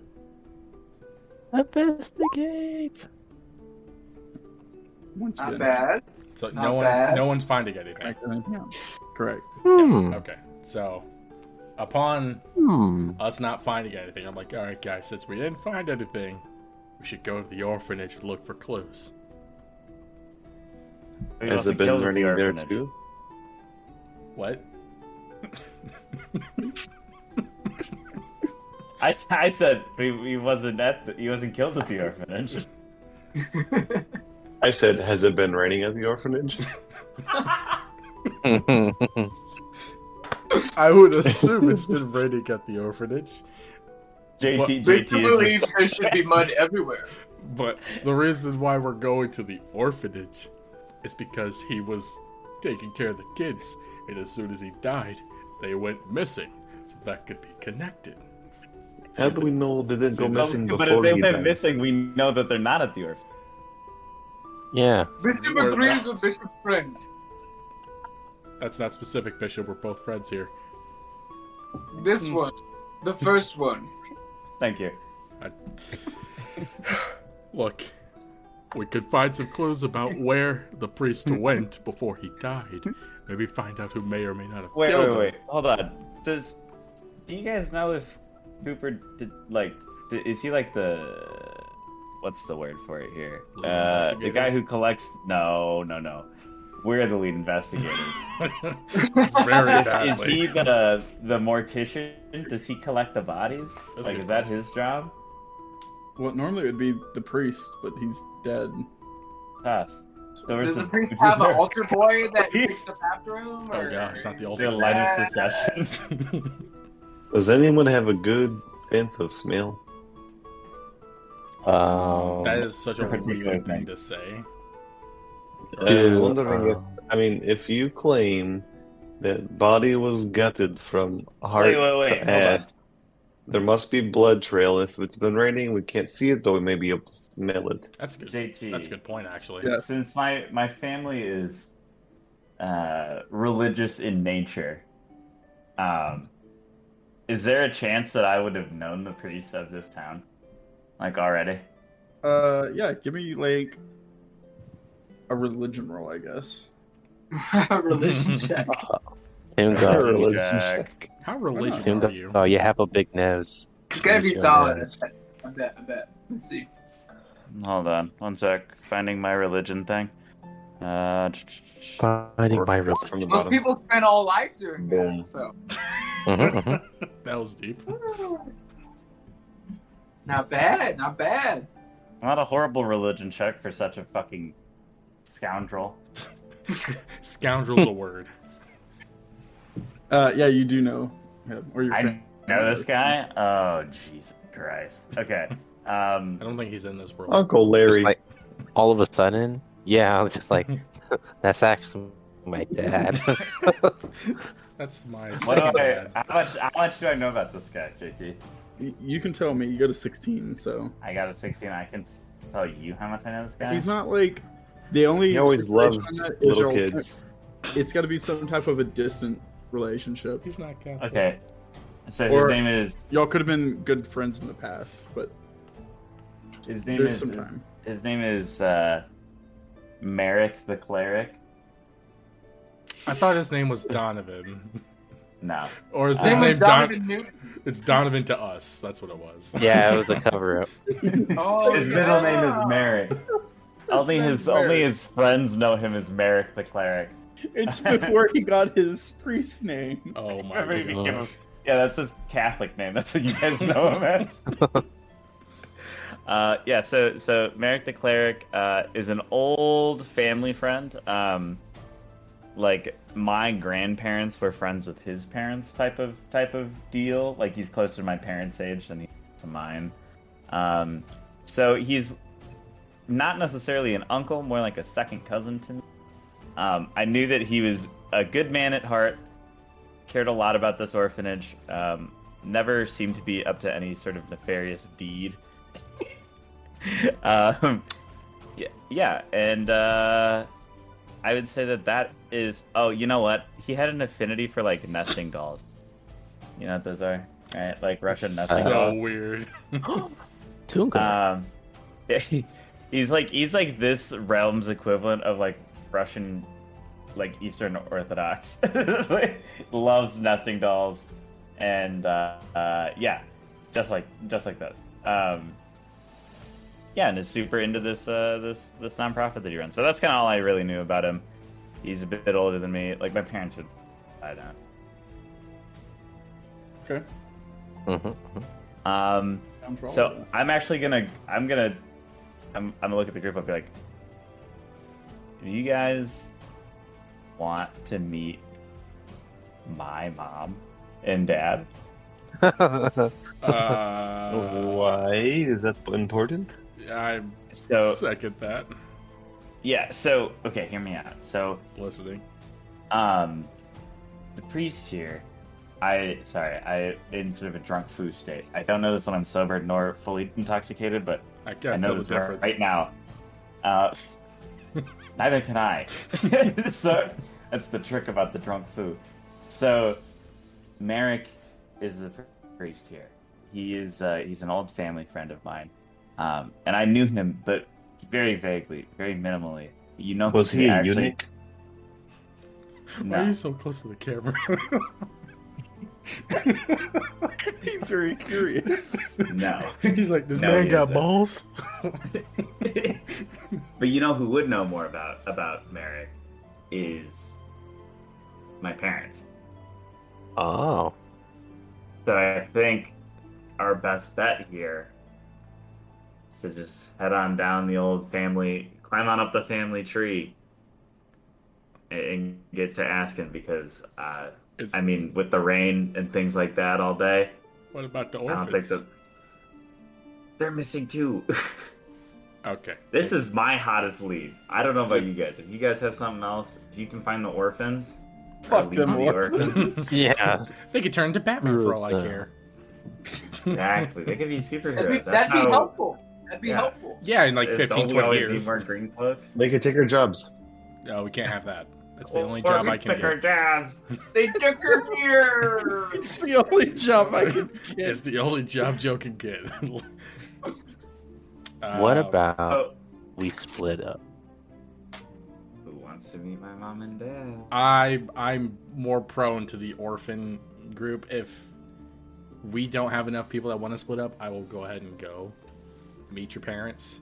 Speaker 4: Investigate.
Speaker 2: Once you
Speaker 3: Not
Speaker 2: get
Speaker 3: bad.
Speaker 7: So
Speaker 3: Not
Speaker 7: no one
Speaker 3: bad.
Speaker 7: no one's finding anything.
Speaker 2: back in, yeah. Correct.
Speaker 4: Hmm.
Speaker 7: Okay, so upon
Speaker 4: Hmm.
Speaker 7: us not finding anything, I'm like, all right, guys, since we didn't find anything, we should go to the orphanage and look for clues.
Speaker 8: we
Speaker 5: Has
Speaker 8: also
Speaker 5: it been
Speaker 8: killed the
Speaker 5: raining there
Speaker 8: orphanage.
Speaker 5: too?
Speaker 7: What?
Speaker 8: I, s- I said he, he wasn't at the, he wasn't killed at the orphanage.
Speaker 5: I said, has it been raining at the orphanage?
Speaker 7: I would assume it's been raining at the orphanage.
Speaker 8: JT
Speaker 7: Well,
Speaker 8: JT is
Speaker 3: Bishop
Speaker 8: the,
Speaker 3: believes there should be mud everywhere.
Speaker 7: But the reason why we're going to the orphanage is because he was taking care of the kids, and as soon as he died, they went missing. So that could be connected.
Speaker 5: How do we know they didn't go missing
Speaker 8: but if
Speaker 5: before
Speaker 8: they
Speaker 5: he
Speaker 8: went
Speaker 5: died?
Speaker 8: missing, we know that they're not at the orphanage.
Speaker 4: yeah.
Speaker 3: Bishop
Speaker 7: Or
Speaker 3: agrees with Bishop's friend.
Speaker 7: That's not specific, Bishop. We're both friends here.
Speaker 3: This
Speaker 8: Hmm.
Speaker 3: one. The first one.
Speaker 8: Thank you.
Speaker 7: I... Look, we could find some clues about where the priest went before he died. Maybe find out who may or may not have
Speaker 8: Wait,
Speaker 7: killed
Speaker 8: wait,
Speaker 7: him.
Speaker 8: wait. Hold on. Does do you guys know if Cooper did like th- is he like the what's the word for it here?
Speaker 7: Lead
Speaker 8: Uh, the
Speaker 7: investigator?
Speaker 8: guy who collects no, no, no. We're the lead investigators.
Speaker 7: it's very
Speaker 8: is,
Speaker 7: badly.
Speaker 8: is he the the mortician? Does he collect the bodies?
Speaker 7: That's a
Speaker 8: like,
Speaker 7: good
Speaker 8: is that his job?
Speaker 2: Well, normally it would be the priest, but he's dead.
Speaker 8: Tough. So
Speaker 3: Does
Speaker 8: is
Speaker 3: the priest
Speaker 8: is
Speaker 3: have an
Speaker 8: there-
Speaker 3: altar boy that
Speaker 8: Priest?
Speaker 3: picks up after him?
Speaker 7: Oh
Speaker 3: Or...
Speaker 7: gosh, not the
Speaker 8: is there a
Speaker 7: ultimate.
Speaker 8: line of succession?
Speaker 5: Does anyone have a good sense of smell?
Speaker 4: Um,
Speaker 7: That is such a
Speaker 8: For particular
Speaker 7: weird thing
Speaker 8: thing.
Speaker 7: to say.
Speaker 5: I was
Speaker 4: do,
Speaker 5: wondering if,
Speaker 4: um,
Speaker 5: I mean, if you claim that body was gutted from heart
Speaker 8: wait, wait, wait.
Speaker 5: to
Speaker 8: Hold
Speaker 5: ass, there must be blood trail. If it's been raining, we can't see it, but we may be able to smell it.
Speaker 7: That's a good.
Speaker 8: JT.
Speaker 7: That's a good point, actually.
Speaker 2: Yeah.
Speaker 8: Since my my family is uh, religious in nature, um, is there a chance that I would have known the priest of this town, like already?
Speaker 2: Uh, yeah, give me like a religion roll, I guess.
Speaker 3: Religion check.
Speaker 4: Tim got.
Speaker 5: Religion
Speaker 8: Jack.
Speaker 5: check.
Speaker 7: How religious
Speaker 4: Tim
Speaker 7: are
Speaker 4: got.
Speaker 7: you?
Speaker 4: Oh, you have a big nose.
Speaker 3: It's gonna be
Speaker 4: Yes,
Speaker 3: solid.
Speaker 4: yes.
Speaker 3: I bet. I bet. Let's see.
Speaker 8: Hold on, one sec. Finding my religion thing. Uh, ch- ch- ch-
Speaker 4: Finding
Speaker 5: Or
Speaker 4: my
Speaker 5: from
Speaker 4: religion.
Speaker 5: the
Speaker 3: Most
Speaker 5: bottom.
Speaker 3: people spend all life doing
Speaker 5: Boom.
Speaker 3: that, so
Speaker 4: Mhm, mhm.
Speaker 7: That was deep.
Speaker 3: not bad, not bad.
Speaker 8: not a horrible religion check for such a fucking scoundrel.
Speaker 7: Scoundrel's a word.
Speaker 2: Uh, yeah, you do know him or your
Speaker 8: I
Speaker 2: friend.
Speaker 8: know this guy. Oh Jesus Christ. Okay. Um,
Speaker 7: I don't think he's in this world.
Speaker 5: Uncle
Speaker 4: Just
Speaker 5: Larry.
Speaker 4: like, all of a sudden, yeah, I was just like, that's actually my dad.
Speaker 7: That's my
Speaker 8: what
Speaker 7: second
Speaker 8: do I,
Speaker 7: dad.
Speaker 8: how much? How much do I know about this guy, JT?
Speaker 2: Y- You can tell me. You go to 16, so
Speaker 8: I got a 16. I can tell you how much I know this guy.
Speaker 2: he's not like the only.
Speaker 5: He always
Speaker 2: expectation
Speaker 5: loved
Speaker 2: on that is
Speaker 5: little
Speaker 2: you're-
Speaker 5: kids.
Speaker 2: It's got to be some type of a distant relationship.
Speaker 7: He's not Catholic.
Speaker 8: Okay. So
Speaker 2: Or-
Speaker 8: his name is
Speaker 2: Y'all could have been good friends in the past, but
Speaker 8: his name
Speaker 2: there's
Speaker 8: is
Speaker 2: some time.
Speaker 8: his name is uh, Merrick the cleric.
Speaker 7: I thought his name was Donovan.
Speaker 8: No,
Speaker 7: Or is
Speaker 3: His
Speaker 7: his
Speaker 3: name
Speaker 7: name,
Speaker 3: was Donovan
Speaker 7: Don-
Speaker 3: Newton.
Speaker 7: It's Donovan to us. That's what it was.
Speaker 4: yeah, it was a cover up.
Speaker 3: Oh,
Speaker 8: his middle name is
Speaker 3: yeah.
Speaker 8: Merrick. only
Speaker 2: His name's
Speaker 8: his only
Speaker 2: Merrick.
Speaker 8: his friends know him as Merrick the cleric.
Speaker 2: It's before he got his priest name.
Speaker 7: Oh my
Speaker 8: Remember he became a-
Speaker 7: god.
Speaker 8: yeah, that's his Catholic name. That's what you guys know him as. Uh, yeah, so so Merrick the cleric uh, is an old family friend. Um, like my grandparents were friends with his parents, type of type of deal. Like he's closer to my parents' age than he is to mine. Um, so he's not necessarily an uncle, more like a second cousin to me. Um, I knew that he was a good man at heart, cared a lot about this orphanage, um, never seemed to be up to any sort of nefarious deed. um, yeah, yeah, and uh, I would say that that is. Oh, you know what? He had an affinity for like nesting dolls. You know what those are, right? Like Russian
Speaker 7: uh,
Speaker 8: nesting
Speaker 7: So
Speaker 8: dolls.
Speaker 7: weird. Uh,
Speaker 4: Tunga.
Speaker 8: Um, yeah, he- he's like he's like this realm's equivalent of like Russian, like Eastern Orthodox. Like, Loves nesting dolls, and uh, uh, yeah, just like just like this. Um, yeah, and is super into this uh, this this nonprofit that he runs. So that's kind of all I really knew about him. He's a bit older than me. Like my parents would, I don't.
Speaker 2: Okay.
Speaker 4: Mhm.
Speaker 8: Um,
Speaker 2: I'm for all of
Speaker 8: So
Speaker 2: that.
Speaker 8: I'm actually gonna I'm gonna I'm I'm gonna look at the group. I'll be like, do you guys want to meet my mom and dad?
Speaker 4: Mm-hmm.
Speaker 7: Uh,
Speaker 5: Why is that important?
Speaker 7: I
Speaker 8: So
Speaker 7: second that.
Speaker 8: yeah, so okay, hear me out. So
Speaker 7: Listening.
Speaker 8: um, the priest here. I sorry, I in sort of a drunk foo state. I don't know this when I'm sober nor fully intoxicated, but
Speaker 7: I
Speaker 8: I
Speaker 7: can't
Speaker 8: know
Speaker 7: tell the
Speaker 8: this right,
Speaker 7: difference.
Speaker 8: right now. Uh, neither can I. so that's the trick about the drunk foo. So Merrick is the priest here. He is uh, he's an old family friend of mine, um, and I knew him, but very vaguely, very minimally. You know,
Speaker 5: Was
Speaker 8: who
Speaker 5: he a
Speaker 8: actually-
Speaker 5: eunuch?
Speaker 7: Why are
Speaker 8: No.
Speaker 7: you so close to the camera?
Speaker 2: he's very curious.
Speaker 8: no.
Speaker 7: He's like, this
Speaker 8: No,
Speaker 7: man
Speaker 8: he
Speaker 7: got
Speaker 8: isn't.
Speaker 7: balls.
Speaker 8: but you know who would know more about about Merrick is my parents.
Speaker 4: oh.
Speaker 8: So I think our best bet here is to just head on down the old family, climb on up the family tree, and- and get to asking because uh,
Speaker 7: Is-
Speaker 8: I mean, with the rain and things like that all day,
Speaker 7: what about the
Speaker 8: I don't think
Speaker 7: orphans?
Speaker 8: that they're missing too.
Speaker 7: Okay.
Speaker 8: this is my hottest lead. I don't know about you guys. If you guys have something else, if you can find the orphans, or
Speaker 2: Fuck
Speaker 8: lead
Speaker 2: them
Speaker 8: the
Speaker 2: orphans.
Speaker 4: Yeah.
Speaker 7: They could turn to Batman for all I
Speaker 4: Uh,
Speaker 7: care.
Speaker 8: exactly. They could be
Speaker 3: That'd be,
Speaker 8: superheroes. That's
Speaker 3: that'd be
Speaker 8: how-
Speaker 3: helpful. That'd be
Speaker 8: Yeah.
Speaker 3: helpful.
Speaker 7: Yeah, in like
Speaker 8: Don't
Speaker 7: 15,
Speaker 8: we
Speaker 7: 20
Speaker 8: always
Speaker 7: years.
Speaker 8: Need more green cloaks.
Speaker 5: They could take our jobs.
Speaker 7: No, we can't have that. That's the only job I can get.
Speaker 3: They took her here.
Speaker 2: it's the only job I can
Speaker 7: It's
Speaker 2: get.
Speaker 7: the only job Joe can get.
Speaker 4: what
Speaker 7: Uh,
Speaker 4: about
Speaker 8: Oh.
Speaker 4: we split up?
Speaker 8: Who wants to meet my mom and dad?
Speaker 7: I I'm more prone to the orphan group. If we don't have enough people that want to split up, I will go ahead and go. meet your parents.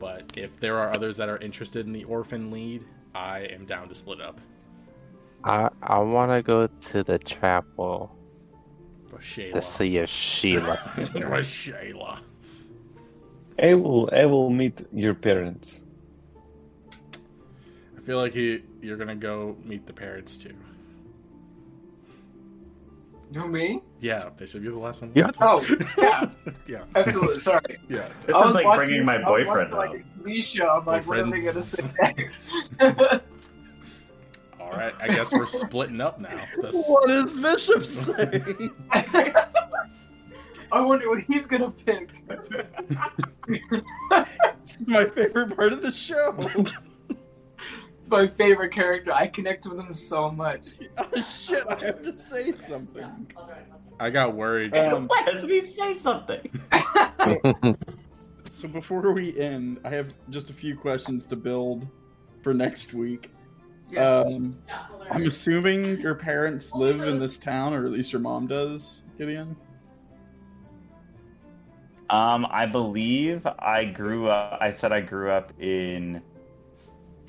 Speaker 7: But if there are others that are interested in the orphan lead, I am down to split up.
Speaker 4: I I want to go to the chapel
Speaker 7: For Shayla.
Speaker 4: to see if Sheila's there.
Speaker 7: For Shayla.
Speaker 5: I will. I will meet your parents.
Speaker 7: I feel like you, you're gonna go meet the parents too.
Speaker 3: You me?
Speaker 7: Yeah, Bishop, you're the last one.
Speaker 4: Yeah.
Speaker 3: Oh,
Speaker 7: yeah, yeah,
Speaker 3: absolutely. Sorry.
Speaker 7: yeah.
Speaker 8: This
Speaker 3: I
Speaker 8: is
Speaker 3: was
Speaker 8: like
Speaker 3: watching-
Speaker 8: bringing my
Speaker 3: I was
Speaker 8: boyfriend up.
Speaker 3: watching, Like, Misha, I'm like, what are they gonna say next?
Speaker 7: All right, I guess we're splitting up now. This-
Speaker 1: What is Bishop saying?
Speaker 3: I wonder what he's gonna pick.
Speaker 1: This is my favorite part of the show.
Speaker 3: It's my favorite character. I connect with him so much.
Speaker 1: oh shit, I have to say something.
Speaker 7: I got worried.
Speaker 2: Um,
Speaker 8: Why doesn't he say something?
Speaker 2: so before we end, I have just a few questions to build for next week.
Speaker 3: Yes.
Speaker 2: Um, I'm assuming your parents live in this town, or at least your mom does, Gideon.
Speaker 8: Um, I believe I grew up. I said I grew up in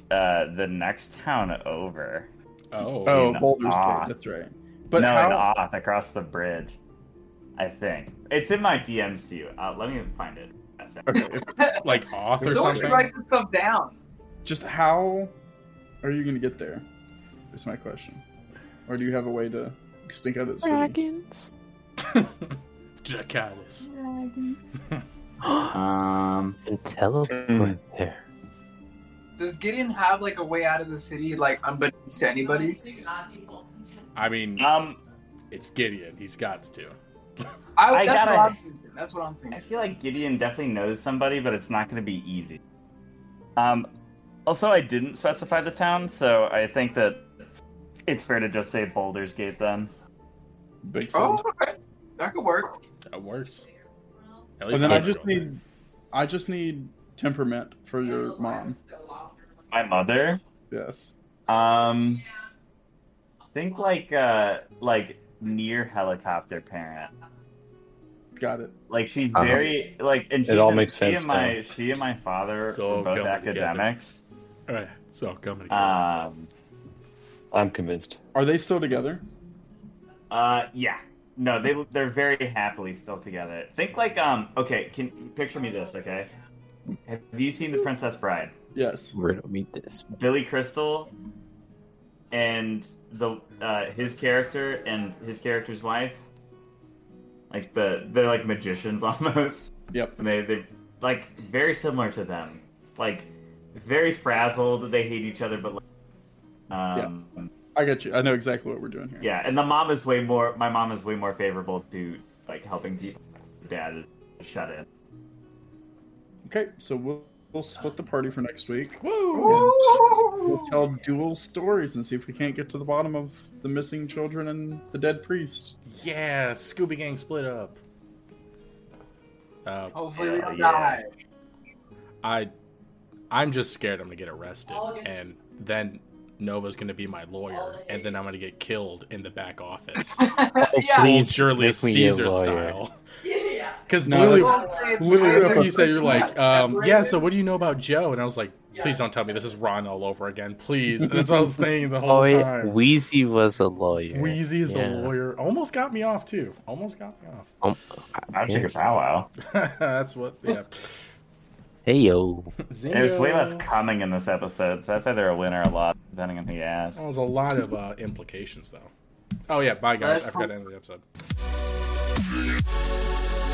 Speaker 8: uh, the next town over.
Speaker 7: Oh,
Speaker 2: Oh,
Speaker 8: in
Speaker 2: Boulder
Speaker 8: Oz.
Speaker 2: State. That's right. But
Speaker 8: no, in
Speaker 2: how?
Speaker 8: Oth, across the bridge. I think it's in my DMs to you. Uh, let me find it.
Speaker 2: Okay,
Speaker 7: like auth or
Speaker 3: Someone should
Speaker 7: something.
Speaker 3: write this stuff down.
Speaker 2: just how are you going to get there? Is my question. Or do you have a way to stink out of the city?
Speaker 4: Dragons.
Speaker 7: Dracalis.
Speaker 8: Um,
Speaker 4: And teleport
Speaker 5: Mm.
Speaker 4: there.
Speaker 3: Does Gideon have like a way out of the city, like unbeknownst to anybody?
Speaker 7: I mean,
Speaker 8: um,
Speaker 7: it's Gideon. He's got to.
Speaker 3: I,
Speaker 8: I
Speaker 3: that's
Speaker 8: gotta-
Speaker 3: what I'm thinking. That's what I'm
Speaker 8: I
Speaker 3: thinking.
Speaker 8: feel like Gideon definitely knows somebody, but it's not going to be easy. Um, also, I didn't specify the town, so I think that it's fair to just say Boulder's Gate then.
Speaker 2: Big city.
Speaker 3: Oh, okay. That could work.
Speaker 7: That works. At
Speaker 2: and then I
Speaker 7: I'm
Speaker 2: just
Speaker 7: going.
Speaker 2: need, I just need temperament for your mom.
Speaker 8: My mother.
Speaker 2: Yes.
Speaker 8: Um, think like uh, like near helicopter parent.
Speaker 2: Got it.
Speaker 8: Like she's
Speaker 4: Uh-huh.
Speaker 8: very like, and she's
Speaker 5: all
Speaker 8: in-
Speaker 5: makes
Speaker 8: she
Speaker 5: sense
Speaker 8: And my she and my father
Speaker 7: It's all
Speaker 8: were both
Speaker 7: coming together.
Speaker 8: academics.
Speaker 7: All right, so coming again.
Speaker 4: Uh,
Speaker 8: Um,
Speaker 5: I'm convinced.
Speaker 2: Are they still together?
Speaker 8: uh, yeah. No, they they're very happily still together. Think like um. Okay, can picture me this? Okay, have you seen The Princess Bride?
Speaker 2: Yes.
Speaker 4: Riddle me this.
Speaker 8: Billy Crystal and the uh, his character and his character's wife. Like the they're like magicians almost.
Speaker 2: Yep.
Speaker 8: And they they like very similar to them. Like very frazzled. They hate each other, but like, um, yeah.
Speaker 2: I got you. I know exactly what we're doing here.
Speaker 8: And the mom is way more. My mom is way more favorable to like helping people. Dad is shut in.
Speaker 2: Okay, so we'll, we'll split the party for next week.
Speaker 3: Ooh.
Speaker 2: We'll tell dual stories and see if we can't get to the bottom of the missing children and the dead priest.
Speaker 7: yeah, Scooby Gang split up. Uh,
Speaker 3: Hopefully we
Speaker 8: Hell
Speaker 3: don't
Speaker 8: yeah.
Speaker 3: die.
Speaker 7: I, I'm just scared I'm gonna get arrested, and then Nova's gonna be my lawyer, and then I'm gonna get killed in the back office.
Speaker 3: yeah.
Speaker 7: Full
Speaker 4: Oh, Please
Speaker 7: Julius
Speaker 4: make me a
Speaker 7: Caesar
Speaker 4: lawyer.
Speaker 7: style. Because
Speaker 2: No,
Speaker 7: literally,
Speaker 2: that's-
Speaker 7: literally
Speaker 2: that's
Speaker 7: that's
Speaker 2: what
Speaker 7: what you said. You're like, um, yeah. So
Speaker 3: what?
Speaker 7: what do you know about Joe? And I was like, please don't tell me this is Ron all over again, please. And that's what I was saying the whole
Speaker 4: Oh, yeah,
Speaker 7: time.
Speaker 4: Wheezy was a lawyer.
Speaker 7: Wheezy is
Speaker 4: Yeah.
Speaker 7: the lawyer. Almost got me off too. Almost got me off.
Speaker 8: I'd take a bow wow.
Speaker 7: that's what. Yeah.
Speaker 4: Hey yo.
Speaker 8: There's way less
Speaker 7: Zingo.
Speaker 8: coming in this episode, so that's either a win or a loss, depending on who you ask.
Speaker 7: That was a lot of uh, implications, though. Oh yeah, bye guys. I forgot to end the episode.